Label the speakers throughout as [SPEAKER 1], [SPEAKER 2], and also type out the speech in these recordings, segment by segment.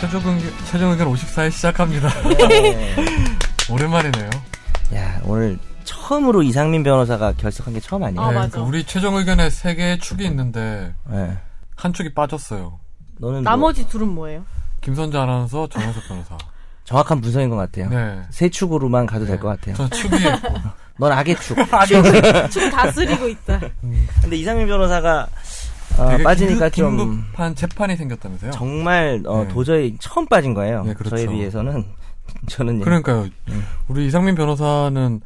[SPEAKER 1] 최종 의견, 최종 의견 54회 시작합니다. 오랜만이네요.
[SPEAKER 2] 야 오늘 처음으로 이상민 변호사가 결석한 게 처음 아니에요?
[SPEAKER 3] 아, 맞아.
[SPEAKER 1] 그 우리 최종 의견에 세 개의 축이 있는데
[SPEAKER 2] 예.
[SPEAKER 1] 한 축이 빠졌어요.
[SPEAKER 2] 너는 뭐
[SPEAKER 3] 나머지 둘은 뭐예요?
[SPEAKER 1] 김선재 아나운서, 정현석 변호사.
[SPEAKER 2] 정확한 분석인 것 같아요.
[SPEAKER 1] 네.
[SPEAKER 2] 세 축으로만 가도 될 것 같아요.
[SPEAKER 1] 저는 축이 있고.
[SPEAKER 2] 넌 악의 축.
[SPEAKER 3] 지금 다스리고 있다.
[SPEAKER 2] 근데 이상민 변호사가 어,
[SPEAKER 1] 되게
[SPEAKER 2] 빠지니까
[SPEAKER 1] 긴급-
[SPEAKER 2] 좀
[SPEAKER 1] 긴급한 재판이 생겼다면서요?
[SPEAKER 2] 정말 어,
[SPEAKER 1] 네.
[SPEAKER 2] 도저히 처음 빠진 거예요.
[SPEAKER 1] 네, 그렇죠.
[SPEAKER 2] 저에 비해서는 저는 예.
[SPEAKER 1] 그러니까요. 우리 이상민 변호사는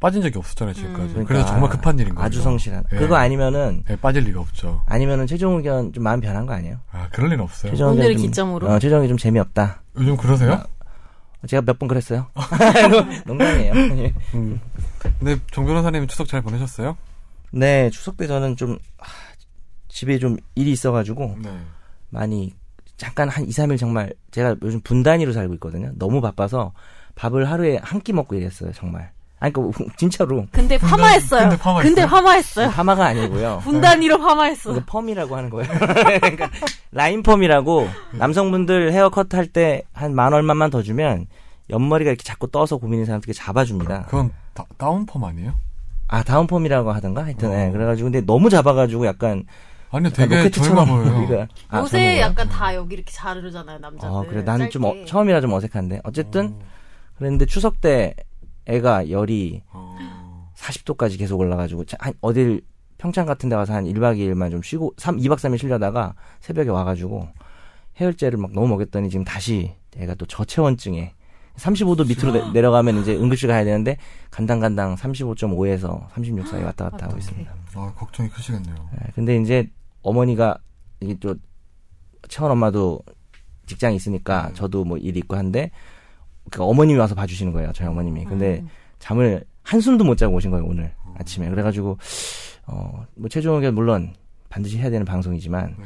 [SPEAKER 1] 빠진 적이
[SPEAKER 3] 음.
[SPEAKER 1] 없었잖아요, 지금까지.
[SPEAKER 2] 그러니까
[SPEAKER 1] 그래서 정말 급한 일인 거예요.
[SPEAKER 2] 아주 성실한.
[SPEAKER 1] 예.
[SPEAKER 2] 그거 아니면은
[SPEAKER 1] 네, 빠질 리가 없죠.
[SPEAKER 2] 아니면은 최종 의견 좀 마음 변한 거 아니에요?
[SPEAKER 1] 아, 그럴 리는 없어요.
[SPEAKER 2] 최종 아.
[SPEAKER 3] 오늘을
[SPEAKER 2] 의견 좀-
[SPEAKER 3] 기점으로?
[SPEAKER 2] 어, 최종 의견 좀 재미없다.
[SPEAKER 1] 요즘 그러세요?
[SPEAKER 2] 제가 몇 번 그랬어요. 농담이에요. 예.
[SPEAKER 1] 근데 네, 정 변호사님 추석 잘 보내셨어요?
[SPEAKER 2] 네, 추석 때 저는 좀 아, 집에 좀 일이 있어가지고
[SPEAKER 1] 네.
[SPEAKER 2] 많이 잠깐 한 2, 3일 정말 제가 요즘 분 단위로 살고 있거든요. 너무 바빠서 밥을 하루에 한 끼 먹고 이랬어요, 정말. 아니, 그, 진짜로.
[SPEAKER 3] 근데 파마했어요.
[SPEAKER 1] 근데 파마했어요?
[SPEAKER 3] 근데 파마했어요.
[SPEAKER 2] 파마가 아니고요.
[SPEAKER 3] 분단위로 파마했어.
[SPEAKER 2] 그 펌이라고 하는 거예요. 그러니까 라인 펌이라고 남성분들 헤어컷 할 때 한 만 얼마만 더 주면 옆머리가 이렇게 자꾸 떠서 고민인 사람들에게 잡아줍니다.
[SPEAKER 1] 그건 다, 다운펌 아니에요?
[SPEAKER 2] 아, 다운펌이라고 하던가? 하여튼, 예, 그래가지고. 근데 너무 잡아가지고 약간.
[SPEAKER 1] 아니요,
[SPEAKER 2] 약간
[SPEAKER 1] 어. 되게
[SPEAKER 2] 로켓처럼
[SPEAKER 1] 젊어 보여요.
[SPEAKER 2] 머리가- 아,
[SPEAKER 3] 요새
[SPEAKER 2] 젊어요?
[SPEAKER 3] 약간 다 여기 이렇게 자르잖아요, 남자들.
[SPEAKER 2] 어, 그래. 나는 좀, 어-
[SPEAKER 3] 짧게.
[SPEAKER 2] 처음이라 좀 어색한데. 어쨌든, 그랬는데 추석 때 애가 열이
[SPEAKER 1] 어,
[SPEAKER 2] 40도까지 계속 올라가지고, 자- 한, 어딜, 평창 같은 데 가서 한 1박 2일만 좀 쉬고, 3, 2박 3일 쉬려다가 새벽에 와가지고, 해열제를 막 너무 먹였더니 지금 다시 애가 또 저체온증에, 35도 밑으로
[SPEAKER 3] 아.
[SPEAKER 2] 내, 려가면 이제 응급실 가야 되는데, 간당간당 35.5에서 36 사이 왔다 갔다 하고 있습니다.
[SPEAKER 1] 아, 걱정이 크시겠네요.
[SPEAKER 2] 예, 근데 이제 어머니가, 이게 또, 채원 엄마도 직장이 있으니까, 저도 뭐 일 있고 한데, 그 어머님이 와서 봐주시는 거예요, 저희 어머님이. 근데 잠을 한숨도 못 자고 오신 거예요, 오늘 아침에. 그래가지고, 어, 뭐, 최종 의견 물론 반드시 해야 되는 방송이지만,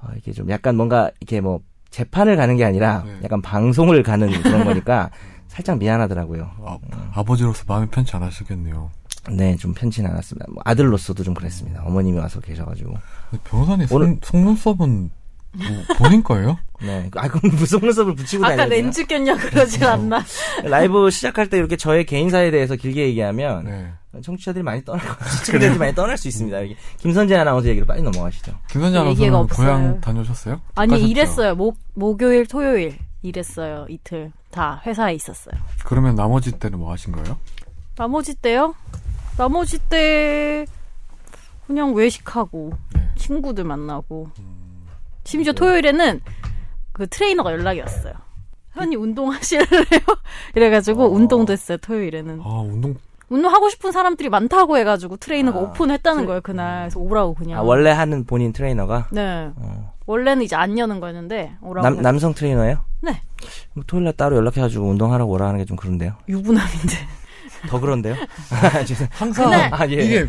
[SPEAKER 2] 어, 이게 좀 약간 뭔가, 이렇게 뭐, 재판을 가는 게 아니라,
[SPEAKER 1] 네.
[SPEAKER 2] 약간 방송을 가는 그런 거니까, 살짝 미안하더라고요.
[SPEAKER 1] 아,
[SPEAKER 3] 네.
[SPEAKER 1] 아버지로서 마음이 편치 않으시겠네요.
[SPEAKER 2] 네, 좀 편치는 않았습니다. 뭐 아들로서도 좀 그랬습니다. 어머님이 와서 계셔가지고.
[SPEAKER 1] 근데 변호사님
[SPEAKER 2] 오늘-
[SPEAKER 1] 속, 속눈썹은 뭐 본인 거예요?
[SPEAKER 2] 네. 아, 그럼 무슨 눈썹을 붙이고
[SPEAKER 3] 아까
[SPEAKER 2] 다니는 거예요?
[SPEAKER 3] 렌즈 꼈냐
[SPEAKER 2] 어.
[SPEAKER 3] 그러진 않나.
[SPEAKER 2] 라이브 시작할 때 이렇게 저의 개인사에 대해서 길게 얘기하면,
[SPEAKER 1] 네. 아,
[SPEAKER 2] 청취자들이 많이 떠날, 청취자들이 많이 떠날 수 있습니다. 이렇게 김선재 아나운서 얘기를 빨리 넘어가시죠.
[SPEAKER 1] 김선재
[SPEAKER 3] 얘기가
[SPEAKER 1] 아나운서는
[SPEAKER 3] 없어요.
[SPEAKER 1] 고향 다녀오셨어요?
[SPEAKER 3] 아니
[SPEAKER 1] 가셨죠?
[SPEAKER 3] 일했어요. 목 목요일 토요일 일했어요. 이틀 다 회사에 있었어요.
[SPEAKER 1] 그러면 나머지 때는 뭐 하신 거예요?
[SPEAKER 3] 나머지 때요? 나머지 때 그냥 외식하고
[SPEAKER 1] 네.
[SPEAKER 3] 친구들 만나고
[SPEAKER 2] 음. 네.
[SPEAKER 3] 심지어 토요일에는 그 트레이너가 연락이 왔어요. 현이 운동하실래요? 이래가지고 운동도 했어요 토요일에는.
[SPEAKER 1] 아, 운동
[SPEAKER 3] 운동하고 싶은 사람들이 많다고 해가지고 트레이너가
[SPEAKER 2] 아,
[SPEAKER 3] 오픈했다는 거예요 그날. 그래서 오라고 그냥.
[SPEAKER 2] 아, 원래 하는 본인 트레이너가
[SPEAKER 3] 네.
[SPEAKER 2] 어.
[SPEAKER 3] 원래는 이제 안 여는 거였는데 오라고.
[SPEAKER 2] 남,
[SPEAKER 3] 남,
[SPEAKER 2] 남성 트레이너예요?
[SPEAKER 3] 네.
[SPEAKER 2] 그럼 토요일 날 따로 연락해가지고 운동하라고 오라 하는 게 좀 그런데요.
[SPEAKER 3] 유부남인데.
[SPEAKER 2] 더 그런데요? 아, 죄송.
[SPEAKER 1] 항상
[SPEAKER 3] 그날-
[SPEAKER 2] 아, 예.
[SPEAKER 1] 이게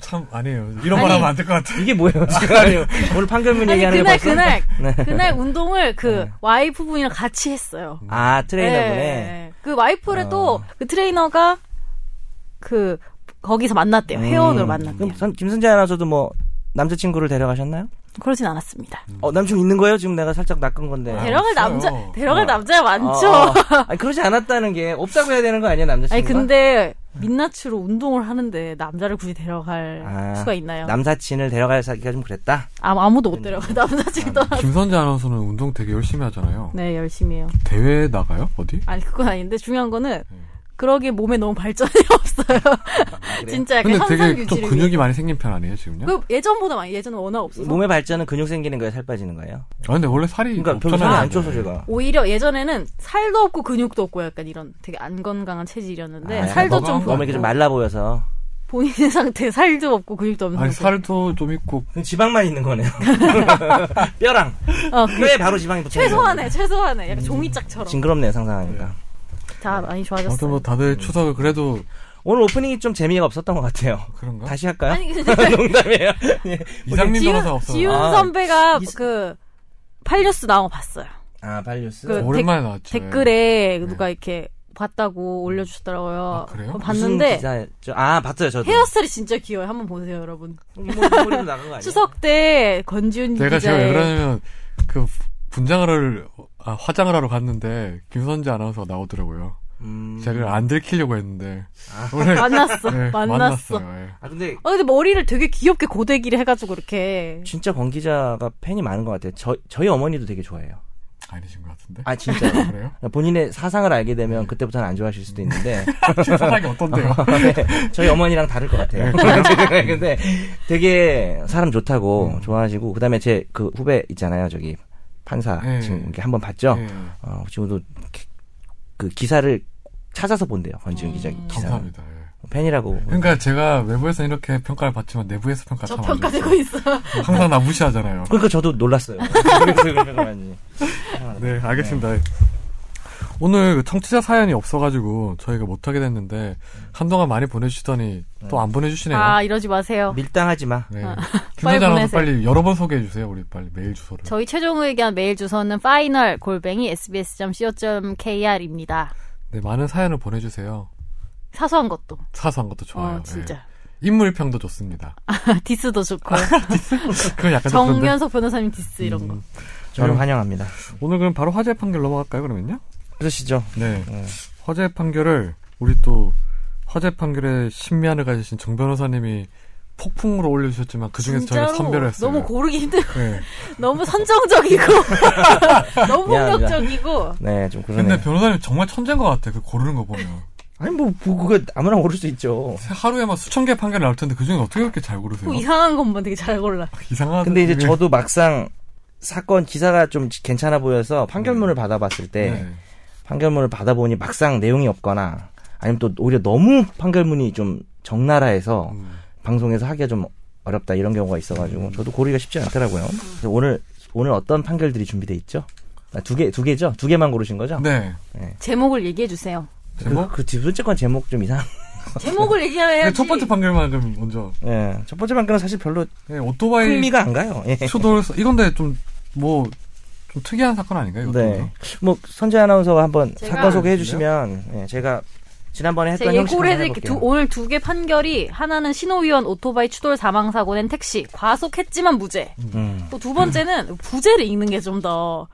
[SPEAKER 1] 참 아니에요. 이런 말
[SPEAKER 3] 아니.
[SPEAKER 1] 하면 안 될 것 같아요.
[SPEAKER 2] 이게 뭐예요? 지금 아니에요. 오늘 판결문
[SPEAKER 3] 아니
[SPEAKER 2] 얘기하는
[SPEAKER 3] 그날
[SPEAKER 2] 벌써?
[SPEAKER 3] 그날
[SPEAKER 2] 네.
[SPEAKER 3] 그날 운동을 그 와이프분이랑 같이 했어요.
[SPEAKER 2] 아 트레이너분에 어.
[SPEAKER 3] 예. 그 와이프를 또그 트레이너가 그 거기서 만났대요. 네,
[SPEAKER 2] 음.
[SPEAKER 3] 회원으로 만났대요.
[SPEAKER 2] 그럼 선- 김선재 아나운서도 뭐 남자친구를 데려가셨나요?
[SPEAKER 3] 그러진 않았습니다.
[SPEAKER 2] 어 남친 있는 거예요? 지금 내가 살짝 낚은 건데.
[SPEAKER 1] 음. 아, 데려-
[SPEAKER 3] 데려갈
[SPEAKER 1] 없어요.
[SPEAKER 3] 남자 데려갈 남자 많죠.
[SPEAKER 2] 그렇죠. 어, 어. 아니 그러지 않았다는 게 없다고 해야 되는 거 아니에요 남자친구가?
[SPEAKER 3] 아니 근데 민낯으로 운동을 하는데 남자를 굳이 데려갈
[SPEAKER 2] 아,
[SPEAKER 3] 수가 있나요?
[SPEAKER 2] 남사친을 데려갈 사기가 좀 그랬다.
[SPEAKER 3] 아, 아무도 못 데려가 남자친구 떠나.
[SPEAKER 1] 김선재 아나운서는 운동 되게 열심히 하잖아요.
[SPEAKER 3] 네 열심히 해요.
[SPEAKER 1] 대회 나가요? 어디?
[SPEAKER 3] 아니 그건 아닌데 중요한 거는
[SPEAKER 2] 음.
[SPEAKER 3] 그러기에 몸에 너무 발전이 없어요. 진짜 약간
[SPEAKER 1] 근데
[SPEAKER 3] 현상
[SPEAKER 1] 되게 좀
[SPEAKER 3] 유지를
[SPEAKER 1] 근육이
[SPEAKER 3] 위해.
[SPEAKER 1] 많이 생긴 편 아니에요, 지금요?
[SPEAKER 3] 그 예전보다 많이 예전은 워낙 없어서
[SPEAKER 2] 몸의 발전은 근육 생기는 거예요, 살 빠지는 거예요?
[SPEAKER 1] 아, 근데 원래 살이
[SPEAKER 2] 그러니까 별로
[SPEAKER 1] 없잖아요.
[SPEAKER 2] 살이 안 쪄서 제가.
[SPEAKER 3] 오히려 예전에는 살도 없고 근육도 없고 약간 이런 되게 안 건강한 체질이었는데
[SPEAKER 2] 아,
[SPEAKER 3] 살도
[SPEAKER 1] 건강한
[SPEAKER 3] 좀
[SPEAKER 1] 거
[SPEAKER 2] 너무 이렇게 좀 말라 보여서
[SPEAKER 3] 본인의 상태 살도 없고 근육도 없는
[SPEAKER 1] 아니
[SPEAKER 3] 거죠.
[SPEAKER 1] 살도 좀 있고
[SPEAKER 2] 그럼 지방만 있는 거네요. 뼈랑
[SPEAKER 3] 어,
[SPEAKER 2] 뼈에 바로 지방이 붙어.
[SPEAKER 3] 최소한에 최소한에
[SPEAKER 1] 음.
[SPEAKER 3] 약간 종이짝처럼
[SPEAKER 2] 징그럽네요 상상하니까.
[SPEAKER 3] 다 많이
[SPEAKER 1] 아무튼
[SPEAKER 3] 좋아졌어요.
[SPEAKER 1] 뭐 다들 추석을 그래도
[SPEAKER 2] 오늘 오프닝이 좀 재미가 없었던 것 같아요.
[SPEAKER 1] 그런가?
[SPEAKER 2] 다시 할까요?
[SPEAKER 3] 아니 근데
[SPEAKER 2] 농담이에요. 예.
[SPEAKER 1] 이상민
[SPEAKER 3] 지훈,
[SPEAKER 1] 변호사 없어요.
[SPEAKER 3] 지훈
[SPEAKER 2] 아,
[SPEAKER 3] 선배가
[SPEAKER 2] 이-
[SPEAKER 3] 그 팔뉴스 나온 거 봤어요.
[SPEAKER 2] 아 발뉴스.
[SPEAKER 3] 그
[SPEAKER 1] 오랜만에 나왔죠.
[SPEAKER 3] 댓글에 누가 이렇게 봤다고 올려주셨더라고요.
[SPEAKER 1] 아, 그래요?
[SPEAKER 3] 그거
[SPEAKER 2] 네. 무슨
[SPEAKER 3] 봤는데
[SPEAKER 2] 기사였죠? 아 봤어요 저도. 뭐,
[SPEAKER 3] 헤어스타일이 진짜 귀여워요. 한번 보세요 여러분.
[SPEAKER 2] 머리도 나간 거 아니에요?
[SPEAKER 3] 추석 때 권지훈
[SPEAKER 1] 내가 제가 왜
[SPEAKER 3] 기자의
[SPEAKER 1] 그러냐면 그 분장을 아, 화장을 하러 갔는데 김선재 아나운서가 나오더라고요.
[SPEAKER 2] 음.
[SPEAKER 1] 제가 안 들키려고 했는데 오늘
[SPEAKER 3] 만났어.
[SPEAKER 1] 네,
[SPEAKER 3] 만났어.
[SPEAKER 1] 예.
[SPEAKER 2] 아 근데
[SPEAKER 3] 아 근데 머리를 되게 귀엽게 고데기를 해가지고 이렇게
[SPEAKER 2] 진짜 권 기자가 팬이 많은 것 같아요. 저 저희 어머니도 되게 좋아해요.
[SPEAKER 1] 아니신 것 같은데.
[SPEAKER 2] 아 진짜. 요
[SPEAKER 1] 그래요? 네.
[SPEAKER 2] 본인의 사상을 알게 되면 그때부터는 안 좋아하실
[SPEAKER 1] 음.
[SPEAKER 2] 수도 있는데
[SPEAKER 1] 제 사상이 어떤데요?
[SPEAKER 2] 네, 저희 어머니랑 다를 것 같아요.
[SPEAKER 1] 네.
[SPEAKER 2] 근데 되게 사람 좋다고 좋아하시고 그다음에 제 그 후배 있잖아요 저기 판사
[SPEAKER 1] 네.
[SPEAKER 2] 지금 이렇게 한번 봤죠.
[SPEAKER 1] 예,
[SPEAKER 2] 어, 지금도 기- 그 기사를 찾아서 본대요 권지훈 기자 기사
[SPEAKER 1] 음, 감사합니다. 예.
[SPEAKER 2] 아. 팬이라고.
[SPEAKER 1] 그러니까 제가 외부에서 이렇게 평가를 받지만 내부에서 평가
[SPEAKER 3] 저
[SPEAKER 1] 참
[SPEAKER 3] 평가되고
[SPEAKER 1] 어려워요.
[SPEAKER 3] 있어.
[SPEAKER 1] 항상 나 무시하잖아요.
[SPEAKER 2] 그러니까 저도 놀랐어요. 그러니까
[SPEAKER 1] 네, 알겠습니다. 오늘 그 청취자 사연이 없어가지고 저희가 못하게 됐는데 한동안 많이 보내주시더니 또 안 보내주시네요.
[SPEAKER 3] 아 이러지 마세요.
[SPEAKER 2] 밀당하지 마.
[SPEAKER 1] 네.
[SPEAKER 3] 아. 빨리
[SPEAKER 1] 김선재 아나운서
[SPEAKER 3] 보내세요.
[SPEAKER 1] 빨리 여러 번 소개해 주세요. 우리 빨리 메일 주소를.
[SPEAKER 3] 저희 최종 의견 메일 주소는 파이널 골뱅이 sbs.co.kr입니다.
[SPEAKER 1] 네, 많은 사연을 보내주세요.
[SPEAKER 3] 사소한 것도.
[SPEAKER 1] 사소한 것도 좋아요.
[SPEAKER 3] 어, 진짜.
[SPEAKER 1] 네. 인물평도 좋습니다.
[SPEAKER 3] 디스도 좋고.
[SPEAKER 1] 아, 그건 약간 좀 그런데.
[SPEAKER 3] 정면석 변호사님 디스 이런 거.
[SPEAKER 1] 음.
[SPEAKER 2] 저는 환영합니다.
[SPEAKER 1] 오늘 그럼 바로 화재 판결 넘어갈까요, 그러면요?
[SPEAKER 2] 그러시죠.
[SPEAKER 1] 네.
[SPEAKER 2] 네.
[SPEAKER 1] 화재 판결을 우리 또 화재 판결에 신미안을 가지신 정 변호사님이 폭풍으로 올려주셨지만 그 중에서 저희가 선별을 했어요.
[SPEAKER 3] 너무 고르기 힘들
[SPEAKER 1] 네.
[SPEAKER 3] 너무 선정적이고 너무
[SPEAKER 2] 미안합니다.
[SPEAKER 3] 폭력적이고
[SPEAKER 2] 네, 좀
[SPEAKER 1] 근데
[SPEAKER 2] 그러네요.
[SPEAKER 1] 변호사님 정말 천재인 것 같아. 그 고르는 거 보면.
[SPEAKER 2] 아니 뭐, 뭐 그거 아무나 고를 수 있죠.
[SPEAKER 1] 하루에 막 수천 개 판결 나올 텐데 그 중에 어떻게 그렇게 잘 고르세요?
[SPEAKER 3] 뭐 이상한 것만 되게 잘 골라.
[SPEAKER 1] 이상하다.
[SPEAKER 2] 근데 이제 저도 막상 사건 기사가 좀 괜찮아 보여서 판결문을 받아봤을 때
[SPEAKER 1] 네.
[SPEAKER 2] 판결문을 받아보니 막상 내용이 없거나 아니면 또 오히려 너무 판결문이 좀 적나라해서
[SPEAKER 1] 음.
[SPEAKER 2] 방송에서 하기가 좀 어렵다 이런 경우가 있어가지고 저도 고르기가 쉽지 않더라고요. 그래서 오늘 오늘 어떤 판결들이 준비돼 있죠? 아, 두 개 두 개죠? 두 개만 고르신 거죠?
[SPEAKER 1] 네.
[SPEAKER 3] 제목을 얘기해 주세요.
[SPEAKER 1] 제목?
[SPEAKER 2] 그, 두 번째 건 제목 좀 이상.
[SPEAKER 3] 제목을 얘기해야지.
[SPEAKER 1] 네, 첫 번째 판결만 그럼 먼저.
[SPEAKER 2] 예, 첫 번째 판결은 사실 별로
[SPEAKER 1] 네, 오토바이
[SPEAKER 2] 흥미가 안 가요. 예.
[SPEAKER 1] 추돌 이건데 좀 뭐 좀 특이한 사건 아닌가요? 이것도?
[SPEAKER 2] 네. 뭐 선재 아나운서가 한번
[SPEAKER 3] 제가-
[SPEAKER 2] 사건 소개해 주시면 예, 제가 지난번에
[SPEAKER 3] 제가
[SPEAKER 2] 했던 형식을
[SPEAKER 3] 예고를
[SPEAKER 2] 한번
[SPEAKER 3] 해드릴게요. 두-
[SPEAKER 2] 해볼게요.
[SPEAKER 3] 오늘 두 개 판결이 하나는 신호위원 오토바이 추돌 사망 사고 낸 택시 과속했지만 무죄.
[SPEAKER 2] 음,
[SPEAKER 3] 또 두 번째는 부재를 읽는 게 좀 더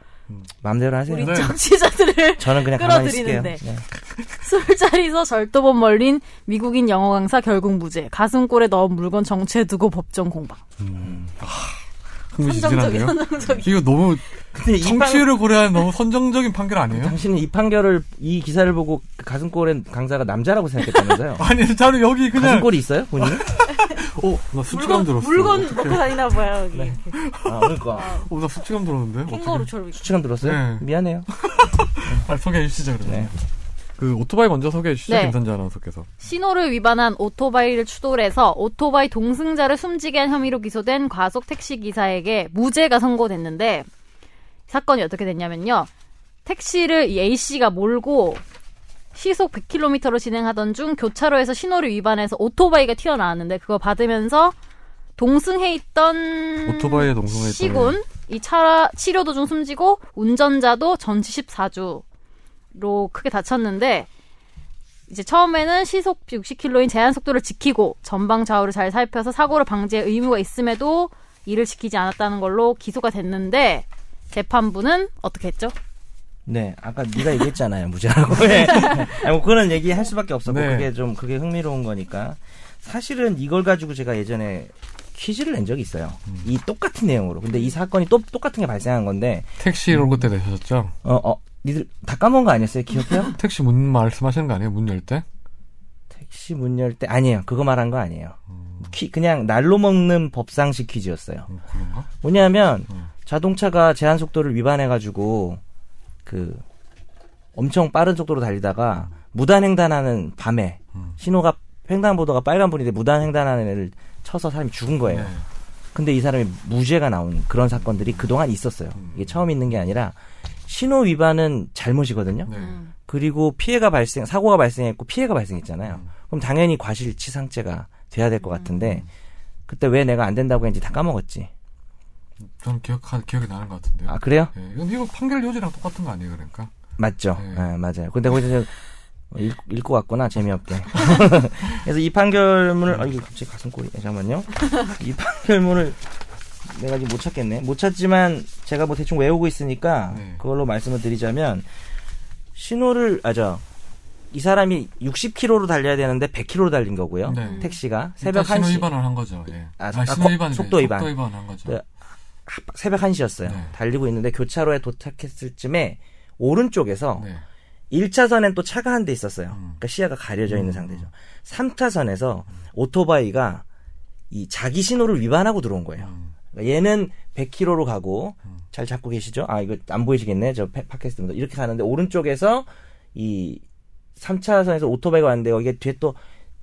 [SPEAKER 2] 마음대로
[SPEAKER 3] 우리
[SPEAKER 2] 하세요.
[SPEAKER 1] 네.
[SPEAKER 3] 정치자들을
[SPEAKER 2] 저는 그냥 가만히 있을게요.
[SPEAKER 3] 끌어들이는데.
[SPEAKER 2] 네.
[SPEAKER 3] 술자리에서 절도범 멀린 미국인 영어 강사 결국 무죄. 가슴골에 넣은 물건 정체 두고 법정 공방. 선정적인
[SPEAKER 1] 흥미진진한데요.
[SPEAKER 3] 선정적인.
[SPEAKER 1] 이거 너무
[SPEAKER 2] 근데 이 판,
[SPEAKER 1] 정치를 고려한 너무 선정적인 판결 아니에요?
[SPEAKER 2] 당신은 이 판결을 이 기사를 보고 그 가슴골엔 강사가 남자라고 생각했다면서요?
[SPEAKER 1] 아니 자루 여기 그냥
[SPEAKER 2] 가슴골이 있어요 본인이?
[SPEAKER 1] 어나 수치감 들었어.
[SPEAKER 3] 물건 먹고 다니나 봐요. 여기.
[SPEAKER 2] 아 그러니까
[SPEAKER 1] 어나 수치감 들었는데. 어떻게?
[SPEAKER 3] 캥거루처럼. 이렇게.
[SPEAKER 2] 추측감 들었어요?
[SPEAKER 1] 네.
[SPEAKER 2] 미안해요.
[SPEAKER 1] 빨리 아, 소개해 주시죠 그러면.
[SPEAKER 2] 네.
[SPEAKER 1] 그 오토바이 먼저 소개해 주시죠
[SPEAKER 3] 네.
[SPEAKER 1] 김선재 아나운서께서.
[SPEAKER 3] 신호를 위반한 오토바이를 추돌해서 오토바이 동승자를 숨지게 한 혐의로 기소된 과속 택시 기사에게 무죄가 선고됐는데 사건이 어떻게 됐냐면요. 택시를 이 A 씨가 몰고 시속 100km로 진행하던 중 교차로에서 신호를 위반해서 오토바이가 튀어나왔는데 그거 받으면서 동승해 있던
[SPEAKER 1] 오토바이에 동승해 있던
[SPEAKER 3] 시군 이차 치료 도중 숨지고 운전자도 전치 14주로 크게 다쳤는데 이제 처음에는 시속 60km인 제한 속도를 지키고 전방 좌우를 잘 살펴서 사고를 방지할 의무가 있음에도 이를 지키지 않았다는 걸로 기소가 됐는데 재판부는 어떻게 했죠?
[SPEAKER 2] 네, 아까 네가 얘기했잖아요, 무죄라고. 네. 아니, 뭐 그런 얘기 할 수밖에 없었고
[SPEAKER 1] 네.
[SPEAKER 2] 그게 좀 그게 흥미로운 거니까 사실은 이걸 가지고 제가 예전에 퀴즈를 낸 적이 있어요. 이 똑같은 내용으로. 근데 이 사건이 또 똑같은 게 발생한 건데
[SPEAKER 1] 택시 올 그때 내셨죠?
[SPEAKER 2] 어, 어, 니들 다 까먹은 거 아니었어요? 기억해요?
[SPEAKER 1] 택시 문 말씀하시는 거 아니에요? 문 열 때?
[SPEAKER 2] 택시 문 열 때 아니에요. 그거 말한 거 아니에요. 퀴- 그냥 날로 먹는 법상식 퀴즈였어요.
[SPEAKER 1] 음, 그런가?
[SPEAKER 2] 뭐냐면
[SPEAKER 1] 음.
[SPEAKER 2] 자동차가 제한 속도를 위반해 가지고 그 엄청 빠른 속도로 달리다가 무단 횡단하는 밤에
[SPEAKER 1] 음.
[SPEAKER 2] 신호가 횡단보도가 빨간불인데 무단 횡단하는 애를 쳐서 사람이 죽은 거예요.
[SPEAKER 1] 네.
[SPEAKER 2] 근데 이 사람이 무죄가 나온 그런 사건들이 그동안 있었어요. 이게 처음 있는 게 아니라 신호 위반은 잘못이거든요.
[SPEAKER 1] 네.
[SPEAKER 3] 음.
[SPEAKER 2] 그리고 피해가 발생, 사고가 발생했고 피해가 발생했잖아요. 그럼 당연히 과실치상죄가 돼야 될 것 같은데 그때 왜 내가 안 된다고 했는지 다 까먹었지.
[SPEAKER 1] 저는 기억하, 기억이 나는 것 같은데요.
[SPEAKER 2] 아 그래요?
[SPEAKER 1] 예, 이건 이거 판결 요지랑 똑같은 거 아니에요, 그러니까?
[SPEAKER 2] 맞죠.
[SPEAKER 1] 네.
[SPEAKER 2] 예, 맞아요. 근데 거기서 읽, 읽고 갔구나 재미없게. 그래서 이 판결문을 아 이거 갑자기 가슴골이 잠깐만요. 이 판결문을 내가 지금 못 찾겠네. 못 찾지만 제가 뭐 대충 외우고 있으니까
[SPEAKER 1] 네.
[SPEAKER 2] 그걸로 말씀을 드리자면 신호를 아저 이 사람이 60km로 달려야 되는데 100km로 달린 거고요.
[SPEAKER 1] 네.
[SPEAKER 2] 택시가 새벽
[SPEAKER 1] 일단
[SPEAKER 2] 1시
[SPEAKER 1] 신호 위반을 한 거죠. 예.
[SPEAKER 2] 아,
[SPEAKER 1] 아,
[SPEAKER 2] 아,
[SPEAKER 1] 신호
[SPEAKER 2] 거-
[SPEAKER 1] 위반이
[SPEAKER 2] 속도 위반.
[SPEAKER 1] 속도 위반을 한 거죠.
[SPEAKER 2] 네. 새벽 1시였어요.
[SPEAKER 1] 네.
[SPEAKER 2] 달리고 있는데 교차로에 도착했을 쯤에 오른쪽에서
[SPEAKER 1] 네.
[SPEAKER 2] 1차선엔 또 차가 한 대 있었어요.
[SPEAKER 1] 음.
[SPEAKER 2] 그러니까 시야가 가려져 있는 상태죠. 3차선에서 오토바이가 이 자기 신호를 위반하고 들어온 거예요.
[SPEAKER 1] 음.
[SPEAKER 2] 그러니까 얘는 100km로 가고
[SPEAKER 1] 음.
[SPEAKER 2] 잘 잡고 계시죠? 아 이거 안 보이시겠네. 저 팟- 팟캐스트입니다. 이렇게 가는데 오른쪽에서 이 3차선에서 오토바이가 왔는데 여기 뒤에 또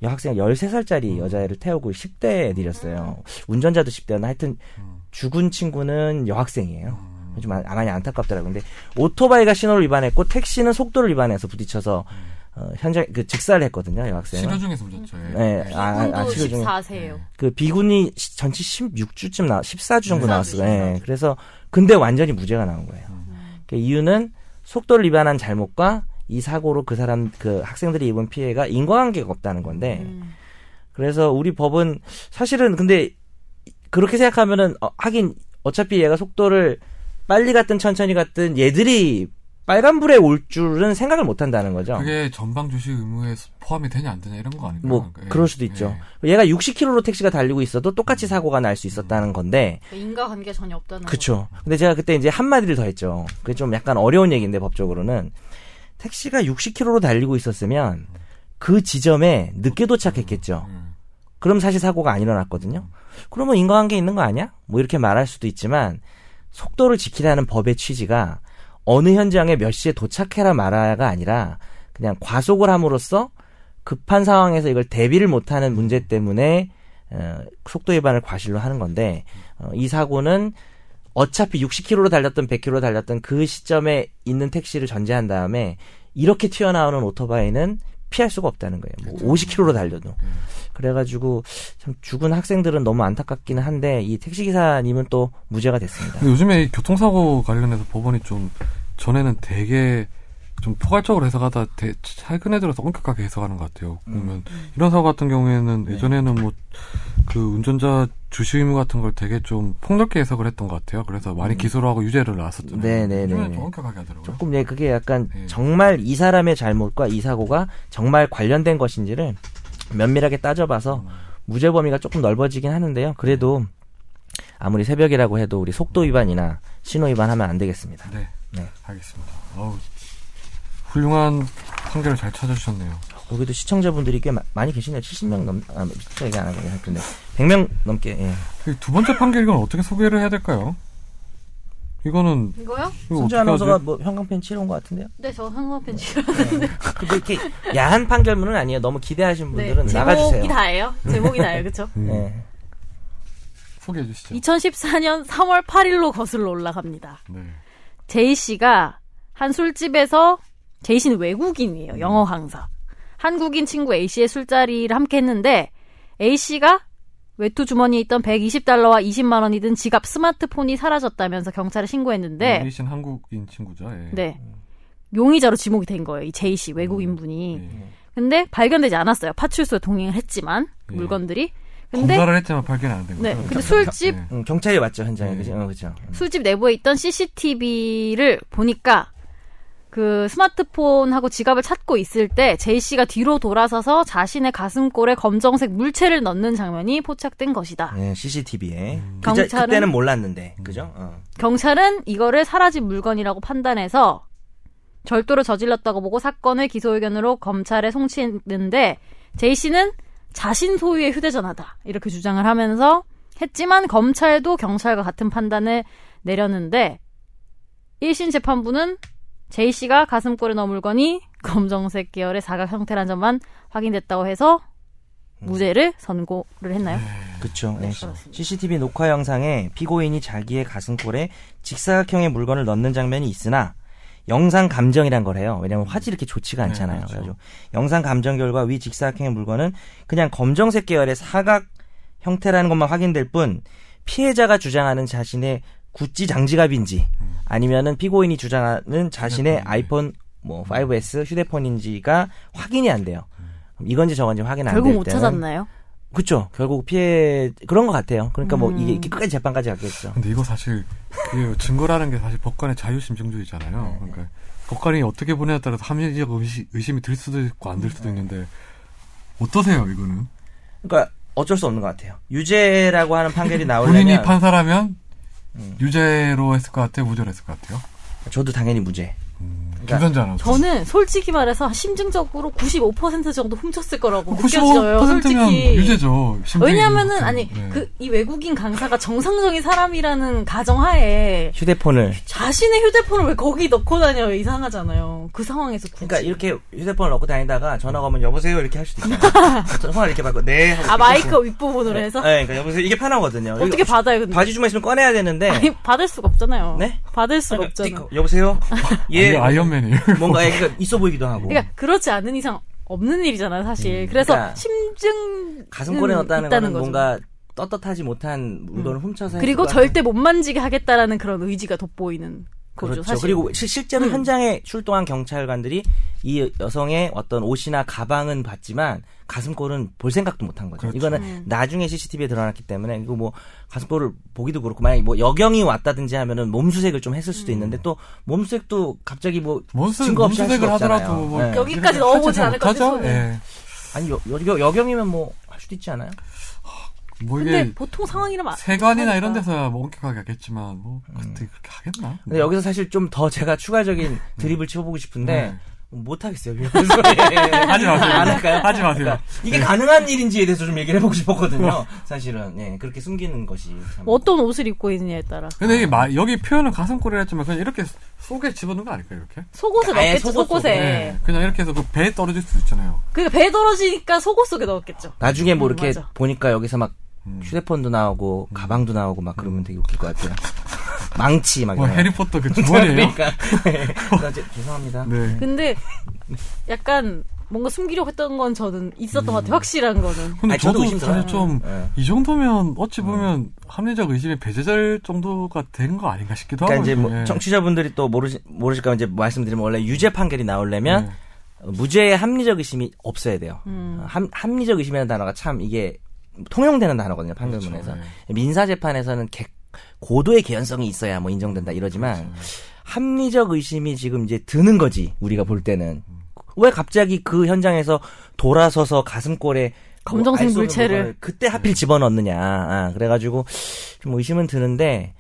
[SPEAKER 2] 여학생
[SPEAKER 1] 음.
[SPEAKER 2] 13살짜리 여자애를 태우고 10대 애들이었어요. 운전자도 10대였나 하여튼
[SPEAKER 1] 음.
[SPEAKER 2] 죽은 친구는 여학생이에요.
[SPEAKER 1] 음.
[SPEAKER 2] 좀 아- 많이 안타깝더라고요. 근데 오토바이가 신호를 위반했고 택시는 속도를 위반해서 부딪혀서
[SPEAKER 1] 음.
[SPEAKER 2] 어, 현장 그 직사를 했거든요. 여학생은.
[SPEAKER 1] 치료 중에서 묻었죠. 예.
[SPEAKER 2] 네,
[SPEAKER 1] 예.
[SPEAKER 2] 아, 아,
[SPEAKER 3] 이분도
[SPEAKER 2] 아, 치료 중에
[SPEAKER 3] 14세예요.
[SPEAKER 2] 그 비군이 시- 전체 16주쯤 나 14주 정도
[SPEAKER 3] 14주,
[SPEAKER 2] 나왔어요. 예.
[SPEAKER 3] 14주.
[SPEAKER 2] 그래서 근데 완전히 무죄가 나온 거예요. 그 이유는 속도를 위반한 잘못과 이 사고로 그 사람 그 학생들이 입은 피해가 인과관계가 없다는 건데
[SPEAKER 3] 음.
[SPEAKER 2] 그래서 우리 법은 사실은 근데 그렇게 생각하면은 어, 하긴 어차피 얘가 속도를 빨리 갔든 천천히 갔든 얘들이 빨간불에 올 줄은 생각을 못 한다는 거죠.
[SPEAKER 1] 그게 전방 주시 의무에 포함이 되냐 안 되냐 이런 거 아닌가요?
[SPEAKER 2] 뭐
[SPEAKER 1] 예.
[SPEAKER 2] 그럴 수도
[SPEAKER 1] 예. 음.
[SPEAKER 2] 있죠. 얘가 60km로 택시가 달리고 있어도 똑같이 사고가 날 수 있었다는 건데
[SPEAKER 3] 그 인과관계 전혀 없다는 거.
[SPEAKER 2] 그쵸. 근데 제가 그때 이제 한마디를 더 했죠. 그게 좀 약간 어려운 얘기인데 법적으로는 택시가 60km로 달리고 있었으면 그 지점에 늦게 도착했겠죠.
[SPEAKER 1] 음.
[SPEAKER 2] 그럼 사실 사고가 안 일어났거든요. 그러면 인과관계 있는 거 아니야? 뭐 이렇게 말할 수도 있지만 속도를 지키라는 법의 취지가 어느 현장에 몇 시에 도착해라 말아야가 아니라 그냥 과속을 함으로써 급한 상황에서 이걸 대비를 못하는 문제 때문에 어, 속도 위반을 과실로 하는 건데 어, 이 사고는 어차피 60km로 달렸던 100km로 달렸던 그 시점에 있는 택시를 전제한 다음에 이렇게 튀어나오는 오토바이는 피할 수가 없다는 거예요. 뭐 50km로 달려도
[SPEAKER 1] 예.
[SPEAKER 2] 그래가지고 참 죽은 학생들은 너무 안타깝기는 한데 이 택시기사님은 또 무죄가 됐습니다.
[SPEAKER 1] 근데 요즘에 이 교통사고 관련해서 법원이 좀 전에는 되게 좀 포괄적으로 해석하다 대, 최근에 들어서 엄격하게 해석하는 것 같아요. 보면 이런 사고 같은 경우에는
[SPEAKER 2] 음. 네.
[SPEAKER 1] 예전에는 뭐 그 운전자 주시 의무 같은 걸 되게 좀 폭넓게 해석을 했던 것 같아요. 그래서 많이 기소를 하고 유죄를 나왔었잖아요.
[SPEAKER 2] 음. 네, 네,
[SPEAKER 1] 요즘에
[SPEAKER 2] 네.
[SPEAKER 1] 좀 엄격하게 하더라고요.
[SPEAKER 2] 조금 예 그게 약간
[SPEAKER 1] 네.
[SPEAKER 2] 정말 이 사람의 잘못과 이 사고가 정말 관련된 것인지를 면밀하게 따져봐서
[SPEAKER 1] 음.
[SPEAKER 2] 무죄 범위가 조금 넓어지긴 하는데요. 그래도 아무리 새벽이라고 해도 우리 속도
[SPEAKER 1] 음.
[SPEAKER 2] 위반이나 신호 위반하면 안 되겠습니다.
[SPEAKER 1] 네,
[SPEAKER 2] 네.
[SPEAKER 1] 알겠습니다. 어우, 훌륭한 판결을 잘 찾아주셨네요.
[SPEAKER 2] 거기도 시청자분들이 꽤 마- 많이 계시네요. 70명 넘, 아, 미쳐 얘기 안 하거든요. 근데 100명 넘게, 예.
[SPEAKER 1] 그두 번째 판결 이건 어떻게 소개를 해야 될까요? 이거는
[SPEAKER 3] 이거요?
[SPEAKER 1] 이거
[SPEAKER 2] 손주
[SPEAKER 1] 어떻게
[SPEAKER 2] 아나운서가
[SPEAKER 1] 하지?
[SPEAKER 2] 뭐 형광펜 치러 온 것 같은데요?
[SPEAKER 3] 네, 저 상관없는 지금.
[SPEAKER 2] 근데 이렇게 야한 판결문은 아니에요. 너무 기대하신
[SPEAKER 3] 네.
[SPEAKER 2] 분들은 나가주세요.
[SPEAKER 3] 제목이 다예요. 제목이 다예요, 그쵸?
[SPEAKER 1] 음,
[SPEAKER 2] 네.
[SPEAKER 1] 소개해 주시죠.
[SPEAKER 3] 2014년 3월 8일로 거슬러 올라갑니다.
[SPEAKER 1] 네.
[SPEAKER 3] 제이 씨가 한 술집에서 제이 씨는
[SPEAKER 2] 음.
[SPEAKER 3] 외국인이에요. 영어 강사. 한국인 친구 A 씨의 술자리를 함께 했는데 A 씨가 외투 주머니에 있던 120달러와 20만 원이 든 지갑 스마트폰이 사라졌다면서 경찰에 신고했는데
[SPEAKER 1] 신 한국인 친구죠. 예.
[SPEAKER 3] 네. 용의자로 지목이 된 거예요. 이 제이 씨 외국인
[SPEAKER 1] 예.
[SPEAKER 3] 분이.
[SPEAKER 1] 음, 네.
[SPEAKER 3] 근데 발견되지 않았어요. 파출소에 동행을 했지만
[SPEAKER 1] 예.
[SPEAKER 3] 물건들이. 근데
[SPEAKER 1] 검사를 했지만 발견 안 된 거죠.
[SPEAKER 3] 네. 근데 술집
[SPEAKER 1] 예.
[SPEAKER 2] 음, 경찰이 왔죠, 현장에.
[SPEAKER 1] 네.
[SPEAKER 2] 그죠? 어, 그죠.
[SPEAKER 3] 술집 내부에 있던 CCTV를 보니까 그 스마트폰하고 지갑을 찾고 있을 때 제이 씨가 뒤로 돌아서서 자신의 가슴골에 검정색 물체를 넣는 장면이 포착된 것이다.
[SPEAKER 2] 네, CCTV에.
[SPEAKER 3] 경찰은-
[SPEAKER 2] 그때는 몰랐는데. 그죠? 어.
[SPEAKER 3] 경찰은 이거를 사라진 물건이라고 판단해서 절도를 저질렀다고 보고 사건을 기소의견으로 검찰에 송치했는데 제이 씨는 자신 소유의 휴대전화다 이렇게 주장을 하면서 했지만 검찰도 경찰과 같은 판단을 내렸는데 1심 재판부는 제이 씨가 가슴골에 넣은 물건이 검정색 계열의 사각 형태란 점만 확인됐다고 해서 무죄를 선고를 했나요?
[SPEAKER 2] 그쵸.
[SPEAKER 3] 네,
[SPEAKER 2] 음. 네.
[SPEAKER 3] 그렇습니다.
[SPEAKER 2] CCTV 녹화 영상에 피고인이 자기의 가슴골에 직사각형의 물건을 넣는 장면이 있으나 영상 감정이란 거래요. 왜냐면 하 화질이 이렇게 좋지가
[SPEAKER 1] 네,
[SPEAKER 2] 않잖아요.
[SPEAKER 1] 그렇죠.
[SPEAKER 2] 그래가지고 영상 감정 결과 위 직사각형의 물건은 그냥 검정색 계열의 사각 형태라는 것만 확인될 뿐 피해자가 주장하는 자신의 구찌 장지갑인지 아니면은 피고인이 주장하는 자신의
[SPEAKER 1] 휴대폰인지.
[SPEAKER 2] 아이폰 뭐 5S 휴대폰인지가 확인이 안 돼요. 그럼 이건지 저건지 확인 안 될
[SPEAKER 3] 결국
[SPEAKER 2] 때는
[SPEAKER 3] 못 찾았나요?
[SPEAKER 2] 그렇죠. 결국 피해 그런 것 같아요. 그러니까 뭐
[SPEAKER 3] 음.
[SPEAKER 2] 이게 이렇게 끝까지 재판까지 갔겠죠.
[SPEAKER 1] 근데 이거 사실 이게 증거라는 게 사실 법관의 자유심증주의잖아요.
[SPEAKER 2] 네.
[SPEAKER 1] 그러니까 법관이 어떻게 보냐에 따라서 합리적 의심, 의심이 들 수도 있고 안 들
[SPEAKER 2] 네.
[SPEAKER 1] 수도 있는데 어떠세요 이거는?
[SPEAKER 2] 그러니까 어쩔 수 없는 것 같아요. 유죄라고 하는 음. 판결이
[SPEAKER 1] 본인이
[SPEAKER 2] 나오려면
[SPEAKER 1] 판사라면 유죄로 했을 것 같아요, 무죄로 했을 것 같아요.
[SPEAKER 2] 저도 당연히 무죄.
[SPEAKER 1] 음,
[SPEAKER 2] 그러니까
[SPEAKER 1] 김선재 아나운서.
[SPEAKER 3] 저는 솔직히 말해서 심증적으로 95% 정도 훔쳤을 거라고 느껴져요.
[SPEAKER 1] 95%면
[SPEAKER 3] 솔직히.
[SPEAKER 1] 유죄죠. 심증이
[SPEAKER 3] 왜냐면은
[SPEAKER 1] 있는
[SPEAKER 3] 아니
[SPEAKER 1] 것들은. 네.
[SPEAKER 3] 그 이 외국인 강사가 정상적인 사람이라는 가정하에
[SPEAKER 2] 휴대폰을
[SPEAKER 3] 자신의 휴대폰을 왜 거기 넣고 다녀요? 이상하잖아요. 그 상황에서 굳이.
[SPEAKER 2] 그러니까 이렇게 휴대폰을 넣고 다니다가 전화가 오면 여보세요 이렇게 할 수도 있어요. 전화를 이렇게 받고 네. 하고
[SPEAKER 3] 아
[SPEAKER 2] 이렇게
[SPEAKER 3] 마이크
[SPEAKER 2] 해서.
[SPEAKER 3] 윗부분으로 해서
[SPEAKER 2] 네, 그러니까 여보세요 이게 편하거든요.
[SPEAKER 3] 어떻게 받아요? 근데
[SPEAKER 2] 바지 주머니 있으면 꺼내야 되는데.
[SPEAKER 3] 아니 받을 수가 없잖아요.
[SPEAKER 2] 네?
[SPEAKER 3] 받을 수가
[SPEAKER 2] 그러니까
[SPEAKER 3] 없잖아. 요
[SPEAKER 2] 띡, 여보세요. 예.
[SPEAKER 1] 아니, 아이언맨이에요.
[SPEAKER 2] 뭔가 애기가 있어 보이기도 하고.
[SPEAKER 3] 그러니까 그렇지 않은 이상 없는 일이잖아요, 사실. 그래서
[SPEAKER 2] 그러니까 네,
[SPEAKER 3] 심증
[SPEAKER 2] 가슴골에 넣었다는 거는
[SPEAKER 3] 음, 있다는 거죠. 음.
[SPEAKER 2] 뭔가 떳떳하지 못한 물건을 훔쳐서
[SPEAKER 3] 그리고
[SPEAKER 2] 했을 것
[SPEAKER 3] 절대 못 만지게 하겠다라는 그런 의지가 돋보이는 거죠,
[SPEAKER 2] 그렇죠.
[SPEAKER 3] 사실.
[SPEAKER 2] 그리고 시- 실제로
[SPEAKER 3] 음.
[SPEAKER 2] 현장에 출동한 경찰관들이 이 여성의 어떤 옷이나 가방은 봤지만 가슴골은 볼 생각도 못한 거죠.
[SPEAKER 1] 그렇죠.
[SPEAKER 2] 이거는
[SPEAKER 3] 음.
[SPEAKER 2] 나중에 CCTV에 드러났기 때문에 이거 뭐 가슴골을 보기도 그렇고 만약에 뭐 여경이 왔다든지 하면은 몸수색을 좀 했을 수도 있는데 또 몸수색도 갑자기 뭐
[SPEAKER 1] 음. 몸수-
[SPEAKER 2] 증거 없이 할
[SPEAKER 1] 몸수색을
[SPEAKER 2] 수가
[SPEAKER 1] 하더라도
[SPEAKER 2] 없잖아요.
[SPEAKER 1] 뭐
[SPEAKER 2] 네.
[SPEAKER 3] 여기까지 넣어보진 않을 것 같아요.
[SPEAKER 1] 예.
[SPEAKER 2] 아니 여, 여, 여경이면 뭐 할 수도 있지 않아요?
[SPEAKER 1] 뭐 이게
[SPEAKER 3] 근데 보통 상황이라면 아, 안-
[SPEAKER 1] 세관이나
[SPEAKER 3] 하니까.
[SPEAKER 1] 이런 데서야 뭐 엄격하게 하겠지만 뭐
[SPEAKER 2] 음.
[SPEAKER 1] 그때 그렇게 하겠나?
[SPEAKER 2] 근데 여기서 사실 좀 더 제가
[SPEAKER 1] 음.
[SPEAKER 2] 추가적인 드립을 치워보고 싶은데
[SPEAKER 1] 네.
[SPEAKER 2] 못 하겠어요. 하지
[SPEAKER 1] 하지 마세요.
[SPEAKER 2] 안 할까요?
[SPEAKER 1] 하지 마세요. 네.
[SPEAKER 2] 그러니까 이게 가능한 일인지에 대해서 좀 얘기를 해보고 싶었거든요. 사실은 예, 그렇게 숨기는 것이 참.
[SPEAKER 3] 어떤 옷을 입고 있느냐에 따라
[SPEAKER 1] 근데 이게 마- 여기 표현은 가슴골이라 했지만 그냥 이렇게 속에 집어넣은 거 아닐까요 이렇게?
[SPEAKER 3] 속옷을
[SPEAKER 2] 아예
[SPEAKER 3] 넣었겠죠
[SPEAKER 2] 속옷
[SPEAKER 3] 속옷에
[SPEAKER 2] 속에.
[SPEAKER 1] 네. 그냥 이렇게 해서 그 배에 떨어질 수도 있잖아요.
[SPEAKER 3] 그러니까 배 떨어지니까 속옷 속에 넣었겠죠
[SPEAKER 2] 나중에 뭐
[SPEAKER 3] 음,
[SPEAKER 2] 이렇게
[SPEAKER 3] 맞아.
[SPEAKER 2] 보니까 여기서 막
[SPEAKER 1] 음.
[SPEAKER 2] 휴대폰도 나오고 가방도 나오고 막 그러면 되게 웃길 것 같아요. 망치 막.
[SPEAKER 1] 뭐
[SPEAKER 2] 이런.
[SPEAKER 1] 해리포터 그 주머니에요?
[SPEAKER 2] 그러니까. 예. 그래서 이제 죄송합니다.
[SPEAKER 1] 네.
[SPEAKER 3] 근데 약간 뭔가 숨기려고 했던 건 저는 있었던 것
[SPEAKER 2] 음.
[SPEAKER 3] 같아요 확실한 거는
[SPEAKER 1] 근데
[SPEAKER 2] 아니, 저도
[SPEAKER 1] 저도
[SPEAKER 2] 의심스러워요. 음.
[SPEAKER 1] 사실 좀 이
[SPEAKER 2] 예.
[SPEAKER 1] 정도면 어찌 보면 합리적 의심이 배제될 정도가 된 거 아닌가 싶기도
[SPEAKER 2] 그러니까
[SPEAKER 1] 하고. 예.
[SPEAKER 2] 이제 뭐 청취자분들이 또 모르시 모르실까 이제 말씀드리면 원래 유죄 판결이 나오려면
[SPEAKER 1] 예.
[SPEAKER 2] 어, 무죄의 합리적 의심이 없어야 돼요. 어, 함, 합리적 의심이라는 단어가 참 이게 통용되는 단어거든요 판결문에서
[SPEAKER 1] 그렇죠,
[SPEAKER 2] 민사 재판에서는 객- 고도의 개연성이 있어야 뭐 인정된다 이러지만
[SPEAKER 1] 그렇죠.
[SPEAKER 2] 합리적 의심이 지금 이제 드는 거지 우리가 볼 때는 왜 갑자기 그 현장에서 돌아서서 가슴골에 뭐
[SPEAKER 3] 검정색
[SPEAKER 2] 알수 없는
[SPEAKER 3] 물체를.
[SPEAKER 2] 물건을 그때 하필 집어넣느냐 아, 그래가지고 좀 의심은 드는데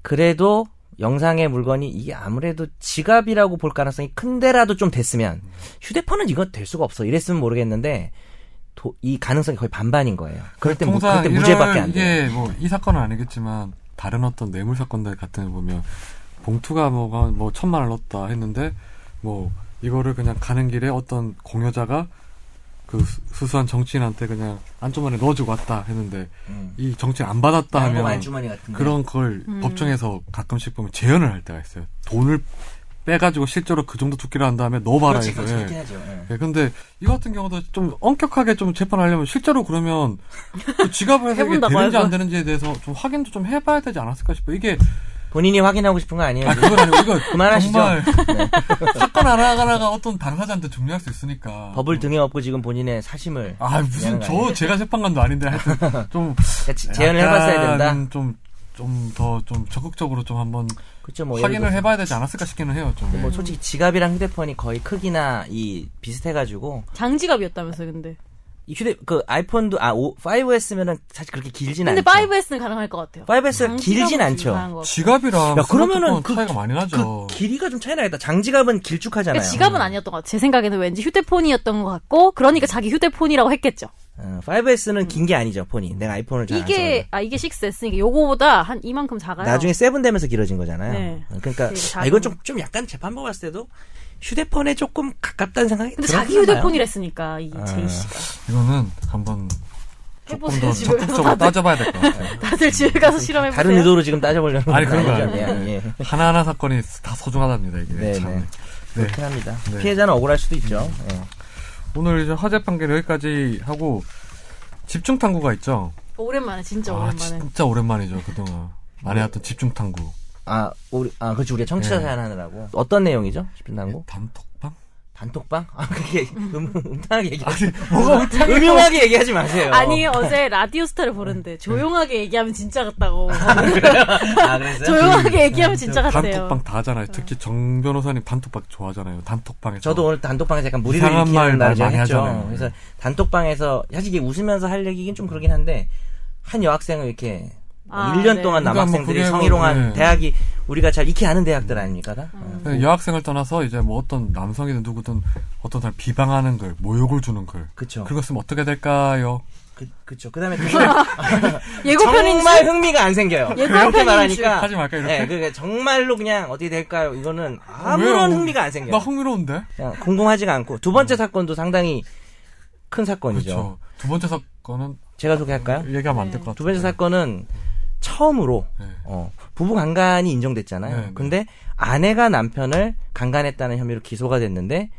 [SPEAKER 2] 그래도 영상의 물건이 이게 아무래도 지갑이라고 볼 가능성이 큰데라도 좀 됐으면 휴대폰은 이거 될 수가 없어 이랬으면 모르겠는데 도- 이 가능성이 거의 반반인 거예요. 그럴 때, 무,
[SPEAKER 1] 통상
[SPEAKER 2] 그럴 때
[SPEAKER 1] 이런
[SPEAKER 2] 무죄밖에 안 돼요.
[SPEAKER 1] 이게 뭐 이 사건은 아니겠지만 다른 어떤 뇌물 사건들 같은 거 보면 봉투가 뭐가 뭐 천만 원 넣었다 했는데 뭐 이거를 그냥 가는 길에 어떤 공여자가 그 수- 수수한 정치인한테 그냥 안주머니에 넣어주고 왔다 했는데
[SPEAKER 2] 음.
[SPEAKER 1] 이 정치인 안 받았다
[SPEAKER 2] 양복
[SPEAKER 1] 하면
[SPEAKER 2] 안주머니 같은데.
[SPEAKER 1] 그런 걸
[SPEAKER 3] 음.
[SPEAKER 1] 법정에서 가끔씩 보면 재현을 할 때가 있어요. 돈을 빼가지고 실제로 그 정도 두께를 한 다음에 넣어봐라
[SPEAKER 2] 그렇지,
[SPEAKER 1] 해서
[SPEAKER 2] 그렇지,
[SPEAKER 1] 예.
[SPEAKER 2] 그렇게 하죠. 예.
[SPEAKER 1] 예, 근데 이 같은 경우도 좀 엄격하게 좀 재판하려면 실제로 그러면 그 지갑을 해서 이게
[SPEAKER 3] 해본다고
[SPEAKER 1] 되는지
[SPEAKER 3] 해서.
[SPEAKER 1] 안 되는지에 대해서 좀 확인도 좀 해봐야 되지 않았을까 싶어요. 이게
[SPEAKER 2] 본인이 확인하고 싶은 거 아니에요?
[SPEAKER 1] 아 그건 아니고 이거
[SPEAKER 2] 네. 그만하시죠. 네.
[SPEAKER 1] 정말 사건 하나하나가 어떤 당사자한테 중요할 수 있으니까
[SPEAKER 2] 법을 등에 업고 지금 본인의 사심을
[SPEAKER 1] 아 무슨
[SPEAKER 2] 미안한 거 아니에요?
[SPEAKER 1] 저 제가 재판관도 아닌데 하여튼 좀
[SPEAKER 2] 그러니까 지- 재현을 해봤어야 된다.
[SPEAKER 1] 좀좀 더 좀 적극적으로 좀 한번
[SPEAKER 2] 그렇죠. 뭐 예를
[SPEAKER 1] 확인을
[SPEAKER 2] 들어서
[SPEAKER 1] 해봐야 되지 않았을까 싶기는 해요. 좀
[SPEAKER 2] 뭐 솔직히 지갑이랑 휴대폰이 거의 크기나 이 비슷해가지고
[SPEAKER 3] 장지갑이었다면서 근데
[SPEAKER 2] 이 휴대 그 아이폰도 아 5S면은 사실 그렇게 길진
[SPEAKER 3] 근데
[SPEAKER 2] 않죠.
[SPEAKER 3] 5S는 가능할 것 같아요
[SPEAKER 2] 5S 길진
[SPEAKER 3] 장지갑은
[SPEAKER 2] 않죠.
[SPEAKER 3] 가능한 것 같고.
[SPEAKER 1] 지갑이랑
[SPEAKER 2] 야,
[SPEAKER 1] 그러면은 그,
[SPEAKER 2] 그러면은 그-
[SPEAKER 1] 차이가 많이 나죠.
[SPEAKER 2] 그 길이가 좀 차이 나겠다. 장지갑은 길쭉하잖아요.
[SPEAKER 3] 그러니까 지갑은 아니었던 것 같아요 제 생각에는 왠지 휴대폰이었던 것 같고 그러니까 자기 휴대폰이라고 했겠죠
[SPEAKER 2] 어, 5S는 긴 게 아니죠, 폰이. 내가 아이폰을 잘안 써서.
[SPEAKER 3] 이게 아 이게 6S니까 요거보다 한 이만큼 작아요
[SPEAKER 2] 네, 나중에 세븐 되면서 길어진 거잖아요.
[SPEAKER 3] 네.
[SPEAKER 2] 그러니까
[SPEAKER 3] 되게 작은
[SPEAKER 2] 아, 이건 좀, 좀 약간 재판부 봤을 때도 휴대폰에 조금 가깝다는 생각이
[SPEAKER 3] 근데
[SPEAKER 2] 들었나
[SPEAKER 3] 자기
[SPEAKER 2] 봐요. 아.
[SPEAKER 3] 휴대폰이랬으니까 이 제이 씨가
[SPEAKER 1] 이거는 한번 조금
[SPEAKER 3] 해보세요
[SPEAKER 1] 더
[SPEAKER 3] 집에
[SPEAKER 1] 적극적으로
[SPEAKER 3] 가서 다들
[SPEAKER 1] 따져봐야 될 것 같아요.
[SPEAKER 3] 다들 집에 가서 실험해보세요
[SPEAKER 2] 다른 의도로 지금 따져보려는
[SPEAKER 1] 아니, 그런 거
[SPEAKER 2] 건
[SPEAKER 1] 아니에요.
[SPEAKER 2] 아니잖아요. 예.
[SPEAKER 1] 하나하나 사건이 다 소중하답니다, 이게.
[SPEAKER 2] 네,
[SPEAKER 1] 참.
[SPEAKER 2] 네.
[SPEAKER 1] 네.
[SPEAKER 2] 그렇긴 합니다.
[SPEAKER 1] 네. 음.
[SPEAKER 2] 피해자는 억울할 수도 있죠. 예.
[SPEAKER 1] 오늘 이제 화재 판결 여기까지 하고, 집중 탐구가 있죠?
[SPEAKER 3] 오랜만에 진짜
[SPEAKER 1] 아,
[SPEAKER 3] 오랜만에
[SPEAKER 1] 진짜 오랜만이죠, 그동안. 많이 했던 집중 탐구.
[SPEAKER 2] 아, 우리, 아, 그렇죠. 우리가 청취자
[SPEAKER 1] 네.
[SPEAKER 2] 뭐? 사연 하느라고. 어떤 내용이죠? 집중탐구?
[SPEAKER 1] 단톡방?
[SPEAKER 2] 단톡방? 아, 그게 음, 음탕하게 얘기하지. 뭐가 음탕하게 음흉하게 얘기하지 마세요.
[SPEAKER 3] 아니 어제 라디오스타를 보는데 조용하게 얘기하면 진짜 같다고
[SPEAKER 2] 아, 그래서
[SPEAKER 3] 조용하게 얘기하면 진짜 같대요. 네.
[SPEAKER 1] 단톡방 다 하잖아요. 특히 정 변호사님 단톡방 좋아하잖아요. 단톡방에서.
[SPEAKER 2] 저도 오늘 단톡방에서 약간 무리를
[SPEAKER 1] 이상한
[SPEAKER 2] 일으키는
[SPEAKER 1] 말
[SPEAKER 2] 날을
[SPEAKER 1] 많이
[SPEAKER 2] 했죠.
[SPEAKER 1] 하잖아요. 네.
[SPEAKER 2] 그래서 단톡방에서 사실 이게 웃으면서 할 얘기긴 좀 그러긴 한데 한 여학생을 이렇게
[SPEAKER 3] 아,
[SPEAKER 2] 1년
[SPEAKER 3] 네.
[SPEAKER 2] 동안
[SPEAKER 1] 그러니까
[SPEAKER 2] 남학생들이
[SPEAKER 1] 뭐 그게 뭐,
[SPEAKER 2] 성희롱한
[SPEAKER 1] 네.
[SPEAKER 2] 대학이 우리가 잘 익히 아는 대학들 아닙니까? 다?
[SPEAKER 3] 음.
[SPEAKER 2] 어.
[SPEAKER 1] 네, 여학생을 떠나서 이제 뭐 어떤 남성이든 누구든 어떤 사람 비방하는 글, 모욕을 주는 글.
[SPEAKER 2] 그쵸. 그,
[SPEAKER 1] 그거 쓰면 어떻게 될까요?
[SPEAKER 2] 그쵸. 그 다음에
[SPEAKER 3] 예고편인지
[SPEAKER 2] 정말 흥미가 안 생겨요.
[SPEAKER 3] 예고편인
[SPEAKER 2] 그렇게
[SPEAKER 3] 줄.
[SPEAKER 2] 말하니까.
[SPEAKER 1] 하지 말까, 이렇게?
[SPEAKER 2] 네, 그러니까 정말로 그냥 어떻게 될까요? 이거는 아무런
[SPEAKER 1] 왜요?
[SPEAKER 2] 흥미가 안 생겨요.
[SPEAKER 1] 나 흥미로운데? 음.
[SPEAKER 2] 그냥 궁금하지가 않고 두 번째 사건도 상당히 큰 사건이죠.
[SPEAKER 1] 그렇죠. 두 번째 사건은
[SPEAKER 2] 제가 소개할까요?
[SPEAKER 1] 얘기하면 안 될것
[SPEAKER 3] 네.
[SPEAKER 1] 같아요.
[SPEAKER 2] 두 번째 사건은 처음으로
[SPEAKER 1] 네.
[SPEAKER 2] 어, 부부 강간이 인정됐잖아요.
[SPEAKER 1] 네, 네.
[SPEAKER 2] 근데 아내가 남편을 강간했다는 혐의로 기소가 됐는데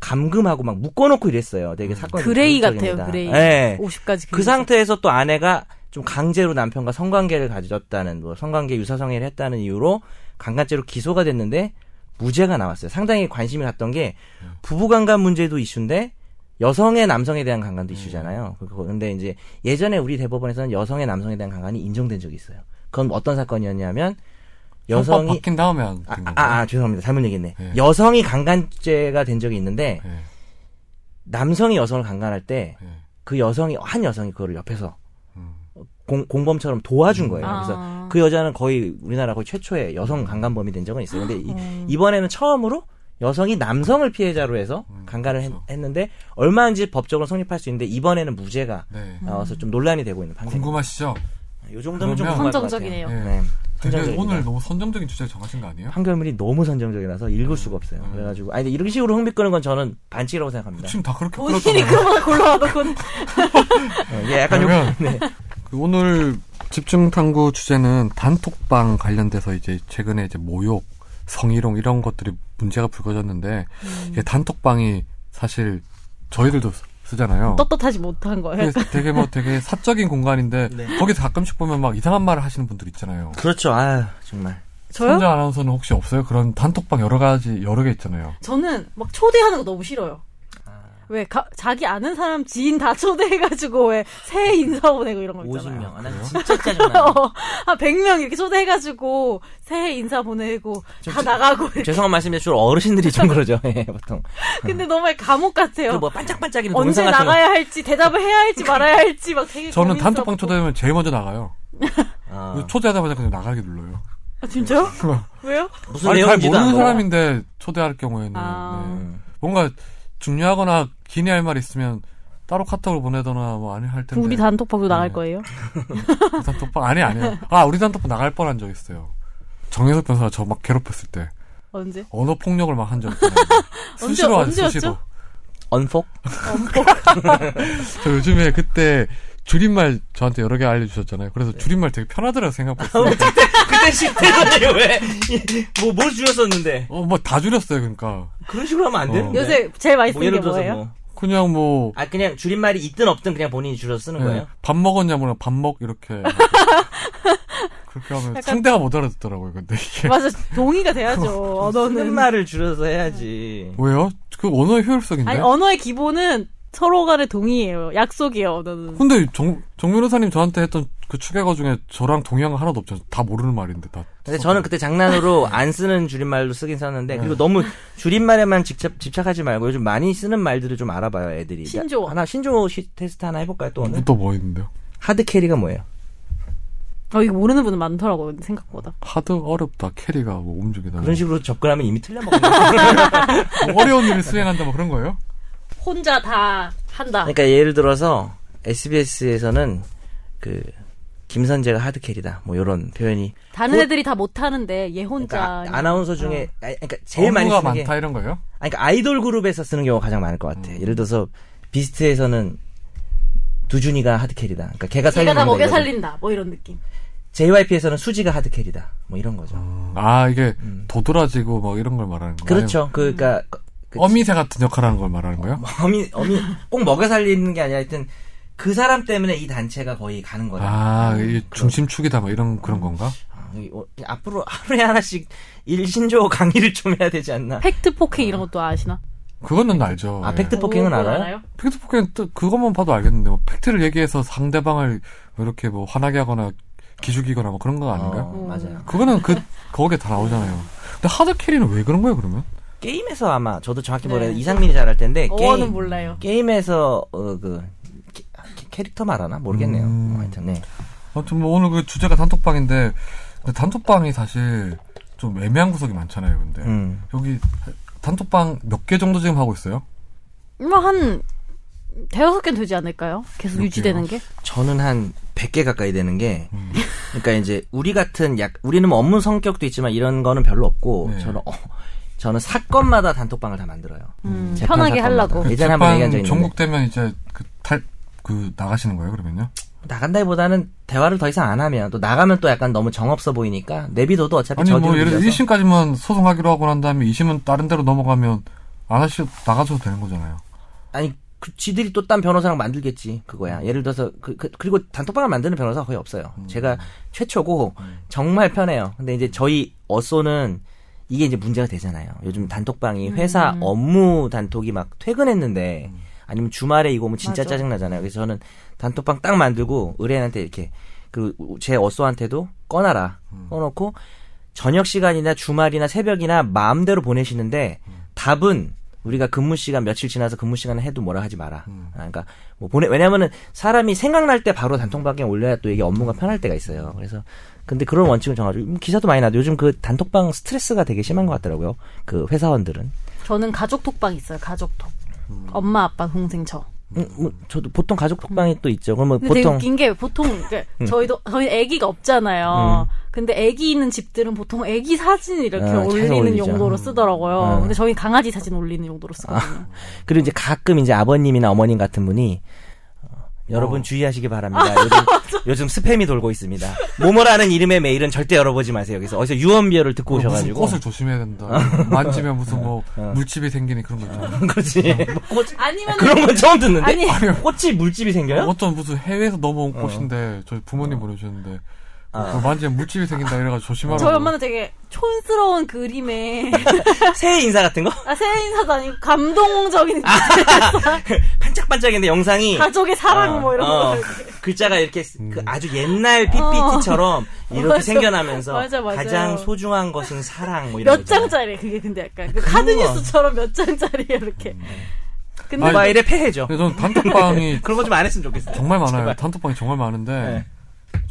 [SPEAKER 2] 감금하고 막 묶어놓고 이랬어요. 되게
[SPEAKER 1] 음.
[SPEAKER 2] 사건
[SPEAKER 3] 그레이 같아요, 그레이.
[SPEAKER 2] 네.
[SPEAKER 3] 50까지
[SPEAKER 2] 그 상태에서 또 아내가 좀 강제로 남편과 성관계를 가졌다는 뭐 성관계 유사성애를 했다는 이유로 강간죄로 기소가 됐는데 무죄가 나왔어요. 상당히 관심이 갔던 게 부부 강간 문제도 이슈인데 여성의 남성에 대한 강간도 이슈잖아요. 그거- 근데 이제 예전에 우리 대법원에서는 여성의 남성에 대한 강간이 인정된 적이 있어요. 그건 어떤 사건이었냐면
[SPEAKER 1] 형법
[SPEAKER 2] 여성이
[SPEAKER 1] 바뀐 다음에 안
[SPEAKER 2] 아,
[SPEAKER 1] 된
[SPEAKER 2] 아,
[SPEAKER 1] 건가요?
[SPEAKER 2] 아, 죄송합니다. 잘못 얘기했네.
[SPEAKER 1] 네.
[SPEAKER 2] 여성이 강간죄가 된 적이 있는데
[SPEAKER 1] 예,
[SPEAKER 2] 남성이 여성을 강간할 때 그
[SPEAKER 1] 예.
[SPEAKER 2] 여성이 한 여성이 그거를 옆에서
[SPEAKER 1] 음.
[SPEAKER 2] 공, 공범처럼 도와준 거예요.
[SPEAKER 3] 아.
[SPEAKER 2] 그래서 그 여자는 거의 우리나라 거의 최초의
[SPEAKER 1] 음.
[SPEAKER 2] 여성 강간범이 된 적은 있어요. 근데 이, 번에는 처음으로 여성이 남성을 피해자로 해서 강간을 했,
[SPEAKER 1] 음. 그렇죠.
[SPEAKER 2] 는데 얼마인지 법적으로 성립할 수 있는데 이번에는 무죄가
[SPEAKER 1] 네.
[SPEAKER 2] 나와서 좀 논란이 되고 있는 판결.
[SPEAKER 1] 궁금하시죠?
[SPEAKER 2] 요 정도면 좀
[SPEAKER 1] 그러면-
[SPEAKER 2] 궁금할 것
[SPEAKER 3] 선정적이네요.
[SPEAKER 2] 같아요.
[SPEAKER 1] 예.
[SPEAKER 2] 네.
[SPEAKER 1] 되게
[SPEAKER 2] 선정적입니다.
[SPEAKER 1] 오늘 너무 선정적인 주제 정하신 거 아니에요?
[SPEAKER 2] 판결문이 너무 선정적이라서 읽을 수가 없어요.
[SPEAKER 1] 음.
[SPEAKER 2] 그래가지고 아니 근데 이런 식으로 흥미 끄는 건 저는 반칙이라고
[SPEAKER 3] 네.
[SPEAKER 2] 생각합니다.
[SPEAKER 1] 지금 다 그렇게
[SPEAKER 3] 본인이
[SPEAKER 1] 끌었잖아요.
[SPEAKER 3] 그거보다 골라와놓고는
[SPEAKER 2] 어, 이게 약간 좀
[SPEAKER 1] 그러면
[SPEAKER 3] 네.
[SPEAKER 1] 그 오늘 집중 탐구 주제는 단톡방 관련돼서 이제 최근에 이제 모욕, 성희롱 이런 것들이 문제가 불거졌는데
[SPEAKER 3] 음.
[SPEAKER 1] 이게 단톡방이 사실 저희들도 쓰- 쓰잖아요.
[SPEAKER 3] 떳떳하지 못한 거예요.
[SPEAKER 1] 그래서 되게 뭐 되게 사적인 공간인데
[SPEAKER 2] 네.
[SPEAKER 1] 거기서 가끔씩 보면 막 이상한 말을 하시는 분들 있잖아요.
[SPEAKER 2] 그렇죠. 아 정말
[SPEAKER 3] 저요?
[SPEAKER 1] 혼자 아나운서는 혹시 없어요? 그런 단톡방 여러 가지 여러 개 있잖아요.
[SPEAKER 3] 저는 막 초대하는 거 너무 싫어요. 왜 가- 자기 아는 사람 지인 다 초대해가지고 왜 새해 인사 보내고 이런 거 있잖아요.
[SPEAKER 2] 50명. 아, 나 진짜 짜증나.
[SPEAKER 3] 어, 한 100명 이렇게 초대해가지고 새해 인사 보내고 다 나가고 이렇게.
[SPEAKER 2] 죄송한 말씀인데 주로 어르신들이 좀 그러죠. 예, 보통.
[SPEAKER 3] 근데 너무 감옥 같아요.
[SPEAKER 2] 그뭐 반짝반짝이는 동상
[SPEAKER 3] 언제
[SPEAKER 2] 같은 거.
[SPEAKER 3] 나가야 할지 대답을 해야 할지 말아야 할지 막 되게
[SPEAKER 1] 저는 단톡방
[SPEAKER 3] 고민스럽고.
[SPEAKER 1] 초대하면 제일 먼저 나가요.
[SPEAKER 2] 아,
[SPEAKER 1] 초대하자마자 그냥 나가게 눌러요.
[SPEAKER 3] 아, 진짜요? 왜요?
[SPEAKER 2] 무슨
[SPEAKER 1] 아니, 잘
[SPEAKER 2] 내용인지도
[SPEAKER 1] 모르는
[SPEAKER 2] 안 보고.
[SPEAKER 1] 사람인데 초대할 경우에는
[SPEAKER 3] 아.
[SPEAKER 1] 네.
[SPEAKER 2] 음.
[SPEAKER 1] 뭔가 중요하거나 기내할 말 있으면 따로 카톡으로 보내거나 뭐 아니 할 텐데
[SPEAKER 3] 우리 단톡방도 나갈
[SPEAKER 1] 네.
[SPEAKER 3] 거예요?
[SPEAKER 1] 우리 단톡방 아니 아니요 아 우리 단톡방 나갈 뻔한 적 있어요 정혜석 변호사가 저 막 괴롭혔을 때
[SPEAKER 3] 언제?
[SPEAKER 1] 언어 폭력을 막 한 적 있어요 수시로 하죠
[SPEAKER 3] 언제였죠?
[SPEAKER 1] 수시로
[SPEAKER 2] 언폭?
[SPEAKER 1] 저 요즘에 그때 줄임말 저한테 여러 개 알려주셨잖아요 그래서 줄임말 되게 편하더라고 생각했어요
[SPEAKER 2] 그때 10대들이 왜? 뭐, 뭘 줄였었는데?
[SPEAKER 1] 어뭐 다 줄였어요 그러니까
[SPEAKER 2] 그런 식으로 하면 안
[SPEAKER 1] 어.
[SPEAKER 2] 되는데.
[SPEAKER 3] 요새 제일 많이
[SPEAKER 2] 뭐,
[SPEAKER 3] 쓰는
[SPEAKER 2] 예를
[SPEAKER 3] 게
[SPEAKER 2] 들어서
[SPEAKER 3] 뭐예요?
[SPEAKER 2] 뭐.
[SPEAKER 1] 그냥 뭐
[SPEAKER 2] 아, 그냥 줄임말이 있든 없든 그냥 본인이 줄여서 쓰는 거예요?
[SPEAKER 1] 네, 밥 먹었냐 뭐냐 밥 먹 이렇게 하고. 그렇게 하면 상대가 못 알아듣더라고요 근데 이게
[SPEAKER 3] 맞아 동의가 돼야죠
[SPEAKER 2] 뭐 쓰는
[SPEAKER 3] 언어는
[SPEAKER 2] 말을 줄여서 해야지.
[SPEAKER 1] 왜요? 그 언어의 효율성인데
[SPEAKER 3] 아니 언어의 기본은 서로 간의 동의예요 약속이에요 언어는
[SPEAKER 1] 근데 정, 정 변호사님 저한테 했던 그 추격어 중에 저랑 동의한 거 하나도 없잖아요. 다 모르는 말인데 다.
[SPEAKER 2] 근데 저는 그때 장난으로 안 쓰는 줄임말로 쓰긴 썼는데 그리고 너무 줄임말에만 집착, 집착하지 말고 요즘 많이 쓰는 말들을 좀 알아봐요 애들이
[SPEAKER 3] 신조어.
[SPEAKER 2] 하나 신조어 음. 시- 테스트 하나 해볼까요 또 오늘?
[SPEAKER 1] 또 뭐 있는데요?
[SPEAKER 2] 하드캐리가 뭐예요?
[SPEAKER 3] 어 이거 모르는 분은 많더라고 생각보다
[SPEAKER 1] 하드 어렵다 캐리가 뭐 움직이다. 뭐.
[SPEAKER 2] 그런 식으로 접근하면 이미 틀려먹는 거예요.
[SPEAKER 1] 뭐 어려운 일을 수행한다 뭐 그런 거예요?
[SPEAKER 3] 혼자 다 한다
[SPEAKER 2] 그러니까 예를 들어서 SBS에서는 그 김선재가 하드캐리다 뭐 이런 표현이
[SPEAKER 3] 다른
[SPEAKER 2] 혼-
[SPEAKER 3] 애들이 다 못하는데 얘 혼자
[SPEAKER 2] 뭐
[SPEAKER 3] 어.
[SPEAKER 2] 그러니까 아, 나운서 중에 아, 그러니까 제일 많이
[SPEAKER 1] 업무가
[SPEAKER 2] 쓰는 게
[SPEAKER 1] 많다 이런 거예요?
[SPEAKER 2] 아니, 그러니까 아이돌 그룹에서 쓰는 경우가 가장 많을 것 같아. 요 예를 들어서 비스트에서는 두준이가 하드캐리다. 그러니까 걔가
[SPEAKER 3] 얘가
[SPEAKER 2] 살리는
[SPEAKER 3] 다 먹여
[SPEAKER 2] 거거든.
[SPEAKER 3] 살린다 뭐 이런 느낌
[SPEAKER 2] JYP에서는 수지가 하드캐리다. 뭐 이런 거죠.
[SPEAKER 1] 아 이게 도드라지고 뭐 이런 걸 말하는 거예요?
[SPEAKER 2] 음. 그렇죠. 음. 그, 그러니까 그- 그
[SPEAKER 1] 어미새 같은 역할하는 걸 말하는 거예요?
[SPEAKER 2] 어미 어미 꼭 먹여 살리는 게 아니라 하여튼 그 사람 때문에 이 단체가 거의 가는 거다.
[SPEAKER 1] 아, 이
[SPEAKER 2] 음.
[SPEAKER 1] 중심축이다 뭐 이런 그런 건가?
[SPEAKER 2] 아, 이- 어, 앞으로 하루에 하나씩 일신조 강의를 좀 해야 되지 않나.
[SPEAKER 3] 팩트 포켓 이런 것도 아시나 뭐
[SPEAKER 1] 그거는 알죠.
[SPEAKER 2] 아,
[SPEAKER 1] 예.
[SPEAKER 2] 팩트 폭행은
[SPEAKER 3] 그거
[SPEAKER 2] 알아요?
[SPEAKER 1] 팩트 폭행 또 그것만 봐도 알겠는데 뭐 팩트를 얘기해서 상대방을 뭐 이렇게 뭐 화나게 하거나 기죽이거나 뭐 그런 거 아닌가요?
[SPEAKER 3] 음.
[SPEAKER 2] 어, 맞아요.
[SPEAKER 1] 그거는 그 거기에 다 나오잖아요. 근데 하드 캐리는 왜 그런 거예요 그러면?
[SPEAKER 2] 게임에서 아마 저도 정확히
[SPEAKER 3] 네.
[SPEAKER 2] 모르는 데 이상민이 잘할 텐데
[SPEAKER 3] 어원은
[SPEAKER 2] 게임
[SPEAKER 3] 몰라요.
[SPEAKER 2] 게임에서 어, 그 캐- 캐- 캐릭터 말하나 모르겠네요.
[SPEAKER 1] 음.
[SPEAKER 2] 어, 하여튼 네.
[SPEAKER 1] 아무튼 뭐 오늘 그 주제가 단톡방인데 근데 단톡방이 사실 좀 애매한 구석이 많잖아요. 근데
[SPEAKER 2] 음.
[SPEAKER 1] 여기 단톡방 몇 개 정도 지금 하고 있어요?
[SPEAKER 4] 뭐한 대여섯 개 되지 않을까요? 계속
[SPEAKER 1] 몇
[SPEAKER 4] 유지되는 게?
[SPEAKER 2] 저는 한 100개 가까이 되는 게
[SPEAKER 1] 음.
[SPEAKER 2] 그러니까 이제 우리 같은 약 우리는 뭐 업무 성격도 있지만 이런 거는 별로 없고
[SPEAKER 1] 네.
[SPEAKER 2] 저는 어, 저는 사건마다 단톡방을 다 만들어요.
[SPEAKER 4] 음,
[SPEAKER 2] 재판
[SPEAKER 4] 편하게
[SPEAKER 2] 사건마다.
[SPEAKER 4] 하려고.
[SPEAKER 2] 예전에 한번 얘기한 적
[SPEAKER 1] 재판
[SPEAKER 2] 있는데
[SPEAKER 1] 전국되면 이제 그탈그 나가시는 거예요 그러면요?
[SPEAKER 2] 나간다기보다는 대화를 더 이상 안 하면 또 나가면 또 약간 너무 정없어 보이니까 내비둬도 어차피
[SPEAKER 1] 아니
[SPEAKER 2] 저기로
[SPEAKER 1] 뭐 예를 들어
[SPEAKER 2] 밀려서
[SPEAKER 1] 1심까지만 소송하기로 하고 난 다음에 2심은 다른 데로 넘어가면 안 하시 나가셔도 되는 거잖아요.
[SPEAKER 2] 아니 그 지들이 또 딴 변호사랑 만들겠지 그거야 예를 들어서 그, 리고 단톡방을 만드는 변호사 가 거의 없어요 제가 최초고 정말 편해요 근데 이제 저희 어쏘는 이게 이제 문제가 되잖아요 요즘 단톡방이 회사
[SPEAKER 3] 음.
[SPEAKER 2] 업무 단톡이 막 퇴근했는데 아니면 주말에 이거 오면 진짜
[SPEAKER 3] 맞아.
[SPEAKER 2] 짜증 나잖아요 그래서 저는 단톡방 딱 만들고 의뢰인한테 이렇게 그 제 어쏘한테도 꺼놔라 꺼놓고 저녁 시간이나 주말이나 새벽이나 마음대로 보내시는데 답은 우리가 근무 시간 며칠 지나서 근무 시간을 해도 뭐라 하지 마라.
[SPEAKER 4] 음.
[SPEAKER 2] 아, 그러니까 뭐 보내 왜냐면은 사람이 생각날 때 바로 단톡방에 올려야 또 이게 업무가 편할 때가 있어요. 그래서 근데 그런 원칙을 정하죠. 음, 기사도 많이 나도 요즘 그 단톡방 스트레스가 되게 심한 것 같더라고요. 그 회사원들은
[SPEAKER 4] 저는 가족 톡방 있어요. 가족 톡. 엄마, 아빠, 동생 저.
[SPEAKER 2] 음, 뭐 저도 보통 가족 톡방이 또 있죠. 그러면
[SPEAKER 4] 음. 근데 되게
[SPEAKER 2] 보통
[SPEAKER 4] 웃긴 게 보통 이제 저희도 저희 아기가 없잖아요. 근데 아기 있는 집들은 보통 아기 사진 이렇게
[SPEAKER 2] 아, 자주
[SPEAKER 4] 올리는
[SPEAKER 2] 올리죠.
[SPEAKER 4] 용도로 쓰더라고요.
[SPEAKER 2] 음.
[SPEAKER 4] 근데 저희 강아지 사진 올리는 용도로 쓰거든요.
[SPEAKER 2] 그리고 이제 가끔 이제 아버님이나 어머님 같은 분이 어, 여러분 주의하시기 바랍니다.
[SPEAKER 3] 아,
[SPEAKER 2] 요즘, 요즘 스팸이 돌고 있습니다. 모모라는 이름의 메일은 절대 열어보지 마세요. 그래서 어디서 유언비어를 듣고
[SPEAKER 1] 무슨
[SPEAKER 2] 오셔가지고 어.
[SPEAKER 1] 꽃을 조심해야 된다. 만지면 무슨 뭐 물집이 생기니 그런 거 있잖아요.
[SPEAKER 2] 그렇지. 뭐 꽃-
[SPEAKER 3] 아니면
[SPEAKER 2] 그런 건 처음 듣는데.
[SPEAKER 3] 아니.
[SPEAKER 2] 꽃이 물집이 생겨요?
[SPEAKER 1] 어떤 무슨 해외에서 넘어온 꽃인데 저희
[SPEAKER 2] 어.
[SPEAKER 1] 부모님 보내주셨는데
[SPEAKER 2] 아.
[SPEAKER 1] 그거 만지면 물집이 생긴다 이래가지고 조심하라고.
[SPEAKER 3] 저희 엄마는 되게 촌스러운 그림에
[SPEAKER 2] 새해 인사 같은 거?
[SPEAKER 3] 아, 새해 인사도 아니고 감동적인
[SPEAKER 2] 반짝반짝인데 영상이
[SPEAKER 3] 가족의 사랑 뭐 이런
[SPEAKER 2] 어,
[SPEAKER 3] 거. 음.
[SPEAKER 2] 글자가 이렇게 쓰- 그 아주 옛날 PPT처럼 이렇게
[SPEAKER 3] 어. 맞아.
[SPEAKER 2] 생겨나면서
[SPEAKER 3] 맞아, 맞아요.
[SPEAKER 2] 가장 소중한 것은 사랑 뭐 이런
[SPEAKER 3] 몇
[SPEAKER 2] 거 있잖아요.
[SPEAKER 3] 장짜리 그게 근데 약간 그 카드
[SPEAKER 2] 그거. 음.
[SPEAKER 3] 뉴스처럼 몇 장짜리 이렇게. 근데
[SPEAKER 1] 아니,
[SPEAKER 2] 모바일의 폐해죠.
[SPEAKER 1] 근데 저는 단톡방이
[SPEAKER 2] 그런 거 좀 안 했으면 좋겠어요.
[SPEAKER 1] 정말 많아요.
[SPEAKER 2] 제발.
[SPEAKER 1] 단톡방이 정말 많은데
[SPEAKER 2] 네.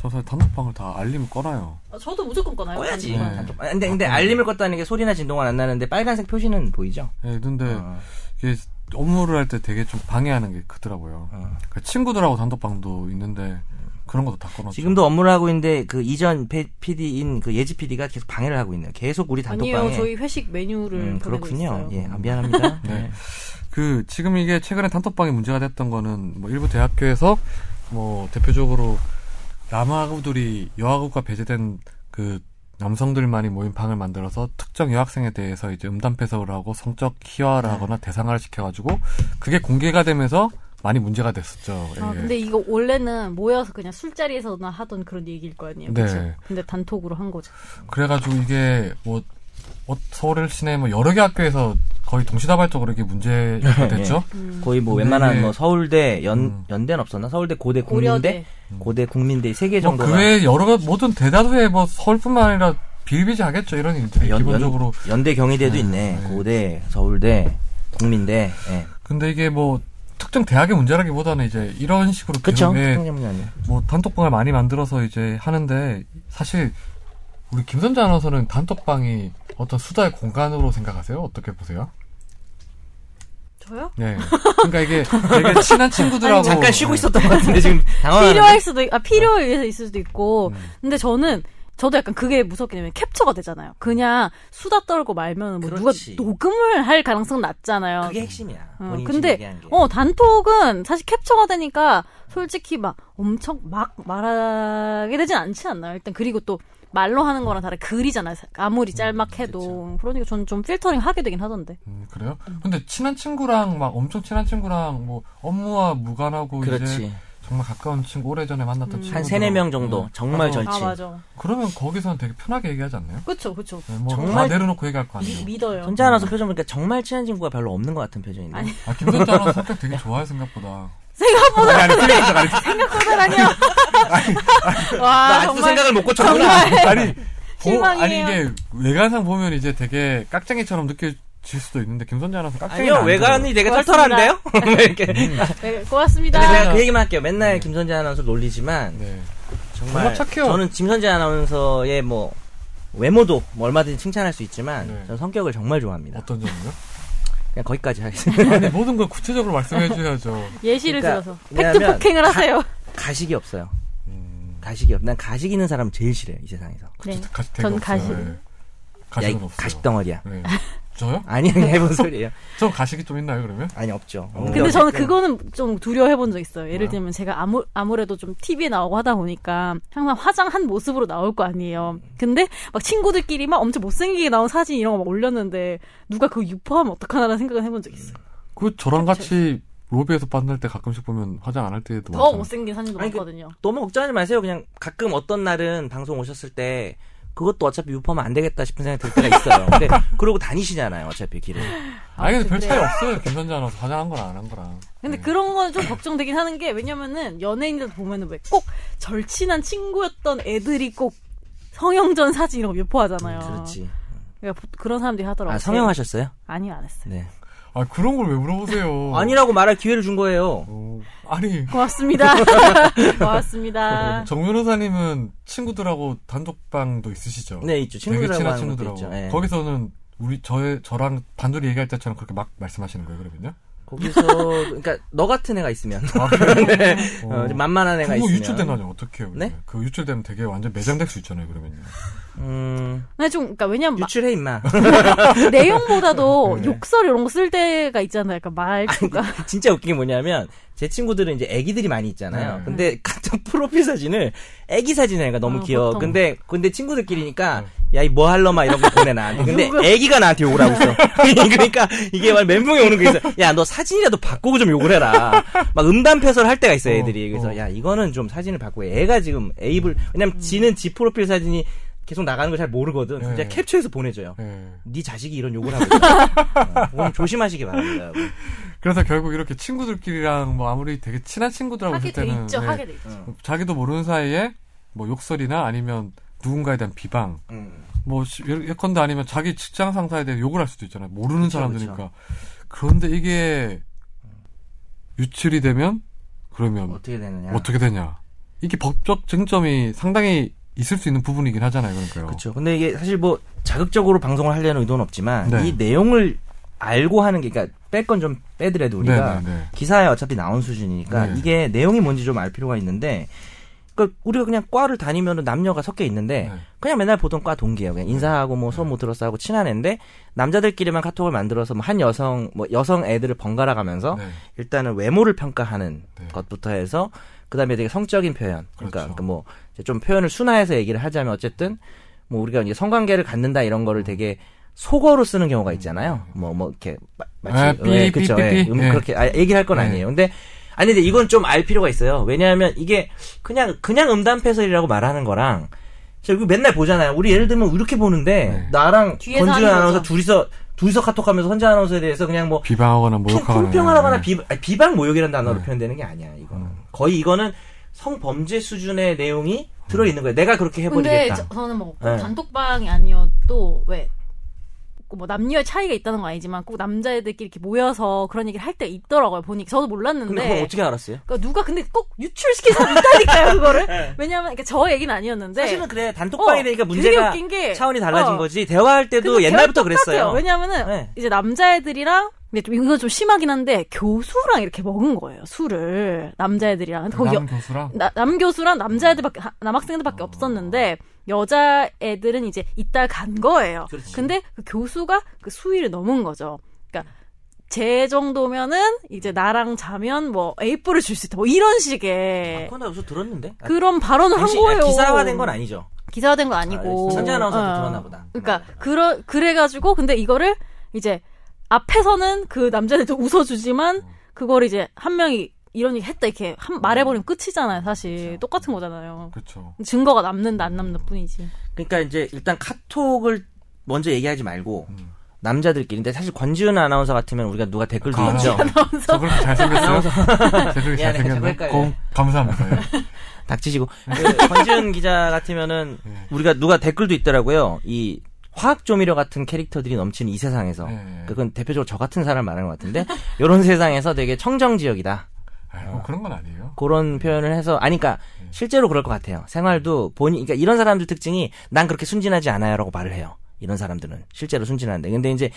[SPEAKER 1] 저 사실 단톡방을 다 알림 꺼놔요.
[SPEAKER 3] 아, 저도 무조건 꺼나요.
[SPEAKER 2] 꺼야지.
[SPEAKER 1] 네.
[SPEAKER 2] 단톡방. 아, 근데, 근데 알림을 껐다는 게 소리나 진동은 안 나는데 빨간색 표시는 보이죠?
[SPEAKER 1] 예, 근데
[SPEAKER 2] 어.
[SPEAKER 1] 이게 업무를 할 때 되게 좀 방해하는 게 크더라고요.
[SPEAKER 2] 어.
[SPEAKER 1] 그 친구들하고 단톡방도 있는데 그런 것도 다 꺼놨죠.
[SPEAKER 2] 지금도 업무를 하고 있는데 그 이전 PD인 그 예지 PD가 계속 방해를 하고 있네요. 계속 우리 단톡방에
[SPEAKER 3] 아니에요. 저희 회식 메뉴를
[SPEAKER 2] 음,
[SPEAKER 3] 보내고
[SPEAKER 2] 그렇군요.
[SPEAKER 3] 있어요.
[SPEAKER 2] 예, 아, 미안합니다.
[SPEAKER 1] 네.
[SPEAKER 2] 네.
[SPEAKER 1] 그 지금 이게 최근에 단톡방이 문제가 됐던 거는 뭐 일부 대학교에서 뭐 대표적으로 남아구들이 여아구가 배제된 그 남성들만이 모인 방을 만들어서 특정 여학생에 대해서 이제 음담 패석을 하고 성적 희화를 하거나 대상화를 시켜가지고 그게 공개가 되면서 많이 문제가 됐었죠.
[SPEAKER 4] 아,
[SPEAKER 2] 음.
[SPEAKER 1] 예.
[SPEAKER 4] 근데 이거 원래는 모여서 그냥 술자리에서나 하던 그런 얘기일 거 아니에요. 그쵸?
[SPEAKER 1] 네.
[SPEAKER 4] 근데 단톡으로 한 거죠.
[SPEAKER 1] 그래가지고 이게 뭐 어, 서울 시내 뭐 여러 개 학교에서 거의 동시다발적으로 이게
[SPEAKER 2] 예.
[SPEAKER 1] 문제가 됐죠.
[SPEAKER 2] 거의 뭐 웬만한
[SPEAKER 1] 네.
[SPEAKER 2] 뭐 서울대 연
[SPEAKER 1] 음.
[SPEAKER 2] 연대는 없었나? 서울대 고대
[SPEAKER 3] 고려대.
[SPEAKER 2] 국민대 고대 국민대 세 개
[SPEAKER 1] 뭐
[SPEAKER 2] 정도가
[SPEAKER 1] 그 외에 여러 가 모든 대다수의 뭐 서울뿐만 아니라 비일비재하겠죠 이런 일들이
[SPEAKER 2] 연,
[SPEAKER 1] 기본적으로
[SPEAKER 2] 연, 연대 경희대도
[SPEAKER 1] 네,
[SPEAKER 2] 있네.
[SPEAKER 1] 네.
[SPEAKER 2] 고대, 서울대, 국민대. 예.
[SPEAKER 1] 근데 이게 뭐 특정 대학의 문제라기보다는 이제 이런 식으로
[SPEAKER 2] 그쵸?
[SPEAKER 1] 계속, 예,
[SPEAKER 2] 성경문이 아니에요.
[SPEAKER 1] 뭐 단톡방을 많이 만들어서 이제 하는데 사실 우리 김선재 아나운서는 단톡방이 어떤 수다의 공간으로 생각하세요? 어떻게 보세요?
[SPEAKER 3] 저요?
[SPEAKER 1] 네. 그러니까 이게 되게 친한 친구들하고
[SPEAKER 2] 아니, 잠깐 쉬고
[SPEAKER 1] 네.
[SPEAKER 2] 있었던 것 같은데 지금 당황하는데.
[SPEAKER 3] 필요할 수도 있, 아 필요에 의해서 있을 수도 있고.
[SPEAKER 2] 음.
[SPEAKER 3] 근데 저는 저도 약간 그게 무섭게 되면 캡처가 되잖아요. 그냥 수다 떨고 말면 뭐 누가
[SPEAKER 2] 그렇지.
[SPEAKER 3] 녹음을 할 가능성 낮잖아요.
[SPEAKER 2] 그게 핵심이야.
[SPEAKER 3] 어,
[SPEAKER 2] 본인이 지금
[SPEAKER 3] 근데
[SPEAKER 2] 얘기한 게.
[SPEAKER 3] 어 단톡은 사실 캡처가 되니까 솔직히 막 엄청 막 말하게 되진 않지 않나요? 일단 그리고 또 말로 하는 거랑 다른 글이잖아요. 아무리
[SPEAKER 2] 음,
[SPEAKER 3] 짤막해도 그러니까 저는 좀 필터링 하게 되긴 하던데.
[SPEAKER 1] 음, 그래요? 근데 친한 친구랑 막 엄청 친한 친구랑 뭐 업무와 무관하고 이제
[SPEAKER 2] 그렇지.
[SPEAKER 1] 정말 가까운 친구 오래전에
[SPEAKER 3] 음.
[SPEAKER 1] 만났던 친구
[SPEAKER 2] 한 세네 명 정도 정말 절친.
[SPEAKER 3] 맞아.
[SPEAKER 1] 그러면 거기서는 되게 편하게 얘기하지 않나요?
[SPEAKER 3] 그쵸, 그쵸.
[SPEAKER 1] 네, 뭐다
[SPEAKER 2] 정말-
[SPEAKER 1] 내려놓고 얘기할 거
[SPEAKER 3] 미,
[SPEAKER 2] 뭐.
[SPEAKER 1] 아니에요.
[SPEAKER 3] 믿어요.
[SPEAKER 2] 전자 아나운서 표정 보니까 정말 친한 친구가 별로 없는 것 같은 표정인데.
[SPEAKER 3] 아니.
[SPEAKER 1] 아, 김선재 아나운서 성격 되게 좋아요 생각보다.
[SPEAKER 3] 생각보다
[SPEAKER 1] 아니 틀리죠, 아니
[SPEAKER 3] 아니야.
[SPEAKER 2] 나
[SPEAKER 3] 와,
[SPEAKER 2] 아직도
[SPEAKER 3] 정말.
[SPEAKER 2] 생각을 못 고쳤구나.
[SPEAKER 1] 아니, 보,
[SPEAKER 3] 네. 실망이에요.
[SPEAKER 1] 아니 이게 외관상 보면 이제 되게 깍쟁이처럼 느껴질 수도 있는데 김선재 아나운서 깍쟁이
[SPEAKER 2] 아니요 외관이 되게
[SPEAKER 3] 고맙습니다.
[SPEAKER 2] 털털한데요. 음. 이렇게.
[SPEAKER 3] 네, 고맙습니다.
[SPEAKER 2] 근데 제가 그 얘기만 할게요. 맨날 김선재 아나운서 놀리지만
[SPEAKER 1] 네.
[SPEAKER 2] 정말,
[SPEAKER 1] 정말 착해요.
[SPEAKER 2] 저는 김선재 아나운서의 뭐 외모도 뭐 얼마든지 칭찬할 수 있지만
[SPEAKER 1] 네.
[SPEAKER 2] 저는 성격을 정말 좋아합니다.
[SPEAKER 1] 어떤 점이요?
[SPEAKER 2] 그냥 거기까지 하겠습니다.
[SPEAKER 1] 아니 모든 걸 구체적으로 말씀해 주셔야죠.
[SPEAKER 3] 예시를
[SPEAKER 2] 그러니까
[SPEAKER 3] 들어서. 팩트
[SPEAKER 2] 왜냐하면
[SPEAKER 3] 폭행을 하세요.
[SPEAKER 2] 가식이 없어요.
[SPEAKER 1] 음,
[SPEAKER 2] 가식이 없. 난 가식 있는 사람 제일 싫어요 이 세상에서.
[SPEAKER 3] 네.
[SPEAKER 1] 가, 가,
[SPEAKER 3] 전
[SPEAKER 1] 전 가식. 네.
[SPEAKER 3] 가식.
[SPEAKER 2] 야, 이
[SPEAKER 1] 가식은 없어요.
[SPEAKER 2] 가식 덩어리야.
[SPEAKER 1] 네. 저요?
[SPEAKER 2] 아니 아니 해본 소리예요.
[SPEAKER 1] 저 가식이 좀 있나요 그러면?
[SPEAKER 2] 아니 없죠.
[SPEAKER 3] 근데 저는
[SPEAKER 2] 어쨌든
[SPEAKER 3] 그거는 좀 두려워해본 적 있어요. 예를
[SPEAKER 1] 뭐요?
[SPEAKER 3] 들면 제가 아무, 아무래도 좀 TV에 나오고 하다 보니까 항상 화장한 모습으로 나올 거
[SPEAKER 2] 음.
[SPEAKER 3] 아니에요. 근데 막 친구들끼리 막 엄청 못생기게 나온 사진 이런 거 막 올렸는데 누가 그거 유포하면 어떡하나라는 생각을 해본 적 있어요.
[SPEAKER 1] 그 저랑 같이 로비에서 만날 때 가끔씩 보면 화장 안 할 때도
[SPEAKER 3] 더
[SPEAKER 1] 많잖아요.
[SPEAKER 3] 못생긴 사진도
[SPEAKER 2] 음, 아니, 그-
[SPEAKER 3] 많거든요.
[SPEAKER 2] 너무 걱정하지 마세요. 그냥 가끔 어떤 날은 방송 오셨을 때 그것도 어차피 유포하면 안 되겠다 싶은 생각이 들 때가 있어요. 근데 그러고 다니시잖아요. 어차피 길을.
[SPEAKER 1] 아니 근데 별
[SPEAKER 3] 그래요?
[SPEAKER 1] 차이 없어요. 김선재 아나운서 화장한 거랑 안 한 거랑.
[SPEAKER 3] 근데
[SPEAKER 1] 네.
[SPEAKER 3] 그런 건 좀 걱정되긴 하는 게 왜냐면은 연예인들 보면은 왜 꼭 절친한 친구였던 애들이 꼭 성형전 사진 이런 거 유포하잖아요.
[SPEAKER 2] 음, 그렇지.
[SPEAKER 3] 러니까 그런 사람들이 하더라고요.
[SPEAKER 2] 아 성형하셨어요?
[SPEAKER 3] 아니요 안 했어요.
[SPEAKER 2] 네.
[SPEAKER 1] 아 그런 걸 왜 물어보세요?
[SPEAKER 2] 아니라고 말할 기회를 준 거예요.
[SPEAKER 1] 어, 아니
[SPEAKER 3] 고맙습니다. 고맙습니다.
[SPEAKER 1] 정 변호사님은 친구들하고 단독방도 있으시죠?
[SPEAKER 2] 네 있죠.
[SPEAKER 1] 되게
[SPEAKER 2] 친구들하고
[SPEAKER 1] 친한
[SPEAKER 2] 하는 것도
[SPEAKER 1] 친구들하고.
[SPEAKER 2] 있죠. 네.
[SPEAKER 1] 거기서는 우리 저의 저랑 단둘이 얘기할 때처럼 그렇게 막 말씀하시는 거예요, 그러면요?
[SPEAKER 2] 거기서 그러니까 너 같은 애가 있으면
[SPEAKER 1] 아, 그래요? 어.
[SPEAKER 2] 어, 좀 만만한 애가
[SPEAKER 1] 그거
[SPEAKER 2] 있으면
[SPEAKER 1] 유출되면 어떡해요? 그러면?
[SPEAKER 2] 네?
[SPEAKER 1] 그 유출되면 되게 완전 매장될 수 있잖아요, 그러면요.
[SPEAKER 2] 음,
[SPEAKER 3] 근데 좀 그러니까 왜냐면 막
[SPEAKER 2] 유출해 임마.
[SPEAKER 3] 내용보다도
[SPEAKER 1] 네.
[SPEAKER 3] 욕설 이런 거 쓸 때가 있잖아요. 그러니까 말투가
[SPEAKER 2] 진짜 웃긴 게 뭐냐면 제 친구들은 이제 애기들이 많이 있잖아요.
[SPEAKER 1] 네.
[SPEAKER 2] 근데 같은 프로필 사진을 애기 사진이니까 너무
[SPEAKER 3] 아,
[SPEAKER 2] 귀여워.
[SPEAKER 3] 보통.
[SPEAKER 2] 근데 근데 친구들끼리니까 야 이 뭐 할러마 이런 거 보내 나한테. 근데
[SPEAKER 3] 누가-
[SPEAKER 2] 애기가 나한테 욕을 하고 있어. 그러니까 이게 막 멘붕이 오는 게 있어. 야 너 사진이라도 바꾸고 좀 욕을 해라. 막 음담 패설 할 때가 있어 요
[SPEAKER 1] 어,
[SPEAKER 2] 애들이. 그래서
[SPEAKER 1] 어.
[SPEAKER 2] 야 이거는 좀 사진을 바꾸고 애가 지금 애입을 왜냐면 지는 지 프로필 사진이 계속 나가는 걸 잘 모르거든. 그냥
[SPEAKER 1] 네.
[SPEAKER 2] 캡처해서 보내줘요.
[SPEAKER 1] 예.
[SPEAKER 2] 네 자식이 이런 욕을 하고 있어. 오늘 조심하시기 바랍니다. 여러분.
[SPEAKER 1] 그래서 결국 이렇게 친구들끼리랑 뭐 아무리 되게 친한 친구들하고
[SPEAKER 3] 하게
[SPEAKER 1] 있을
[SPEAKER 3] 돼
[SPEAKER 1] 때는
[SPEAKER 3] 있죠.
[SPEAKER 1] 네,
[SPEAKER 3] 하게 돼 있죠.
[SPEAKER 1] 자기도 모르는 사이에 뭐 욕설이나 아니면 누군가에 대한 비방,
[SPEAKER 2] 음.
[SPEAKER 1] 뭐 시- 예- 예컨대 아니면 자기 직장 상사에 대해 욕을 할 수도 있잖아요. 모르는
[SPEAKER 2] 그쵸,
[SPEAKER 1] 사람들이니까. 그런데 이게 유출이 되면 그러면
[SPEAKER 2] 어떻게 되느냐.
[SPEAKER 1] 어떻게 되냐? 이게 법적 쟁점이 상당히 있을 수 있는 부분이긴 하잖아요, 그러니까요.
[SPEAKER 2] 그렇죠. 근데 이게 사실 뭐 자극적으로 방송을 하려는 의도는 없지만
[SPEAKER 1] 네.
[SPEAKER 2] 이 내용을 알고 하는 게 그러니까 뺄 건 좀 빼더라도 우리가
[SPEAKER 1] 네네네.
[SPEAKER 2] 기사에 어차피 나온 수준이니까
[SPEAKER 1] 네.
[SPEAKER 2] 이게 내용이 뭔지 좀 알 필요가 있는데 그러니까 우리가 그냥 과를 다니면은 남녀가 섞여 있는데
[SPEAKER 1] 네.
[SPEAKER 2] 그냥 맨날 보던 과 동기예요. 그냥 인사하고 뭐 소문 들어서 하고 친한 애인데 남자들끼리만 카톡을 만들어서 뭐 한 여성 뭐 여성 애들을 번갈아 가면서
[SPEAKER 1] 네.
[SPEAKER 2] 일단은 외모를 평가하는
[SPEAKER 1] 네.
[SPEAKER 2] 것부터 해서 그다음에 되게 성적인 표현 그러니까,
[SPEAKER 1] 그렇죠.
[SPEAKER 2] 그러니까 뭐 좀 표현을 순화해서 얘기를 하자면 어쨌든 뭐 우리가 이제 성관계를 갖는다 이런
[SPEAKER 1] 음.
[SPEAKER 2] 거를 되게 속어로 쓰는 경우가 있잖아요 뭐 뭐 이렇게 마- 마치
[SPEAKER 1] 아, 삐,
[SPEAKER 2] 예,
[SPEAKER 1] 삐,
[SPEAKER 2] 그쵸,
[SPEAKER 1] 삐,
[SPEAKER 2] 예.
[SPEAKER 1] 삐.
[SPEAKER 2] 음,
[SPEAKER 1] 예.
[SPEAKER 2] 그렇게 아, 얘기를 할 건
[SPEAKER 1] 예.
[SPEAKER 2] 아니에요 근데 아니 근데 이건 좀 알 필요가 있어요 왜냐하면 이게 그냥 그냥 음담패설이라고 말하는 거랑 저 이거 맨날 보잖아요 우리 예를 들면 이렇게 보는데
[SPEAKER 1] 네.
[SPEAKER 2] 나랑
[SPEAKER 3] 뒤에서
[SPEAKER 2] 권준
[SPEAKER 3] 하는
[SPEAKER 2] 아나운서
[SPEAKER 3] 거죠.
[SPEAKER 2] 둘이서 둘이서 카톡하면서 혼자 아나운서에 대해서 그냥 뭐
[SPEAKER 1] 비방하거나 모욕하거나.
[SPEAKER 2] 품평하거나 비, 아니, 비방 모욕이라는 단어로
[SPEAKER 1] 네. 음.
[SPEAKER 2] 표현되는 게 아니야 이거는 거의 이거는 성범죄 수준의 내용이 들어 있는 거야 내가 그렇게
[SPEAKER 3] 근데
[SPEAKER 2] 해버리겠다
[SPEAKER 3] 저, 저는 뭐
[SPEAKER 2] 네.
[SPEAKER 3] 단독방이 아니어도 왜. 꼭뭐 남녀의 차이가 있다는 건 아니지만 꼭 남자애들끼리 이렇게 모여서 그런 얘기를 할 때가 있더라고요. 보니 저도
[SPEAKER 2] 근데
[SPEAKER 3] 몰랐는데
[SPEAKER 2] 그걸 어떻게 알았어요?
[SPEAKER 3] 그러니까 누가 근데 꼭 유출시킨 사람 있다니까요 그거를 왜냐면 그러니까 저 얘기는 아니었는데
[SPEAKER 2] 네. 사실은 그래 단톡방이
[SPEAKER 3] 어,
[SPEAKER 2] 되니까
[SPEAKER 3] 되게
[SPEAKER 2] 문제가
[SPEAKER 3] 웃긴 게-
[SPEAKER 2] 차원이 달라진
[SPEAKER 3] 어.
[SPEAKER 2] 거지 대화할 때도
[SPEAKER 3] 근데
[SPEAKER 2] 옛날부터
[SPEAKER 3] 대화는 똑같아요.
[SPEAKER 2] 그랬어요
[SPEAKER 3] 왜냐면은
[SPEAKER 2] 네.
[SPEAKER 3] 이제 남자애들이랑 근데 좀 이건 좀 심하긴 한데 교수랑 이렇게 먹은 거예요 술을 남자애들이랑 근데 거기
[SPEAKER 1] 남 교수랑
[SPEAKER 3] 나- 남 교수랑 남자애들밖에 하- 남학생들밖에 없었는데 여자애들은 이제 이따 간 거예요.
[SPEAKER 2] 그렇지.
[SPEAKER 3] 근데 그 교수가 그 수위를 넘은 거죠. 그러니까 제 정도면은 이제 나랑 자면 뭐 에이프를 줄 수 있다. 뭐 이런 식의
[SPEAKER 2] 아, 그건 나 여기서 들었는데 아,
[SPEAKER 3] 네. 그런 발언을 한
[SPEAKER 2] 당시-
[SPEAKER 3] 거예요.
[SPEAKER 2] 아, 기사화된 건 아니죠
[SPEAKER 3] 기사화된 건 아니고.
[SPEAKER 2] 선재 아나운서한테
[SPEAKER 3] 어.
[SPEAKER 2] 들었나 보다 음.
[SPEAKER 3] 그러니까 그러 그래가지고 근데 이거를 이제 앞에서는 그 남자들도 웃어주지만 그걸 이제 한 명이 이런 얘기 했다 이렇게 한- 말해버리면 끝이잖아요 사실
[SPEAKER 2] 그렇죠.
[SPEAKER 3] 똑같은 거잖아요
[SPEAKER 1] 그렇죠.
[SPEAKER 3] 증거가 남는다 안 남는 뿐이지
[SPEAKER 2] 그러니까 이제 일단 카톡을 먼저 얘기하지 말고
[SPEAKER 1] 음.
[SPEAKER 2] 남자들끼리 근데 사실 권지훈 아나운서 같으면 우리가 누가 댓글 도 읽죠.
[SPEAKER 1] 그렇죠. 저 그렇게 잘생겼어요? 제 소리
[SPEAKER 2] 미안해, 자꾸
[SPEAKER 1] 잘생겼네.
[SPEAKER 2] 헷갈려.
[SPEAKER 1] 고, 감사합니다. 예.
[SPEAKER 2] 닥치시고 그 권지훈 기자 같으면은
[SPEAKER 1] 예.
[SPEAKER 2] 우리가 누가 댓글도 있더라고요. 이 화학 조미료 같은 캐릭터들이 넘치는 이 세상에서
[SPEAKER 1] 예, 예.
[SPEAKER 2] 어, 그건 대표적으로 저 같은 사람 을 말하는 것 같은데 이런 세상에서 되게 청정 지역이다
[SPEAKER 1] 아이, 뭐 그런 건 아니에요.
[SPEAKER 2] 그런 표현을 해서 아니 그러니까 실제로 그럴 것 같아요. 생활도 본인 그러니까 이런 사람들 특징이 난 그렇게 순진하지 않아요라고 말을 해요. 이런 사람들은 실제로 순진한데 근데 이제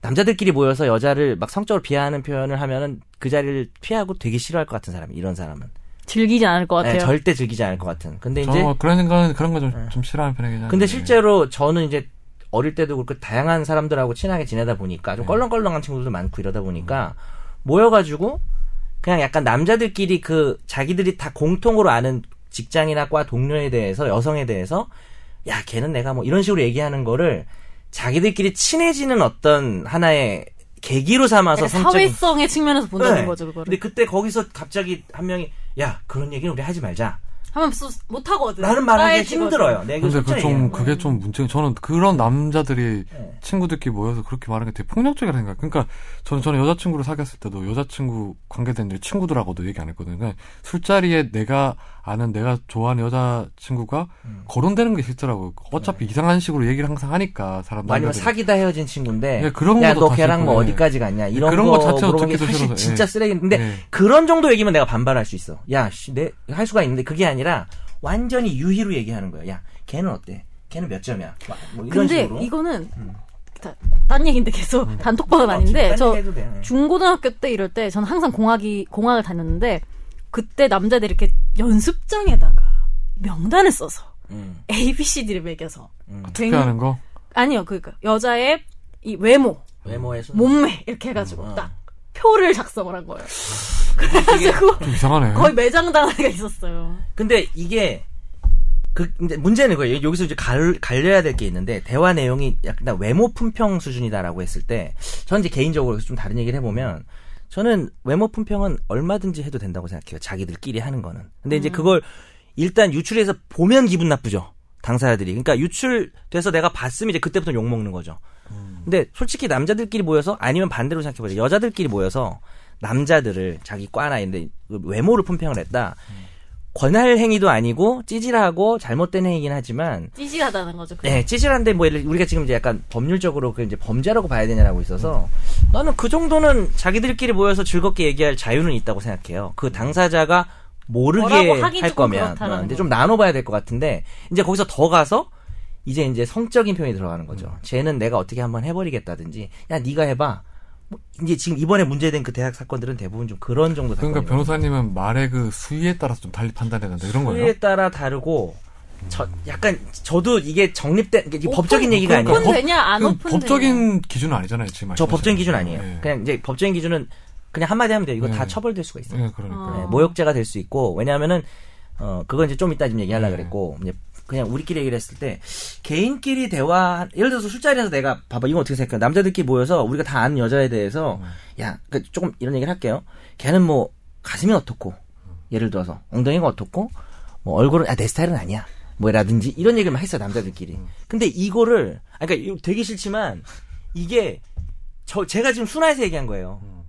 [SPEAKER 2] 남자들끼리 모여서 여자를 막 성적으로 비하하는 표현을 하면은 그 자리를 피하고 되게 싫어할 것 같은 사람이 이런 사람은
[SPEAKER 3] 즐기지 않을 것 같아요
[SPEAKER 2] 네, 절대 즐기지 않을 것 같은. 근데
[SPEAKER 1] 저는
[SPEAKER 2] 이제 네.
[SPEAKER 1] 뭐 그런 건 그런 거 좀 싫어하는 편이긴 한데.
[SPEAKER 2] 근데 실제로 저는 이제 어릴 때도 그렇고 다양한 사람들하고 친하게 지내다 보니까
[SPEAKER 1] 네.
[SPEAKER 2] 좀 껄렁껄렁한 친구들도 많고 이러다 보니까 모여가지고 그냥 약간 남자들끼리 그 자기들이 다 공통으로 아는 직장이나 과 동료에 대해서 여성에 대해서 야 걔는 내가 뭐 이런 식으로 얘기하는 거를 자기들끼리 친해지는 어떤 하나의 계기로 삼아서
[SPEAKER 3] 약간
[SPEAKER 2] 성적인
[SPEAKER 3] 사회성의 측면에서 본다는
[SPEAKER 2] 네.
[SPEAKER 3] 거죠 그거를
[SPEAKER 2] 근데 그때 거기서 갑자기 한 명이 야 그런 얘기는 우리 하지 말자
[SPEAKER 3] 하면 쏘- 못하거든
[SPEAKER 2] 나는 말하기
[SPEAKER 3] 네. 쌓여지거든.
[SPEAKER 2] 힘들어요 내가
[SPEAKER 1] 근데
[SPEAKER 2] 솔직히
[SPEAKER 1] 그좀
[SPEAKER 2] 얘기하는 거예요.
[SPEAKER 1] 그게 좀 문제. 저는 그런 남자들이
[SPEAKER 2] 네.
[SPEAKER 1] 친구들끼리 모여서 그렇게 말하는 게 되게 폭력적이라 생각. 그러니까 저는 저는 여자친구를 사귀었을 때도 여자친구 관계된 일 친구들하고도 얘기 안 했거든요. 그냥 술자리에 내가 아는 내가 좋아하는 여자친구가
[SPEAKER 2] 음.
[SPEAKER 1] 거론되는 게 싫더라고요. 어차피 이상한 식으로 얘기를 항상 하니까 사람
[SPEAKER 2] 뭐 아니면
[SPEAKER 1] 남자들이.
[SPEAKER 2] 네. 사귀다 헤어진 친구인데
[SPEAKER 1] 예, 그런
[SPEAKER 2] 야
[SPEAKER 1] 것도
[SPEAKER 2] 너
[SPEAKER 1] 다시
[SPEAKER 2] 걔랑 뭐
[SPEAKER 1] 그래.
[SPEAKER 2] 어디까지 갔냐 이런
[SPEAKER 1] 그런
[SPEAKER 2] 거,
[SPEAKER 1] 거 자체가
[SPEAKER 2] 물어본 게
[SPEAKER 1] 듣기도
[SPEAKER 2] 사실
[SPEAKER 1] 싫어서, 예.
[SPEAKER 2] 진짜 쓰레기인데
[SPEAKER 1] 예.
[SPEAKER 2] 그런 정도 얘기면 내가 반발할 수 있어 야씨내할 수가 있는데 그게 아니라 완전히 유희로 얘기하는 거야 야 걔는 어때 걔는 몇 점이야 와, 뭐 이런
[SPEAKER 3] 근데
[SPEAKER 2] 식으로 음.
[SPEAKER 3] 이거는 다- 딴 얘기인데 계속 단톡방은
[SPEAKER 2] 어,
[SPEAKER 3] 아닌데
[SPEAKER 2] 지금
[SPEAKER 3] 저
[SPEAKER 2] 딴 얘기해도 돼.
[SPEAKER 3] 중고등학교 때 이럴 때 저는 항상 공학이 공학을 다녔는데 그때 남자들이 이렇게 연습장에다가 명단을 써서
[SPEAKER 2] 음,
[SPEAKER 3] A, B, C, D를 매겨서 어,
[SPEAKER 2] 음.
[SPEAKER 1] 투표하는 거.
[SPEAKER 3] 아니요 그러니까 여자의 이 외모,
[SPEAKER 2] 외모의 순
[SPEAKER 3] 몸매 이렇게 해가지고
[SPEAKER 2] 음.
[SPEAKER 3] 딱 표를 작성을 한 거예요. 그래서 그거
[SPEAKER 2] 음.
[SPEAKER 1] 좀 이상하네.
[SPEAKER 3] 거의 매장당한 애가 있었어요.
[SPEAKER 2] 근데 이게 그 이제 문제는 거예요. 여기서 이제 갈, 갈려야 될 게 있는데 대화 내용이 약간 외모 품평 수준이다라고 했을 때 저는 이제 개인적으로 좀 다른 얘기를 해보면 저는 외모 품평은 얼마든지 해도 된다고 생각해요. 자기들끼리 하는 거는. 근데 이제 그걸 일단 유출해서 보면 기분 나쁘죠. 당사자들이. 그러니까 유출돼서 내가 봤으면 이제 그때부터 욕 먹는 거죠. 근데 솔직히 남자들끼리 모여서 아니면 반대로 생각해보자. 여자들끼리 모여서 남자들을 자기 과나 있는데 외모를 품평을 했다. 권할 행위도 아니고 찌질하고 잘못된 행위긴 하지만
[SPEAKER 3] 찌질하다는 거죠. 그게.
[SPEAKER 2] 네, 찌질한데 뭐 예를- 우리가 지금 이제 약간 법률적으로 그 이제 범죄라고 봐야 되냐라고 있어서 나는 그 정도는 자기들끼리 모여서 즐겁게 얘기할 자유는 있다고 생각해요. 그 당사자가 모르게
[SPEAKER 3] 뭐라고 하긴
[SPEAKER 2] 할
[SPEAKER 3] 조금
[SPEAKER 2] 거면
[SPEAKER 3] 그렇다라는
[SPEAKER 2] 어, 근데 좀 나눠봐야 될 것 같은데 이제 거기서 더 가서 이제 이제 성적인 표현이 들어가는 거죠.
[SPEAKER 1] 음.
[SPEAKER 2] 쟤는 내가 어떻게 한번 해버리겠다든지 야 네가 해봐. 뭐 이제 지금 이번에 문제된 그 대학 사건들은 대부분 좀 그런 정도
[SPEAKER 1] 그러니까
[SPEAKER 2] 사건이거든요.
[SPEAKER 1] 변호사님은 말의 그 수위에 따라서 좀 달리 판단해야 된다 이런 거예요.
[SPEAKER 2] 수에 그 따라 다르고 저 약간 저도 이게 정립된 이게 법적인 얘기가
[SPEAKER 1] 그러니까
[SPEAKER 2] 아니에요.
[SPEAKER 1] 법-
[SPEAKER 3] 오픈되냐 안
[SPEAKER 1] 그건
[SPEAKER 3] 오픈되냐.
[SPEAKER 1] 법적인 기준은 아니잖아요 지금.
[SPEAKER 2] 저
[SPEAKER 1] 말씀하시는
[SPEAKER 2] 법적인 기준
[SPEAKER 1] 거.
[SPEAKER 2] 아니에요.
[SPEAKER 1] 예.
[SPEAKER 2] 그냥 이제 법적인 기준은 그냥 한마디 하면 돼요. 이거 다
[SPEAKER 1] 네.
[SPEAKER 2] 처벌될 수가 있어요.
[SPEAKER 1] 예,
[SPEAKER 3] 아.
[SPEAKER 1] 그러니까.
[SPEAKER 2] 네, 모욕죄가 될 수 있고 왜냐하면은 어 그건 이제 좀 이따 좀 얘기하려 고
[SPEAKER 1] 네.
[SPEAKER 2] 그랬고 이제 그냥 우리끼리 얘기를 했을 때 개인끼리 대화 예를 들어서 술자리에서 내가 봐봐 이건 어떻게 생각해 남자들끼리 모여서 우리가 다 아는 여자에 대해서 야그 조금 이런 얘기를 할게요 걔는 뭐 가슴이 어떻고 예를 들어서 엉덩이가 어떻고 뭐 얼굴은 아 내 스타일은 아니야 뭐라든지 이런 얘기를 막 했어요 남자들끼리 근데 이거를 아 그러니까 이거 되게 싫지만 이게 저 제가 지금 순화해서 얘기한 거예요
[SPEAKER 1] 음.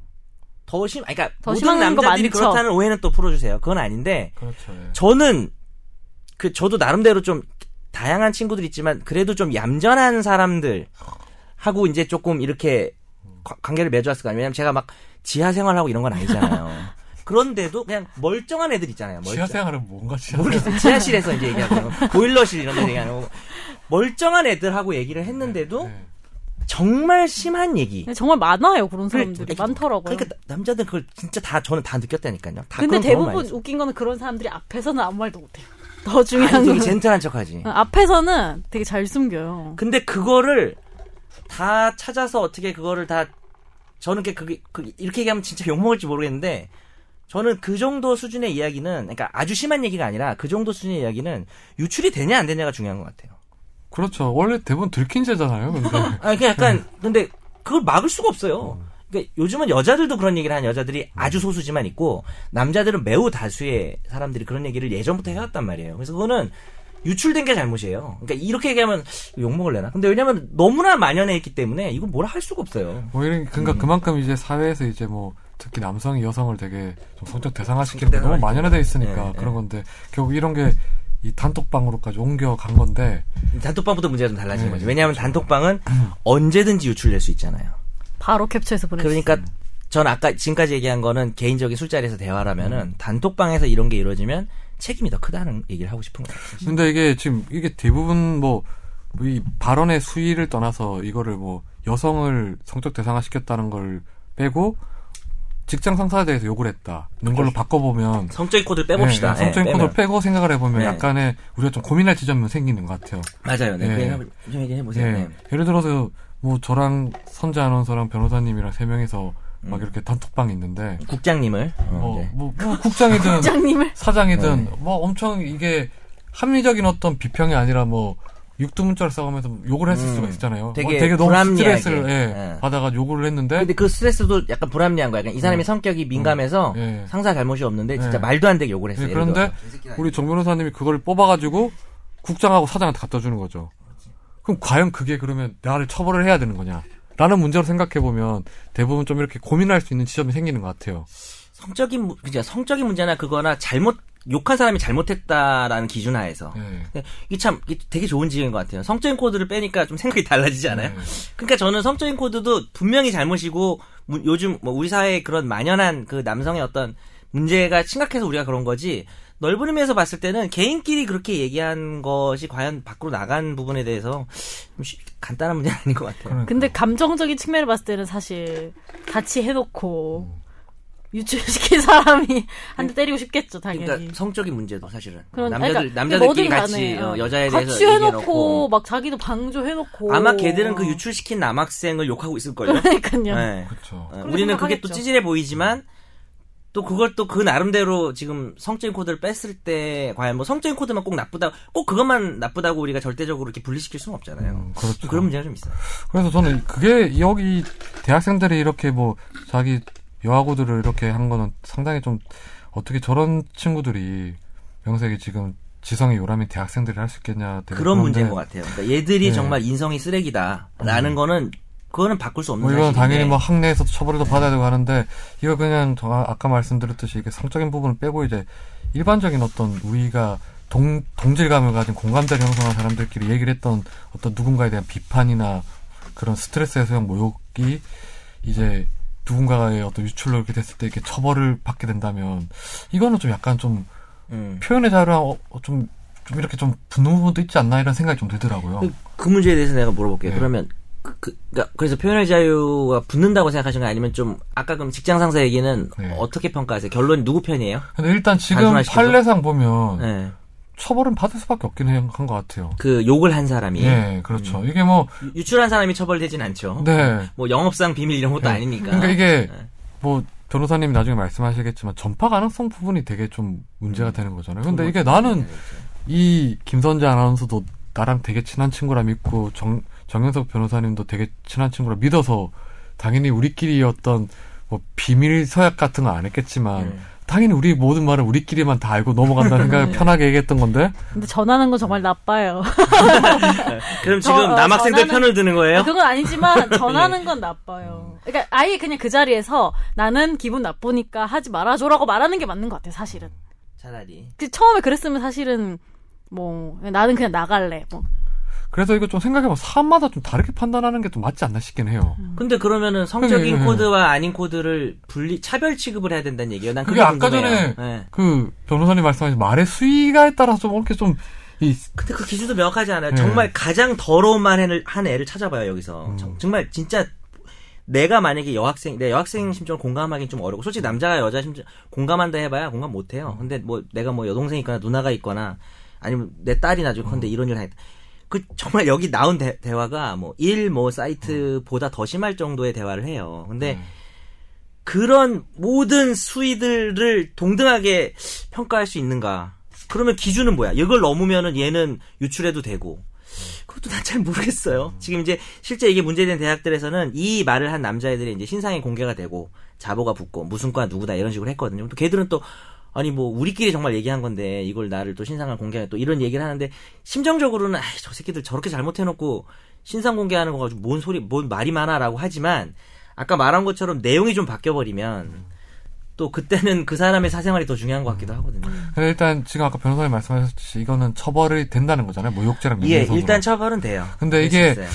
[SPEAKER 2] 더 심, 아니, 그러니까
[SPEAKER 3] 더
[SPEAKER 2] 모든
[SPEAKER 3] 심한 거
[SPEAKER 2] 남자들이
[SPEAKER 3] 많죠.
[SPEAKER 2] 그렇다는 오해는 또 풀어주세요. 그건 아닌데
[SPEAKER 1] 그렇죠. 예.
[SPEAKER 2] 저는 그 저도 나름대로 좀 다양한 친구들 있지만 그래도 좀 얌전한 사람들 하고 이제 조금 이렇게 관- 관계를 맺어왔을 거 아니에요. 왜냐면 제가 막 지하 생활하고 이런 건 아니잖아요. 그런데도 그냥 멀쩡한 애들 있잖아요. 멀쩡.
[SPEAKER 1] 지하생활은 뭔가 지하생활.
[SPEAKER 2] 모르겠어요. 지하실에서 이제 얘기하고 보일러실 이런 데 얘기하는 거 멀쩡한 애들하고 얘기를 했는데도
[SPEAKER 1] 예.
[SPEAKER 2] 정말 심한 얘기.
[SPEAKER 3] 네, 정말 많아요 그런
[SPEAKER 2] 그래,
[SPEAKER 3] 사람들이
[SPEAKER 2] 그러니까-
[SPEAKER 3] 많더라고요.
[SPEAKER 2] 그러니까 남자들은 그걸 진짜 다 저는 다 느꼈다니까요. 다
[SPEAKER 3] 어. 근데
[SPEAKER 2] 그런 경험 많이
[SPEAKER 3] 대부분
[SPEAKER 2] 했어요.
[SPEAKER 3] 웃긴 거는 그런 사람들이 앞에서는 아무 말도 못해요. 더
[SPEAKER 2] 아니,
[SPEAKER 3] 중요한
[SPEAKER 2] 되게
[SPEAKER 3] 건
[SPEAKER 2] 젠틀한 척하지.
[SPEAKER 3] 어, 앞에서는 되게 잘 숨겨요.
[SPEAKER 2] 근데 그거를 다 찾아서 어떻게 그거를 다 저는 게 그게 그- 이렇게 얘기하면 진짜 욕 먹을지 모르겠는데 저는 그 정도 수준의 이야기는 그러니까 아주 심한 얘기가 아니라 그 정도 수준의 이야기는 유출이 되냐 안 되냐가 중요한 것 같아요.
[SPEAKER 1] 그렇죠. 원래 대부분 들킨 죄잖아요. 근데
[SPEAKER 2] 그러니까 아, 그냥 약간 근데 그걸 막을 수가 없어요. 그러니까 요즘은 여자들도 그런 얘기를 하는 여자들이 아주 소수지만 있고 남자들은 매우 다수의 사람들이 그런 얘기를 예전부터 해왔단 말이에요. 그래서 그거는 유출된 게 잘못이에요. 그러니까 이렇게 얘기하면 욕 먹을래나? 근데 왜냐면 너무나 만연해 있기 때문에 이건 뭐라 할 수가 없어요.
[SPEAKER 1] 뭐 이런
[SPEAKER 2] 음.
[SPEAKER 1] 그러니까 그만큼 이제 사회에서 이제 뭐 특히 남성이 여성을 되게 좀 성적 대상화시키는 게 너무 만연화돼 있으니까
[SPEAKER 2] 예, 예.
[SPEAKER 1] 그런 건데 결국 이런 게 이 단톡방으로까지 옮겨간 건데
[SPEAKER 2] 단톡방부터 문제가 좀 달라지는
[SPEAKER 1] 네,
[SPEAKER 2] 거죠. 왜냐하면 단톡방은 언제든지 유출될 수 있잖아요.
[SPEAKER 3] 바로 캡처해서 보내.
[SPEAKER 2] 그러니까 전 아까 지금까지 얘기한 거는 개인적인 술자리에서 대화라면은 단톡방에서 이런 게 이루어지면 책임이 더 크다는 얘기를 하고 싶은 거예요. 사실.
[SPEAKER 1] 근데 이게 지금 이게 대부분 뭐 이 발언의 수위를 떠나서 이거를 뭐 여성을 성적 대상화 시켰다는 걸 빼고 직장 상사에 대해서 욕을 했다는
[SPEAKER 2] 그렇죠.
[SPEAKER 1] 걸로 바꿔보면
[SPEAKER 2] 성적인 코드를 빼봅시다.
[SPEAKER 1] 네, 성적인
[SPEAKER 2] 예,
[SPEAKER 1] 코드를
[SPEAKER 2] 빼면.
[SPEAKER 1] 빼고 생각을 해보면
[SPEAKER 2] 네.
[SPEAKER 1] 약간의 우리가 좀 고민할 지점은 생기는 것 같아요.
[SPEAKER 2] 맞아요. 네.
[SPEAKER 1] 예.
[SPEAKER 2] 그 얘기 좀 얘기해 보세요. 네.
[SPEAKER 1] 예. 예를 들어서 뭐 저랑 선재 아나운서랑 변호사님이랑 세 명이서 막 이렇게 단톡방이 있는데
[SPEAKER 2] 국장님을 어,
[SPEAKER 1] 뭐,
[SPEAKER 2] 음. 네.
[SPEAKER 1] 뭐, 뭐 국장이든
[SPEAKER 3] 부장님을
[SPEAKER 1] 사장이든 뭐 엄청 이게 합리적인 어떤 비평이 아니라 뭐 육두문자를 싸우면서 욕을 했을
[SPEAKER 2] 음.
[SPEAKER 1] 수가 있잖아요.
[SPEAKER 2] 되게
[SPEAKER 1] 어, 되게 너무
[SPEAKER 2] 불합리하게.
[SPEAKER 1] 스트레스를 예,
[SPEAKER 2] 예.
[SPEAKER 1] 받아가 욕을 했는데
[SPEAKER 2] 근데 그 스트레스도 약간 불합리한 거야. 약간 이
[SPEAKER 1] 네.
[SPEAKER 2] 사람이
[SPEAKER 1] 어.
[SPEAKER 2] 성격이 민감해서
[SPEAKER 1] 예.
[SPEAKER 2] 상사 잘못이 없는데 진짜
[SPEAKER 1] 예.
[SPEAKER 2] 말도 안 되게 욕을 했어요.
[SPEAKER 1] 예,
[SPEAKER 2] 예를
[SPEAKER 1] 그런데
[SPEAKER 2] 들어서.
[SPEAKER 1] 우리 정 변호사님이 그걸 뽑아가지고 국장하고 사장한테 갖다 주는 거죠. 그럼 과연 그게 그러면 나를 처벌을 해야 되는 거냐? 라는 문제로 생각해 보면 대부분 좀 이렇게 고민할 수 있는 지점이 생기는 것 같아요.
[SPEAKER 2] 성적인 문- 그죠 성적인 문제나 그거나 잘못 욕한 사람이 잘못했다라는 기준하에서
[SPEAKER 1] 예.
[SPEAKER 2] 근데 네, 이게 참 이게 되게 좋은 지적인 것 같아요. 성적인 코드를 빼니까 좀 생각이 달라지지 않아요?
[SPEAKER 1] 네.
[SPEAKER 2] 그러니까 저는 성적인 코드도 분명히 잘못이고 무- 요즘 뭐 우리 사회의 그런 만연한 그 남성의 어떤 문제가 심각해서 우리가 그런 거지 넓은 의미에서 봤을 때는 개인끼리 그렇게 얘기한 것이 과연 밖으로 나간 부분에 대해서 좀 쉽- 간단한 문제는 아닌 것 같아요.
[SPEAKER 3] 근데 감정적인 측면을 봤을 때는 사실 같이 해놓고
[SPEAKER 2] 음.
[SPEAKER 3] 유출시킨 사람이 한 대 때리고 싶겠죠 당연히.
[SPEAKER 2] 그러니까 성적인 문제도 사실은
[SPEAKER 3] 그런-
[SPEAKER 2] 남자들
[SPEAKER 3] 그러니까
[SPEAKER 2] 남자들끼리
[SPEAKER 3] 뭐든 간에,
[SPEAKER 2] 같이 어,
[SPEAKER 3] 어.
[SPEAKER 2] 여자에 대해서
[SPEAKER 3] 같이 해놓고 막 뭐. 자기도 방조해놓고
[SPEAKER 2] 아마 걔들은 그 유출시킨 남학생을 욕하고 있을 걸요.
[SPEAKER 3] 그러니까요.
[SPEAKER 2] 네.
[SPEAKER 1] 그렇죠.
[SPEAKER 2] 어, 우리는 그게 또
[SPEAKER 3] 생각하겠죠.
[SPEAKER 2] 찌질해 보이지만 또 그걸 또 그 나름대로 지금 성적인 코드를 뺐을 때 과연 뭐 성적인 코드만 꼭 나쁘다 꼭 그것만 나쁘다고 우리가 절대적으로 이렇게 분리시킬 수는 없잖아요.
[SPEAKER 1] 음,
[SPEAKER 2] 좀
[SPEAKER 1] 그렇죠.
[SPEAKER 2] 그런 문제가 좀 있어요.
[SPEAKER 1] 그래서 저는 그게 여기 대학생들이 이렇게 뭐 자기 여학우들을 이렇게 한 거는 상당히 좀 어떻게 저런 친구들이 명색이 지금 지성이 요람인 대학생들이 할 수 있겠냐 되게
[SPEAKER 2] 그런
[SPEAKER 1] 네, 그런데
[SPEAKER 2] 문제인 것 같아요. 그러니까 얘들이
[SPEAKER 1] 네.
[SPEAKER 2] 정말 인성이 쓰레기다라는 거는 그거는 바꿀 수 없는
[SPEAKER 1] 뭐 이건
[SPEAKER 2] 사실인데
[SPEAKER 1] 당연히 뭐 학내에서 처벌도 받아야 되고 하는데 이거 그냥 저 아- 아까 말씀드렸듯이 이게 성적인 부분을 빼고 이제 일반적인 어떤 우리가 동 동질감을 가진 공감대를 형성한 사람들끼리 얘기를 했던 어떤 누군가에 대한 비판이나 그런 스트레스 해소형 모욕이 이제 누군가의 어떤 유출로 이렇게 됐을 때 이렇게 처벌을 받게 된다면 이거는 좀 약간 좀
[SPEAKER 2] 음.
[SPEAKER 1] 표현의 자유랑 어, 어, 좀, 좀 이렇게 좀 붙는 부분도 있지 않나 이런 생각이 좀 들더라고요.
[SPEAKER 2] 그, 그 문제에 대해서 내가 물어볼게요.
[SPEAKER 1] 네.
[SPEAKER 2] 그러면 그, 그, 그러니까 그래서 표현의 자유가 붙는다고 생각하시는 거 아니면 좀 아까 그럼 직장 상사 얘기는
[SPEAKER 1] 네.
[SPEAKER 2] 어떻게 평가하세요? 결론이 누구 편이에요?
[SPEAKER 1] 근데 일단 지금
[SPEAKER 2] 단순화시켜서?
[SPEAKER 1] 판례상 보면
[SPEAKER 2] 네.
[SPEAKER 1] 처벌은 받을 수밖에 없긴 한 것 같아요.
[SPEAKER 2] 그 욕을 한 사람이
[SPEAKER 1] 예, 그렇죠. 이게 뭐,
[SPEAKER 2] 유- 유출한 사람이 처벌되진 않죠.
[SPEAKER 1] 네.
[SPEAKER 2] 뭐 영업상 비밀 이런 것도 아니니까.
[SPEAKER 1] 그러니까 이게,
[SPEAKER 2] 네.
[SPEAKER 1] 뭐, 변호사님이 나중에 말씀하시겠지만, 전파 가능성 부분이 되게 좀 문제가 되는 거잖아요. 근데 이게 나는,
[SPEAKER 2] 네,
[SPEAKER 1] 이 김선재 아나운서도 나랑 되게 친한 친구라 믿고, 정, 정현석 변호사님도 되게 친한 친구라 믿어서, 당연히 우리끼리 어떤, 뭐, 비밀 서약 같은 건 안 했겠지만,
[SPEAKER 2] 음.
[SPEAKER 1] 당연히 우리 모든 말을 우리끼리만 다 알고 넘어간다는 생각을 편하게 얘기했던 건데,
[SPEAKER 3] 근데 전하는 건 정말 나빠요.
[SPEAKER 2] 그럼
[SPEAKER 3] 저-
[SPEAKER 2] 지금
[SPEAKER 3] 어,
[SPEAKER 2] 남학생들
[SPEAKER 3] 전화는-
[SPEAKER 2] 편을 드는 거예요?
[SPEAKER 3] 그건 아니지만 전하는 건 나빠요. 그러니까 아예 그냥 그 자리에서 나는 기분 나쁘니까 하지 말아줘라고 말하는 게 맞는 것 같아요. 사실은.
[SPEAKER 2] 차라리.
[SPEAKER 3] 그 처음에 그랬으면 사실은 뭐 나는 그냥 나갈래. 뭐
[SPEAKER 1] 그래서 이거 좀 생각해보면 사람마다 좀 다르게 판단하는 게 좀 맞지 않나 싶긴 해요.
[SPEAKER 2] 근데 그러면은 성적인
[SPEAKER 1] 네, 네.
[SPEAKER 2] 코드와 아닌 코드를 분리 차별 취급을 해야 된다는 얘기예요. 난
[SPEAKER 1] 그게
[SPEAKER 2] 그게
[SPEAKER 1] 아까
[SPEAKER 2] 궁금해요.
[SPEAKER 1] 전에-
[SPEAKER 2] 네.
[SPEAKER 1] 그 변호사님 말씀하신 말의 수위가에 따라서 좀 이렇게 좀이
[SPEAKER 2] 근데 그 기준도 명확하지 않아요.
[SPEAKER 1] 네.
[SPEAKER 2] 정말 가장 더러운 한 애를 한 애를 찾아봐요 여기서. 정- 정말 진짜 내가 만약에 여학생, 내 여학생 심정을 공감하기는 좀 어렵고, 솔직히 남자가 여자 심정 공감한다 해봐야 공감 못 해요. 근데 뭐 내가 뭐 여동생 있거나 누나가 있거나 아니면 내 딸이 나중에 컨데 이런 일을 했다. 그 정말 여기 나온 대, 화가 뭐 일 뭐 사이트보다 더 심할 정도의 대화를 해요. 근데 그런 모든 수위들을 동등하게 평가할 수 있는가? 그러면 기준은 뭐야? 이걸 넘으면은 얘는 유출해도 되고 그것도 난 잘 모르겠어요. 지금 이제 실제 이게 문제된 대학들에서는 이 말을 한 남자애들이 이제 신상이 공개가 되고 자보가 붙고 무슨 과 누구다 이런 식으로 했거든요. 또 걔들은 또 아니 뭐 우리끼리 정말 얘기한 건데 이걸 나를 또 신상을 공개하고 또 이런 얘기를 하는데 심정적으로는 아이 저 새끼들 저렇게 잘못해놓고 신상 공개하는 거 가지고 뭔 소리 뭔 말이 많아라고 하지만 아까 말한 것처럼 내용이 좀 바뀌어버리면 또 그때는 그 사람의 사생활이 더 중요한 것 같기도 하거든요.
[SPEAKER 1] 근데 일단 지금 아까 변호사님 말씀하셨듯이 이거는 처벌이 된다는 거잖아요. 모욕죄랑
[SPEAKER 2] 예,
[SPEAKER 1] 민사소송.
[SPEAKER 2] 일단 처벌은 돼요.
[SPEAKER 1] 근데 이게
[SPEAKER 2] 있어요.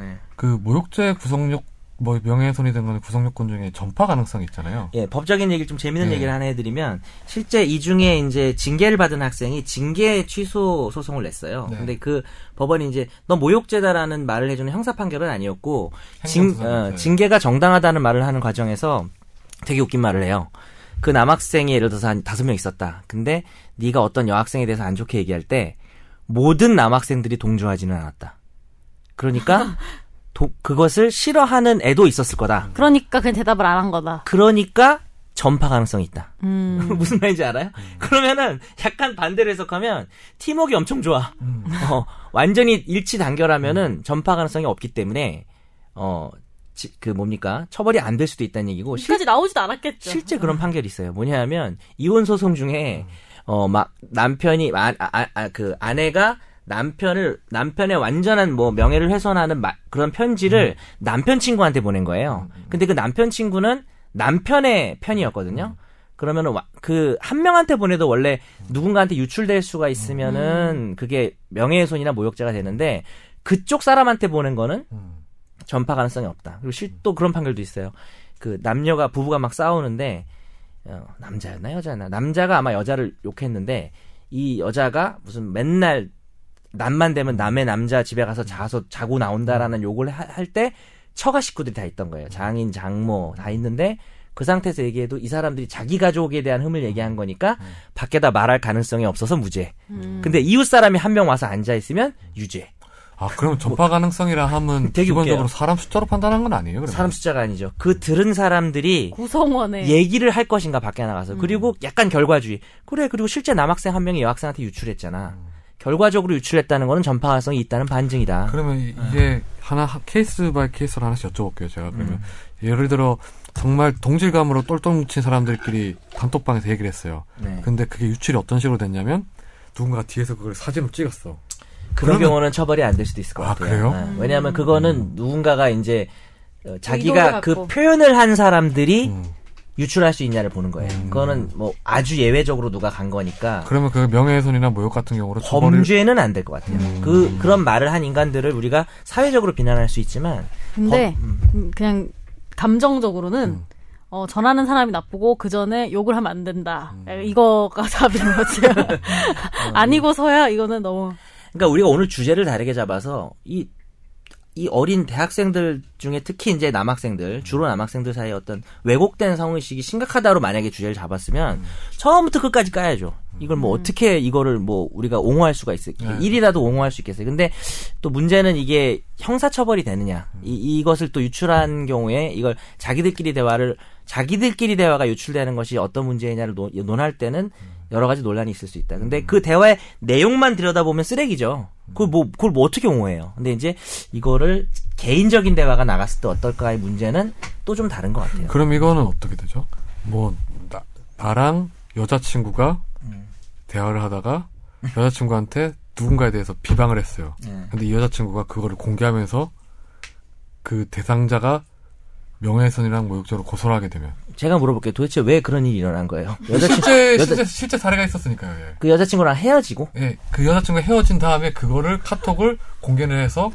[SPEAKER 2] 예.
[SPEAKER 1] 그 모욕죄 구성력 뭐 명예훼손이 된 거는 구성요건 중에 전파 가능성이 있잖아요.
[SPEAKER 2] 예, 법적인 얘기를 좀 재밌는
[SPEAKER 1] 예.
[SPEAKER 2] 얘기를 하나 해드리면 실제 이 중에 이제 징계를 받은 학생이 징계 취소 소송을 냈어요.
[SPEAKER 1] 네.
[SPEAKER 2] 근데 그 법원이 이제 너 모욕죄다라는 말을 해주는 형사 판결은 아니었고 징,
[SPEAKER 1] 행정소송
[SPEAKER 2] 어,
[SPEAKER 1] 같아요.
[SPEAKER 2] 징계가 정당하다는 말을 하는 과정에서 되게 웃긴 말을 해요. 그 남학생이 예를 들어서 한 다섯 명 있었다. 근데 네가 어떤 여학생에 대해서 안 좋게 얘기할 때 모든 남학생들이 동조하지는 않았다. 그러니까 도- 그것을 싫어하는 애도 있었을 거다.
[SPEAKER 3] 그러니까 그냥 대답을 안 한 거다.
[SPEAKER 2] 그러니까 전파 가능성이 있다.
[SPEAKER 3] 음.
[SPEAKER 2] 무슨 말인지 알아요? 그러면은 약간 반대로 해석하면 팀워크 엄청 좋아. 어, 완전히 일치 단결하면은 전파 가능성이 없기 때문에 어 그 뭡니까 처벌이 안 될 수도 있다는 얘기고 뭐 실,
[SPEAKER 3] 까지 나오지도 않았겠죠.
[SPEAKER 2] 실제 그런 판결이 있어요. 뭐냐하면 이혼 소송 중에 어 막 남편이 아그 아, 아, 그 아내가 남편을 남편의 완전한 뭐 명예를 훼손하는 마- 그런 편지를 남편 친구한테 보낸 거예요. 근데 그 남편 친구는 남편의 편이었거든요. 그러면은 그 한 명한테 보내도 원래 누군가한테 유출될 수가 있으면은 그게 명예훼손이나 모욕죄가 되는데 그쪽 사람한테 보낸 거는
[SPEAKER 1] 음.
[SPEAKER 2] 전파 가능성이 없다. 그리고 실 또 그런 판결도 있어요. 그 남녀가 부부가 막 싸우는데 어, 남자였나 여자였나 남자가 아마 여자를 욕했는데 이 여자가 무슨 맨날 남만 되면 남의 남자 집에 가서 자서 자고 나온다라는 욕을 할 때 처가 식구들이 다 있던 거예요. 장인, 장모 다 있는데 그 상태에서 얘기해도 이 사람들이 자기 가족에 대한 흠을 얘기한 거니까 밖에다 말할 가능성이 없어서 무죄. 근데 이웃 사람이 한 명 와서 앉아 있으면 유죄.
[SPEAKER 1] 아 그럼 전파 가능성이라 함은
[SPEAKER 2] 뭐, 되게
[SPEAKER 1] 기본적으로
[SPEAKER 2] 웃겨요.
[SPEAKER 1] 사람 숫자로 판단한 건 아니에요? 그러면?
[SPEAKER 2] 사람 숫자가 아니죠. 그 들은 사람들이
[SPEAKER 3] 구성원에
[SPEAKER 2] 얘기를 할 것인가 밖에 나가서
[SPEAKER 3] 음.
[SPEAKER 2] 그리고 약간 결과주의 그래 그리고 실제 남학생 한 명이 여학생한테 유출했잖아 결과적으로 유출했다는 거는 전파 가능성이 있다는 반증이다
[SPEAKER 1] 그러면 이- 이게 하나 하- 케이스 바이 케이스로 하나씩 여쭤볼게요. 제가 그러면
[SPEAKER 2] 음.
[SPEAKER 1] 예를 들어 정말 동질감으로 똘똘 뭉친 사람들끼리 단톡방에서 얘기를 했어요.
[SPEAKER 2] 네.
[SPEAKER 1] 근데 그게 유출이 어떤 식으로 됐냐면 누군가 뒤에서 그걸 사진으로 찍었어.
[SPEAKER 2] 그런
[SPEAKER 1] 그러면-
[SPEAKER 2] 경우는 처벌이 안 될 수도 있을 것
[SPEAKER 1] 아,
[SPEAKER 2] 같아요
[SPEAKER 1] 그래요? 음.
[SPEAKER 2] 네. 왜냐하면 그거는 누군가가 이제 어, 자기가
[SPEAKER 3] 의도를
[SPEAKER 2] 그
[SPEAKER 3] 갖고.
[SPEAKER 2] 표현을 한 사람들이
[SPEAKER 1] 음.
[SPEAKER 2] 유출할 수 있냐를 보는 거예요 그거는 뭐 아주 예외적으로 누가 간 거니까
[SPEAKER 1] 그러면 그 명예훼손이나 모욕 같은 경우로 처벌을
[SPEAKER 2] 범죄는 안 될 것 같아요
[SPEAKER 1] 음.
[SPEAKER 2] 그 그런 말을 한 인간들을 우리가 사회적으로 비난할 수 있지만
[SPEAKER 3] 근데 음, 그냥 감정적으로는
[SPEAKER 2] 음.
[SPEAKER 3] 어, 전하는 사람이 나쁘고 그 전에 욕을 하면 안 된다.
[SPEAKER 2] 음.
[SPEAKER 3] 이거가 답인 거지.
[SPEAKER 2] 아, 네.
[SPEAKER 3] 아니고서야 이거는 너무
[SPEAKER 2] 그러니까 우리가 오늘 주제를 다르게 잡아서 이, 이 어린 대학생들 중에 특히 이제 남학생들, 주로 남학생들 사이에 어떤 왜곡된 성의식이 심각하다로 만약에 주제를 잡았으면 처음부터 끝까지 까야죠. 이걸 뭐 어떻게 이거를 뭐 우리가 옹호할 수가 있을,
[SPEAKER 1] 네.
[SPEAKER 2] 일이라도 옹호할 수 있겠어요. 근데 또 문제는 이게 형사처벌이 되느냐. 이, 이것을 또 유출한 경우에 이걸 자기들끼리 대화를, 자기들끼리 대화가 유출되는 것이 어떤 문제이냐를 논, 논할 때는 여러 가지 논란이 있을 수 있다. 근데 그 대화의 내용만 들여다보면 쓰레기죠. 그걸 뭐, 그걸 뭐 어떻게 옹호해요. 근데 이제 이거를 개인적인 대화가 나갔을 때 어떨까의 문제는 또 좀 다른 것 같아요.
[SPEAKER 1] 그럼 이거는 어떻게 되죠? 뭐 나, 나랑 여자친구가 대화를 하다가 여자친구한테 누군가에 대해서 비방을 했어요.
[SPEAKER 2] 네.
[SPEAKER 1] 근데 이 여자친구가 그거를 공개하면서 그 대상자가 명예훼손이랑 모욕죄로 고소를 하게 되면
[SPEAKER 2] 제가 물어볼게요. 도대체 왜 그런 일이 일어난 거예요? 여자친구,
[SPEAKER 1] 실제
[SPEAKER 2] 아, 여자-
[SPEAKER 1] 실제 실제 사례가 있었으니까요. 예.
[SPEAKER 2] 그 여자친구랑 헤어지고
[SPEAKER 1] 예, 그 여자친구가 헤어진 다음에 그거를 카톡을 공개를 해서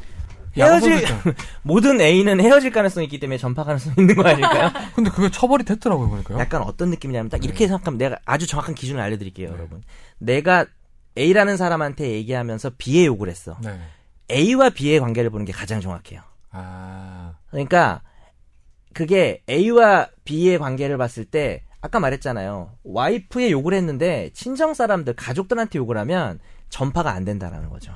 [SPEAKER 2] 헤어질-
[SPEAKER 1] 야구선수 있잖아요.
[SPEAKER 2] 모든 애인은 헤어질 가능성이 있기 때문에 전파 가능성이 있는 거 아닐까요?
[SPEAKER 1] 근데 그게 처벌이 됐더라고요 보니까요. 네.
[SPEAKER 2] 약간 어떤 느낌이냐면 딱 이렇게 생각하면 내가 아주 정확한 기준을 알려드릴게요, 여러분. 내가 A라는 사람한테 얘기하면서 B의 욕을 했어.
[SPEAKER 1] 네.
[SPEAKER 2] A와 B의 관계를 보는 게 가장 정확해요.
[SPEAKER 1] 아,
[SPEAKER 2] 그러니까 그게 A와 B의 관계를 봤을 때 아까 말했잖아요. 와이프의 욕을 했는데 친정 사람들 가족들한테 욕을 하면 전파가 안 된다라는 거죠.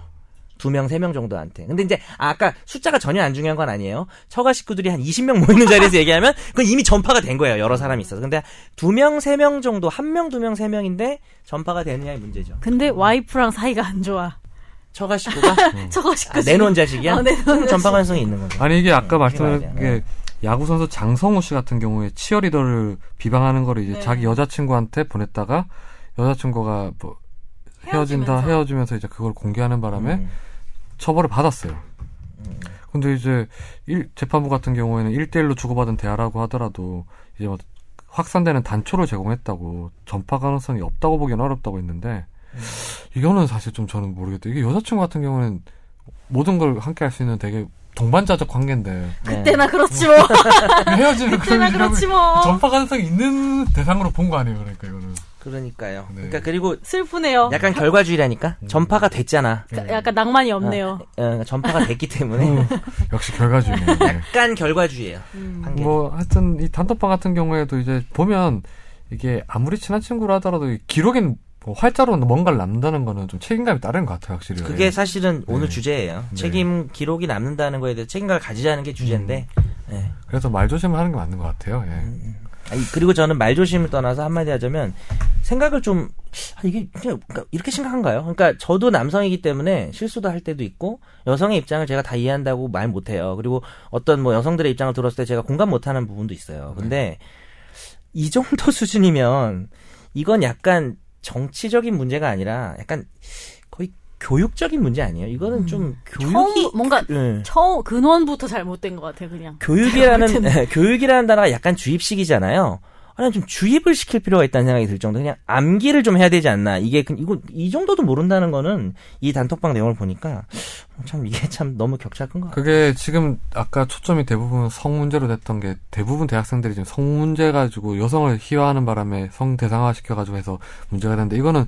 [SPEAKER 2] 두 명, 세 명 정도한테. 근데 이제 아, 까 숫자가 전혀 안 중요한 건 아니에요. 처가 식구들이 한 20명 모이는 자리에서 얘기하면 그건 이미 전파가 된 거예요. 여러 사람이 있어서. 근데 두 명, 세 명 정도, 한 명, 두 명, 세 명인데 전파가 되느냐의 문제죠.
[SPEAKER 3] 근데 와이프랑 사이가 안 좋아.
[SPEAKER 2] 처가식구가
[SPEAKER 3] 저거식
[SPEAKER 2] 아, 내놓은 자식이야.
[SPEAKER 3] 아, 내놓은
[SPEAKER 2] 좀 전파 가능성이 있는 거죠.
[SPEAKER 1] 아니 이게 아까
[SPEAKER 2] 음,
[SPEAKER 1] 말씀드린
[SPEAKER 2] 생각이 안
[SPEAKER 1] 게 야구 선수 장성우 씨 같은 경우에 치어리더를 비방하는 거를 이제
[SPEAKER 3] 네.
[SPEAKER 1] 자기 여자친구한테 보냈다가 여자친구가 뭐 헤어진다
[SPEAKER 3] 헤어지면서.
[SPEAKER 1] 헤어지면서 이제 그걸 공개하는 바람에
[SPEAKER 2] 음.
[SPEAKER 1] 처벌을 받았어요. 근데 이제 일- 재판부 같은 경우에는 1대1로 주고받은 대화라고 하더라도 이제 뭐 확산되는 단초를 제공했다고 전파 가능성이 없다고 보기는 어렵다고 했는데 이거는 사실 좀 저는 모르겠다. 이게 여자친구 같은 경우는 모든 걸 함께 할 수 있는 되게 동반자적 관계인데
[SPEAKER 2] 네.
[SPEAKER 3] 그때나 그렇지 뭐.
[SPEAKER 1] 헤어지는
[SPEAKER 3] 그때나 그렇지 뭐.
[SPEAKER 1] 전파 가능성이 있는 대상으로 본 거 아니에요, 그러니까 이거는.
[SPEAKER 2] 그러니까요.
[SPEAKER 1] 네.
[SPEAKER 2] 그러니까 그리고
[SPEAKER 3] 슬프네요.
[SPEAKER 2] 약간 결과주의라니까
[SPEAKER 1] 음.
[SPEAKER 2] 전파가 됐잖아.
[SPEAKER 3] 그- 약간 낭만이 없네요.
[SPEAKER 2] 어, 어, 전파가 됐기
[SPEAKER 1] 음.
[SPEAKER 2] 때문에
[SPEAKER 1] 역시 결과주의네. 네.
[SPEAKER 2] 약간 결과주의예요. 판결이.
[SPEAKER 1] 뭐 하여튼 이 단톡방 같은 경우에도 이제 보면 이게 아무리 친한 친구라 하더라도 이 기록엔 뭐 활자로는 뭔가를 남다는 거는 좀 책임감이 따르는 것 같아요, 확실히.
[SPEAKER 2] 그게 사실은 오늘
[SPEAKER 1] 네.
[SPEAKER 2] 주제예요.
[SPEAKER 1] 네.
[SPEAKER 2] 책임 기록이 남는다는 거에 대해서 책임감을 가지자는 게 주제인데.
[SPEAKER 1] 음.
[SPEAKER 2] 예.
[SPEAKER 1] 그래서 말 조심을 하는 게 맞는 것 같아요. 예.
[SPEAKER 2] 음. 아니, 그리고 저는 말조심을 떠나서 한마디 하자면 생각을 좀 아, 이게 그냥 그러니까 이렇게 심각한가요? 그러니까 저도 남성이기 때문에 실수도 할 때도 있고 여성의 입장을 제가 다 이해한다고 말 못해요. 그리고 어떤 뭐 여성들의 입장을 들었을 때 제가 공감 못하는 부분도 있어요. 근데 이 정도 수준이면 이건 약간 정치적인 문제가 아니라 약간 거의 교육적인 문제 아니에요? 이거는 좀 교육이
[SPEAKER 3] 처음 뭔가
[SPEAKER 2] 예.
[SPEAKER 3] 처음 근원부터 잘못된 것 같아요, 그냥.
[SPEAKER 2] 교육이라는 교육이라는 단어가 약간 주입식이잖아요. 아니 좀 주입을 시킬 필요가 있다는 생각이 들 정도 그냥 암기를 좀 해야 되지 않나 이게 그- 이거 이 정도도 모른다는 거는 이 단톡방 내용을 보니까 참 이게 참 너무 격차 큰 거 같아요.
[SPEAKER 1] 그게 지금 아까 초점이 대부분 성 문제로 됐던 게 대부분 대학생들이 지금 성 문제 가지고 여성을 희화하는 바람에 성 대상화 시켜가지고 해서 문제가 되는데 이거는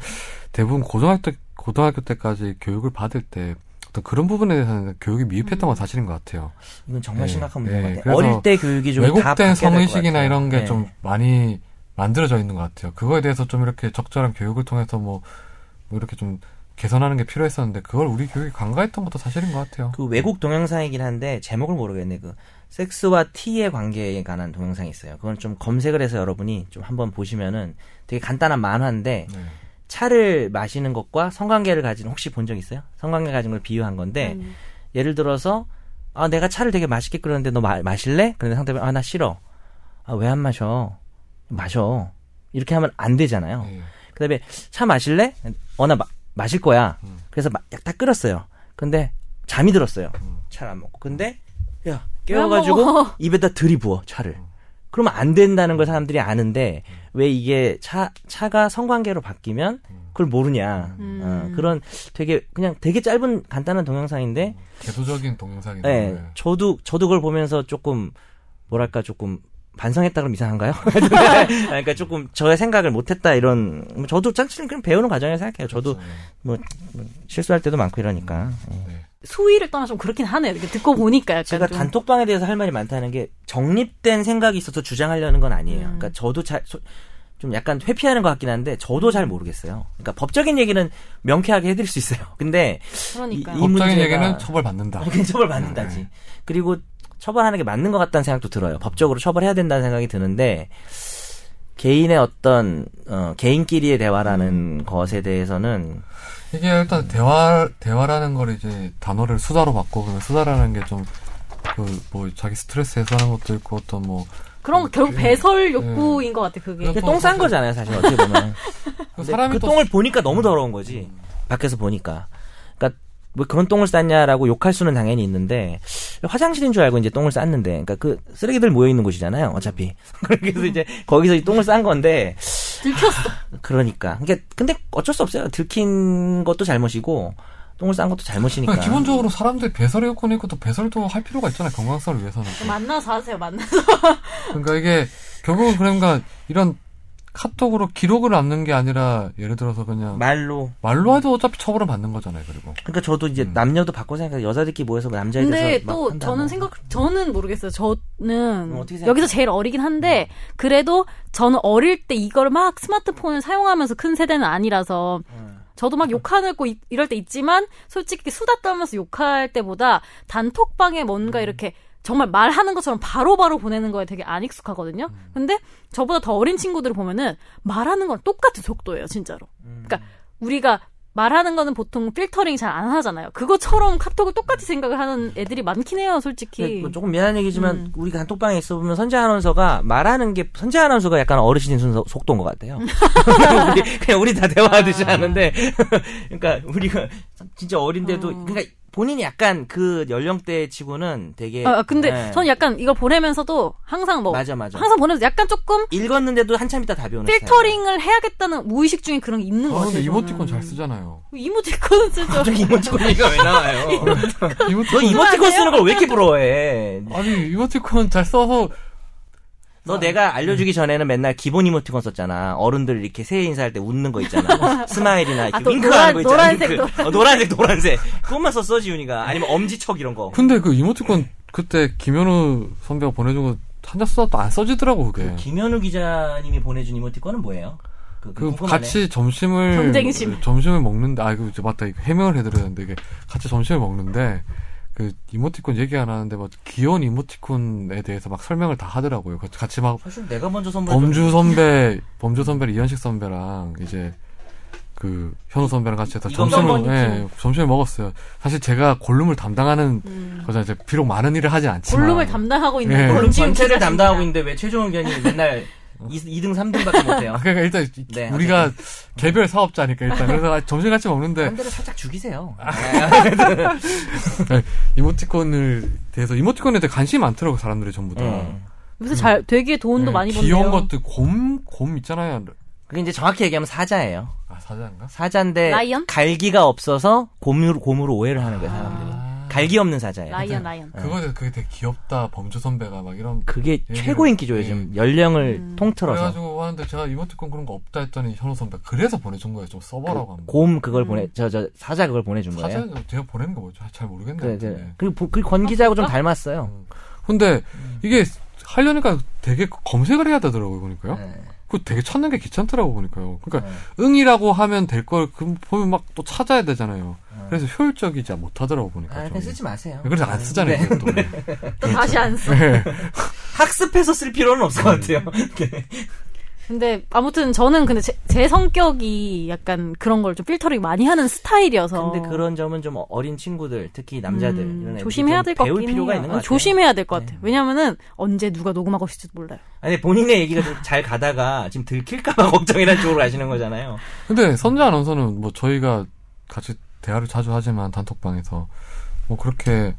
[SPEAKER 1] 대부분 고등학교 때, 고등학교 때까지 교육을 받을 때 어떤 그런 부분에 대해서는 교육이
[SPEAKER 2] 음.
[SPEAKER 1] 미흡했던 건 사실인 것 같아요.
[SPEAKER 2] 이건 정말
[SPEAKER 1] 네,
[SPEAKER 2] 심각한
[SPEAKER 1] 네,
[SPEAKER 2] 문제인 것 같아요.
[SPEAKER 1] 그래서
[SPEAKER 2] 어릴 때 교육이 좀다
[SPEAKER 1] 왜곡된
[SPEAKER 2] 바뀌어야 될것
[SPEAKER 1] 성의식이나
[SPEAKER 2] 같아요.
[SPEAKER 1] 이런 게
[SPEAKER 2] 네.
[SPEAKER 1] 좀 많이 만들어져 있는 것 같아요. 그거에 대해서 좀 이렇게 적절한 교육을 통해서 뭐, 뭐 이렇게 좀 개선하는 게 필요했었는데 그걸 우리 교육이 간과했던 것도 사실인 것 같아요.
[SPEAKER 2] 그 외국 동영상이긴 한데 제목을 모르겠네 그 섹스와 티의 관계에 관한 동영상이 있어요. 그건 좀 검색을 해서 여러분이 좀 한번 보시면은 되게 간단한 만화인데
[SPEAKER 1] 네.
[SPEAKER 2] 차를 마시는 것과 성관계를 가진 혹시 본 적 있어요? 성관계 가진 걸 비유한 건데 예를 들어서 아 내가 차를 되게 맛있게 끓였는데 너 마, 마실래? 그런데 상대방이 아 나 싫어. 아 왜 안 마셔? 마셔. 이렇게 하면 안 되잖아요.
[SPEAKER 1] 예.
[SPEAKER 2] 그다음에 차 마실래? 어나 마실 거야. 그래서 마- 약 다 끓였어요. 근데 잠이 들었어요. 차를 안 먹고. 근데 야 깨워가지고 입에다 들이부어 차를. 그러면 안 된다는 걸 사람들이 아는데 왜 이게 차 차가 성관계로 바뀌면 그걸 모르냐. 어, 그런 되게 그냥 되게 짧은 간단한 동영상인데
[SPEAKER 1] 개도적인 동영상이네요.
[SPEAKER 2] 예,
[SPEAKER 1] 네.
[SPEAKER 2] 저도 저도 그걸 보면서 조금 뭐랄까 조금 반성했다 그럼 이상한가요? 그러니까 조금 저의 생각을 못했다 이런 뭐 저도 짠치는 그냥 배우는 과정이라고 생각해요. 저도 뭐 실수할 때도 많고 이러니까 예.
[SPEAKER 1] 네.
[SPEAKER 3] 수위를 떠나 좀 그렇긴 하네요. 이렇게 듣고 보니까 약간
[SPEAKER 2] 제가
[SPEAKER 3] 좀.
[SPEAKER 2] 단톡방에 대해서 할 말이 많다는 게 정립된 생각이 있어서 주장하려는 건 아니에요. 그러니까 저도 잘. 소- 좀 약간 회피하는 것 같긴 한데 저도 잘 모르겠어요. 그러니까 법적인 얘기는 명쾌하게 해드릴 수 있어요. 근데
[SPEAKER 3] 그러니까
[SPEAKER 2] 이-
[SPEAKER 1] 법적인
[SPEAKER 2] 문제가-
[SPEAKER 1] 얘기는 처벌받는다.
[SPEAKER 2] 아니, 그냥 처벌받는다지. 그리고 처벌하는 게 맞는 것 같다는 생각도 들어요. 법적으로 처벌해야 된다는 생각이 드는데 개인의 어떤 어, 개인끼리의 대화라는 것에 대해서는
[SPEAKER 1] 이게 일단 대화 대화라는 걸 이제 단어를 수다로 바꿔 보면 수다라는 게 좀 그 뭐 자기 스트레스 해소하는 것도 있고 어떤 뭐
[SPEAKER 3] 그런 거
[SPEAKER 2] 네.
[SPEAKER 3] 결국 배설 욕구인 것 같아 그게.
[SPEAKER 1] 그럼-
[SPEAKER 2] 똥 싼 거잖아요, 사실 어떻게 보면.
[SPEAKER 1] 그
[SPEAKER 2] 근데
[SPEAKER 1] 사람이
[SPEAKER 2] 그
[SPEAKER 1] 또
[SPEAKER 2] 똥을 보니까 너무 더러운 거지. 밖에서 보니까. 그러니까 왜 그런 똥을 쌌냐라고 욕할 수는 당연히 있는데 화장실인 줄 알고 이제 똥을 쌌는데 그러니까 그 쓰레기들 모여 있는 곳이잖아요 어차피 그래서 이제 거기서 이 똥을 싼 건데
[SPEAKER 3] 들켰어.
[SPEAKER 2] 그러니까. 그러 근데 어쩔 수 없어요. 들킨 것도 잘못이고 똥을 싼 것도 잘못이니까.
[SPEAKER 1] 그러니까 기본적으로 사람들이 배설의 욕구는 있고 또 배설도 할 필요가 있잖아요. 건강성을 위해서는.
[SPEAKER 3] 만나서 하세요. 만나서.
[SPEAKER 1] 그러니까 이게 결국은 그러니까 이런 카톡으로 기록을 남는 게 아니라 예를 들어서 그냥
[SPEAKER 2] 말로.
[SPEAKER 1] 말로 해도 어차피 처벌은 받는 거잖아요. 그리고
[SPEAKER 2] 그러니까 저도
[SPEAKER 1] 음.
[SPEAKER 2] 이제 남녀도 바꿔 생각해 여자들끼리 모여서 그 남자에 대해서
[SPEAKER 3] 근데
[SPEAKER 2] 막
[SPEAKER 3] 또
[SPEAKER 2] 한다,
[SPEAKER 3] 저는
[SPEAKER 2] 뭐.
[SPEAKER 3] 생각 저는 모르겠어요. 저는
[SPEAKER 2] 어떻게 생각해요? 네.
[SPEAKER 3] 여기서 제일 어리긴 한데 그래도 저는 어릴 때 이걸 막 스마트폰을 사용하면서 큰 세대는 아니라서
[SPEAKER 2] 음.
[SPEAKER 3] 저도 막 욕하는 거 이- 이럴 때 있지만 솔직히 수다 떨면서 욕할 때보다 단톡방에
[SPEAKER 2] 음.
[SPEAKER 3] 뭔가 이렇게 정말 말하는 것처럼 바로바로 보내는 거에 되게 안 익숙하거든요.
[SPEAKER 2] 음.
[SPEAKER 3] 근데
[SPEAKER 2] 음.
[SPEAKER 3] 저보다 더 어린 친구들을 보면은 말하는 거랑 똑같은 속도예요, 진짜로. 그러니까 우리가 말하는 거는 보통 필터링 잘 안 하잖아요. 그것처럼 카톡을 똑같이 생각을 하는 애들이 많긴 해요,
[SPEAKER 2] 근데
[SPEAKER 3] 솔직히.
[SPEAKER 2] 뭐 조금 미안한 얘기지만
[SPEAKER 3] 음.
[SPEAKER 2] 우리 단톡방에 있어 보면 선재 아나운서가 말하는 게 선재 아나운서가 약간 어르신 순서 속도인 것 같아요.
[SPEAKER 3] 음.
[SPEAKER 2] 그냥 우리, 그냥 우리 다
[SPEAKER 3] 아.
[SPEAKER 2] 대화하듯이 하는데 그러니까 우리가 진짜 어린데도
[SPEAKER 3] 아.
[SPEAKER 2] 그러니까 본인이 약간 그 연령대 치고는 되게
[SPEAKER 3] 아, 근데
[SPEAKER 2] 예.
[SPEAKER 3] 저는 약간 이걸 보내면서도 항상 뭐
[SPEAKER 2] 맞아 맞아
[SPEAKER 3] 항상 보내면서 약간 조금
[SPEAKER 2] 읽었는데도 한참 있다 답이 오는 스타일이야.
[SPEAKER 3] 필터링을 해야겠다는 무의식 중에 그런 게 있는 것
[SPEAKER 1] 아,
[SPEAKER 3] 같아요.
[SPEAKER 1] 근데 이모티콘
[SPEAKER 3] 저는.
[SPEAKER 1] 잘 쓰잖아요.
[SPEAKER 3] 이모티콘은 쓰죠.
[SPEAKER 2] 갑자기 이모티콘 얘기가 왜 나와요? 너
[SPEAKER 1] 이모티콘
[SPEAKER 2] 이모티콘 쓰는 걸 왜 이렇게 부러워해?
[SPEAKER 1] 아니 이모티콘 잘 써서
[SPEAKER 2] 너 내가 알려주기 전에는 맨날 기본 이모티콘 썼잖아. 어른들 이렇게 새해 인사할 때 웃는 거 있잖아. 스마일이나 이렇게
[SPEAKER 3] 또
[SPEAKER 2] 윙크하는 거 있잖아.
[SPEAKER 3] 노란-
[SPEAKER 2] 윙크. 어, 노란색, 노란색. 그것만 썼어, 지훈이가. 아니면 엄지척 이런 거.
[SPEAKER 1] 근데 그 이모티콘 그때 김현우 선배가 보내준 거 한자 써도 안 써지더라고 그게.
[SPEAKER 2] 김현우 기자님이 보내준 이모티콘은 뭐예요? 그,
[SPEAKER 1] 그
[SPEAKER 2] 궁금하네.
[SPEAKER 1] 같이 점심을 그
[SPEAKER 3] 경쟁심.
[SPEAKER 1] 점심을 먹는데 아 이거 이제 맞다 이거 해명을 해드려야 되는데 이게 같이 점심을 먹는데 그 이모티콘 얘기 안 하는데 막 귀여운 이모티콘에 대해서 막 설명을 다 하더라고요. 같이 막
[SPEAKER 2] 사실 내가 먼저 선물해.
[SPEAKER 1] 범주 선배, 범주 선배랑 이현식 선배랑 이제 그 현우 선배랑 같이 해서
[SPEAKER 2] 이-
[SPEAKER 1] 점심을
[SPEAKER 2] 이건
[SPEAKER 1] 예, 점심을 먹었어요. 사실 제가 골룸을 담당하는 거잖아요. 제가 비록 많은 일을 하진 않지만
[SPEAKER 3] 골룸을 음. 담당하고 있는
[SPEAKER 1] 예.
[SPEAKER 2] 물론
[SPEAKER 3] 골룸 지금
[SPEAKER 2] 전체를
[SPEAKER 3] 기자십니다.
[SPEAKER 2] 담당하고 있는데 왜 최종 의견이 맨날 2, 등 3등밖에 못해요?
[SPEAKER 1] 아, 그러니까 일단 이-
[SPEAKER 2] 네,
[SPEAKER 1] 우리가 개별 사업자니까 일단 그래서 아, 점심 같이 먹는데
[SPEAKER 3] 음.
[SPEAKER 2] 한 대를 살짝 죽이세요.
[SPEAKER 1] 이모티콘을 대해서 이모티콘에 대해 관심이 많더라고 사람들이 전부 다.
[SPEAKER 2] 음.
[SPEAKER 3] 요새 잘 되게 돈도
[SPEAKER 1] 예,
[SPEAKER 3] 많이 번대요.
[SPEAKER 1] 귀여운 것들 곰, 곰 있잖아요.
[SPEAKER 2] 그게 이제 정확히 얘기하면 사자예요.
[SPEAKER 1] 아, 사자인가?
[SPEAKER 2] 사자인데
[SPEAKER 3] 라이언?
[SPEAKER 2] 갈기가 없어서 곰으로, 곰으로 오해를 하는 거예요 사람들이.
[SPEAKER 3] 아. 음.
[SPEAKER 2] 갈기 없는 사자예요.
[SPEAKER 3] 라이언 라이언.
[SPEAKER 1] 그거에 그게 되게 귀엽다. 범주 선배가 막 이런
[SPEAKER 2] 그게
[SPEAKER 1] 얘기를-
[SPEAKER 2] 최고 인기죠 요즘 연령을
[SPEAKER 3] 음.
[SPEAKER 2] 통틀어서
[SPEAKER 1] 예. 그래가지고 하는데 제가 이모티콘 그런 거 없다 했더니 현우 선배 그래서 보내준 거예요. 좀 써보라고 하면.
[SPEAKER 2] 곰 그걸
[SPEAKER 3] 음.
[SPEAKER 2] 보내 저 저 사자 그걸 보내준
[SPEAKER 1] 사자
[SPEAKER 2] 거예요.
[SPEAKER 1] 제가 보낸 거 뭐죠? 잘 모르겠네.
[SPEAKER 2] 그,
[SPEAKER 1] 근데.
[SPEAKER 2] 그, 그리고 보- 그 권기자하고 좀 닮았어요.
[SPEAKER 1] 근데 이게 하려니까 되게 검색을 해야 되더라고요 보니까요.
[SPEAKER 2] 네.
[SPEAKER 1] 그 되게 찾는 게 귀찮더라고 보니까요. 그러니까 응이라고 하면 될 걸그 보면 막 또 찾아야 되잖아요. 그래서 효율적이지 못하더라고 보니까.
[SPEAKER 2] 네. 아,
[SPEAKER 1] 좀.
[SPEAKER 2] 그냥 쓰지 마세요.
[SPEAKER 1] 그래서 안 쓰잖아요.
[SPEAKER 2] 네.
[SPEAKER 1] 이게 또.
[SPEAKER 3] 또 다시 안 써.
[SPEAKER 1] 네.
[SPEAKER 2] 학습해서 쓸 필요는
[SPEAKER 1] 음.
[SPEAKER 2] 없을 것 같아요. 네.
[SPEAKER 3] 근데 아무튼 저는 근데 제, 제 성격이 약간 그런 걸 좀 필터링 많이 하는 스타일이어서.
[SPEAKER 2] 근데 그런 점은 좀 어린 친구들, 특히 남자들
[SPEAKER 3] 음,
[SPEAKER 2] 이런 애들이
[SPEAKER 3] 조심해야
[SPEAKER 2] 좀
[SPEAKER 3] 될 것 같긴
[SPEAKER 2] 배울 필요가
[SPEAKER 3] 해요.
[SPEAKER 2] 있는 것
[SPEAKER 3] 어,
[SPEAKER 2] 같아요. 네.
[SPEAKER 3] 조심해야 될 것 같아요. 왜냐면은 언제 누가 녹음하고 있을지도 몰라요.
[SPEAKER 2] 아니 본인의 얘기가 좀 잘 가다가 지금 들킬까봐 걱정이라는 쪽으로 가시는 거잖아요.
[SPEAKER 1] 근데 선재 아나운서는 뭐 저희가 같이 대화를 자주 하지만 단톡방에서 뭐 그렇게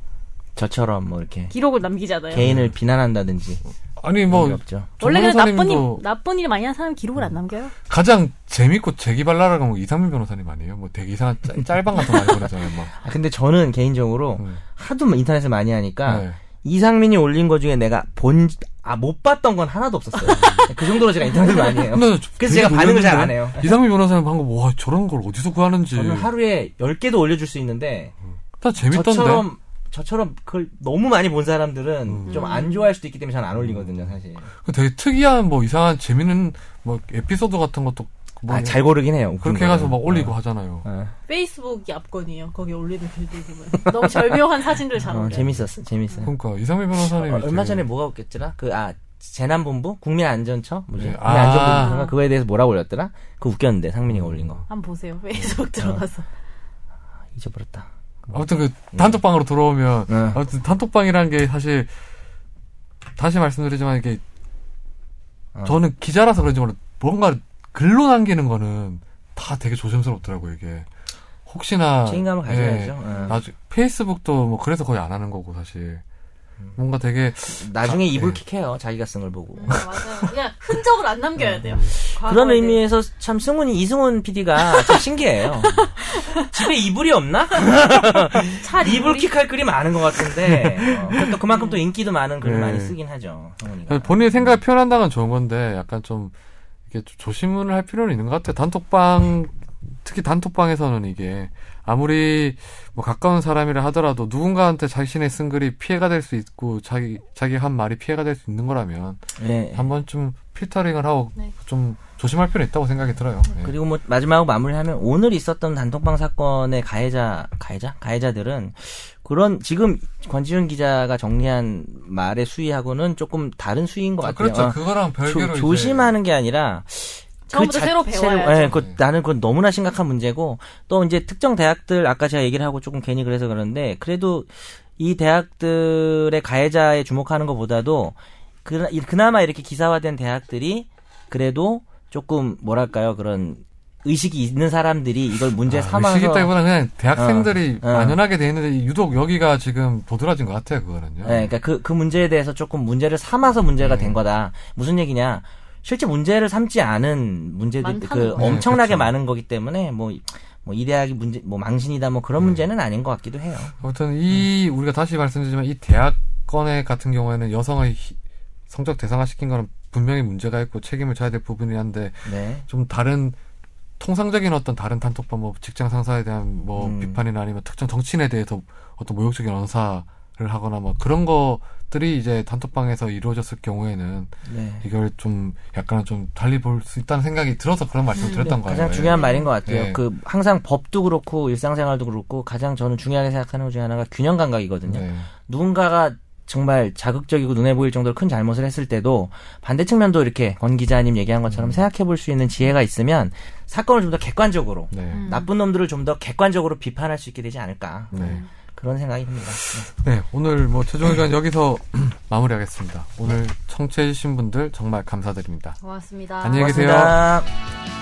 [SPEAKER 2] 저처럼 뭐 이렇게
[SPEAKER 3] 기록을 남기잖아요.
[SPEAKER 2] 개인을 비난한다든지
[SPEAKER 1] 아니
[SPEAKER 2] 그런 게
[SPEAKER 1] 뭐
[SPEAKER 2] 없죠.
[SPEAKER 3] 원래 그 나쁜 일
[SPEAKER 1] 변호사님도
[SPEAKER 3] 나쁜 일 많이 하는 사람 기록을 안 남겨요.
[SPEAKER 1] 가장 재밌고 재기발랄한 건 이상민 변호사님 아니에요? 뭐 되게 이상한 짤- 짤방 같은 거 많이 보내잖아요. 막.
[SPEAKER 2] 아, 근데 저는 개인적으로
[SPEAKER 1] 네.
[SPEAKER 2] 하도 뭐 인터넷을 많이 하니까
[SPEAKER 1] 네.
[SPEAKER 2] 이상민이 올린 것 중에 내가 본, 아, 못 봤던 건 하나도 없었어요. 그 정도로 제가 인터넷을 많이 해요.
[SPEAKER 1] 근데
[SPEAKER 2] 네. 그래서
[SPEAKER 1] 되게
[SPEAKER 2] 제가 반응을 잘 안
[SPEAKER 1] 놀랐는데
[SPEAKER 2] 해요.
[SPEAKER 1] 이상민 변호사님 방금 와 저런 걸 어디서 구하는지
[SPEAKER 2] 저는 하루에 10개도 올려줄 수 있는데,
[SPEAKER 1] 다그 재밌던데.
[SPEAKER 2] 저처럼, 저처럼 그걸 너무 많이 본 사람들은
[SPEAKER 1] 음.
[SPEAKER 2] 좀 안 좋아할 수도 있기 때문에 잘 안 올리거든요, 사실.
[SPEAKER 1] 그 되게 특이한 뭐 이상한 재밌는 뭐 에피소드 같은 것도 뭐
[SPEAKER 2] 아, 잘 고르긴 해요. 웃긴
[SPEAKER 1] 그렇게
[SPEAKER 2] 거는.
[SPEAKER 1] 해가지고 막 올리고
[SPEAKER 2] 어.
[SPEAKER 1] 하잖아요.
[SPEAKER 2] 어.
[SPEAKER 3] 페이스북이 압권이에요. 거기 올리는 글들 보면 너무 절묘한 사진들 잘
[SPEAKER 2] 어,
[SPEAKER 3] 올려요.
[SPEAKER 2] 재밌었어, 재밌어요.
[SPEAKER 1] 그러니까 이상민 변호사님
[SPEAKER 2] 어, 얼마 전에 뭐가 웃겼더라? 그, 아, 재난본부? 국민안전처? 뭐지?
[SPEAKER 1] 네.
[SPEAKER 2] 국민안전본부인가?
[SPEAKER 1] 아. 음.
[SPEAKER 2] 그거에 대해서 뭐라고 올렸더라? 그거 웃겼는데, 상민이가 올린 거.
[SPEAKER 3] 한번 보세요.
[SPEAKER 1] 아.
[SPEAKER 3] 페이스북 들어가서.
[SPEAKER 2] 잊어버렸다.
[SPEAKER 1] 아무튼 그 단톡방으로 돌아오면
[SPEAKER 2] 네.
[SPEAKER 1] 아무튼 단톡방이라는 게 사실 다시 말씀드리지만 이게
[SPEAKER 2] 어.
[SPEAKER 1] 저는 기자라서 그런지 몰라 뭔가 글로 남기는 거는 다 되게 조심스럽더라고요 이게 혹시나
[SPEAKER 2] 책임감을
[SPEAKER 1] 예,
[SPEAKER 2] 가져야죠. 어.
[SPEAKER 1] 나중 페이스북도 뭐 그래서 거의 안 하는 거고 사실 뭔가 되게
[SPEAKER 2] 나중에
[SPEAKER 1] 아,
[SPEAKER 2] 이불킥해요 자기가 쓴 걸 보고
[SPEAKER 3] 맞아요. 그냥 흔적을 안
[SPEAKER 1] 아,
[SPEAKER 3] 남겨야 돼요.
[SPEAKER 1] 네.
[SPEAKER 2] 그런 의미에서 참 승훈이 이승훈 PD가 참 신기해요 집에 이불이 없나 이불킥 할 글이 많은 것 같은데 어, 그또 그만큼 또 인기도 많은 글을
[SPEAKER 1] 네.
[SPEAKER 2] 많이 쓰긴 하죠 승훈이가
[SPEAKER 1] 본인의 생각을 표현한다는 건 좋은 건데 약간 좀 이게 좀 조심을 할 필요는 있는 것 같아요. 단톡방 특히 단톡방에서는 이게 아무리 뭐 가까운 사람이라 하더라도 누군가한테 자신의 쓴 글이 피해가 될 수 있고 자기 자기 한 말이 피해가 될 수 있는 거라면
[SPEAKER 2] 네.
[SPEAKER 1] 한 번 좀 필터링을 하고
[SPEAKER 3] 네.
[SPEAKER 1] 좀 조심할 필요는 있다고 생각이 들어요. 네.
[SPEAKER 2] 그리고 뭐 마지막으로 마무리하면 오늘 있었던 단톡방 사건의 가해자 가해자 가해자들은 그런 지금 권지윤 기자가 정리한 말의 수위하고는 조금 다른 수위인 것
[SPEAKER 1] 아,
[SPEAKER 2] 같아요.
[SPEAKER 1] 그렇죠.
[SPEAKER 2] 어.
[SPEAKER 1] 그거랑 별개로
[SPEAKER 2] 조,
[SPEAKER 1] 이제
[SPEAKER 2] 조심하는 게 아니라 그
[SPEAKER 3] 처음부터 새로
[SPEAKER 2] 자체를-
[SPEAKER 3] 배워야죠.
[SPEAKER 2] 예,
[SPEAKER 1] 네.
[SPEAKER 2] 그, 나는 그건 너무나 심각한 문제고 또 이제 특정 대학들 아까 제가 얘기를 하고 조금 괜히 그래서 그런데 그래도 이 대학들의 가해자에 주목하는 것보다도 그나, 그나마 이렇게 기사화된 대학들이 그래도 조금 뭐랄까요 그런 의식이 있는 사람들이 이걸 문제 삼아서
[SPEAKER 1] 그 시기 때문에 그냥 대학생들이
[SPEAKER 2] 어, 어.
[SPEAKER 1] 만연하게 돼 있는데 유독 여기가 지금 도드라진 것 같아요 음. 그거는요.
[SPEAKER 2] 네, 그러니까 그, 그 문제에 대해서 조금 문제를 삼아서 문제가 된 거다. 무슨 얘기냐? 실제 문제를 삼지 않은 문제들
[SPEAKER 3] 많다는
[SPEAKER 2] 그
[SPEAKER 1] 거죠.
[SPEAKER 2] 엄청나게
[SPEAKER 1] 네, 그렇죠.
[SPEAKER 2] 많은 거기 때문에 뭐. 이- 뭐 이대학이 문제 뭐 망신이다 뭐
[SPEAKER 1] 네.
[SPEAKER 2] 그런 문제는 아닌 것 같기도 해요.
[SPEAKER 1] 아무튼 이 우리가 다시 말씀드리지만 이 대학권의 같은 경우에는 여성의 희- 성적 대상화 시킨 거는 분명히 문제가 있고 책임을 져야 될 부분이 한데
[SPEAKER 2] 네.
[SPEAKER 1] 좀 다른 통상적인 어떤 다른 단톡방 뭐 직장 상사에 대한 뭐
[SPEAKER 2] 음.
[SPEAKER 1] 비판이나 아니면 특정 정치인에 대해서 어떤 모욕적인 언사를 하거나 뭐 그런 것들이 이제 단톡방에서 이루어졌을 경우에는
[SPEAKER 2] 네.
[SPEAKER 1] 이걸 좀 약간은 좀 달리 볼 수 있다는 생각이 들어서 그런 말씀을 드렸던 거예요.
[SPEAKER 2] 음, 네. 가장 중요한 말인 것 같아요.
[SPEAKER 1] 네.
[SPEAKER 2] 그 항상 법도 그렇고 일상생활도 그렇고 가장 저는 중요하게 생각하는 것 중에 하나가 균형 감각이거든요.
[SPEAKER 1] 네.
[SPEAKER 2] 누군가가 정말 자극적이고 눈에 보일 정도로 큰 잘못을 했을 때도 반대 측면도 이렇게 권 기자님 얘기한
[SPEAKER 1] 음.
[SPEAKER 2] 것처럼 생각해 볼 수 있는 지혜가 있으면 사건을 좀 더 객관적으로
[SPEAKER 1] 네.
[SPEAKER 2] 나쁜 놈들을 좀 더 객관적으로 비판할 수 있게 되지 않을까
[SPEAKER 1] 네.
[SPEAKER 2] 그런 생각이 듭니다. 네.
[SPEAKER 1] 네, 오늘 뭐 최종 의견 여기서 마무리하겠습니다. 오늘 청취해주신 분들 정말 감사드립니다.
[SPEAKER 3] 고맙습니다.
[SPEAKER 1] 안녕히 계세요.
[SPEAKER 2] 고맙습니다.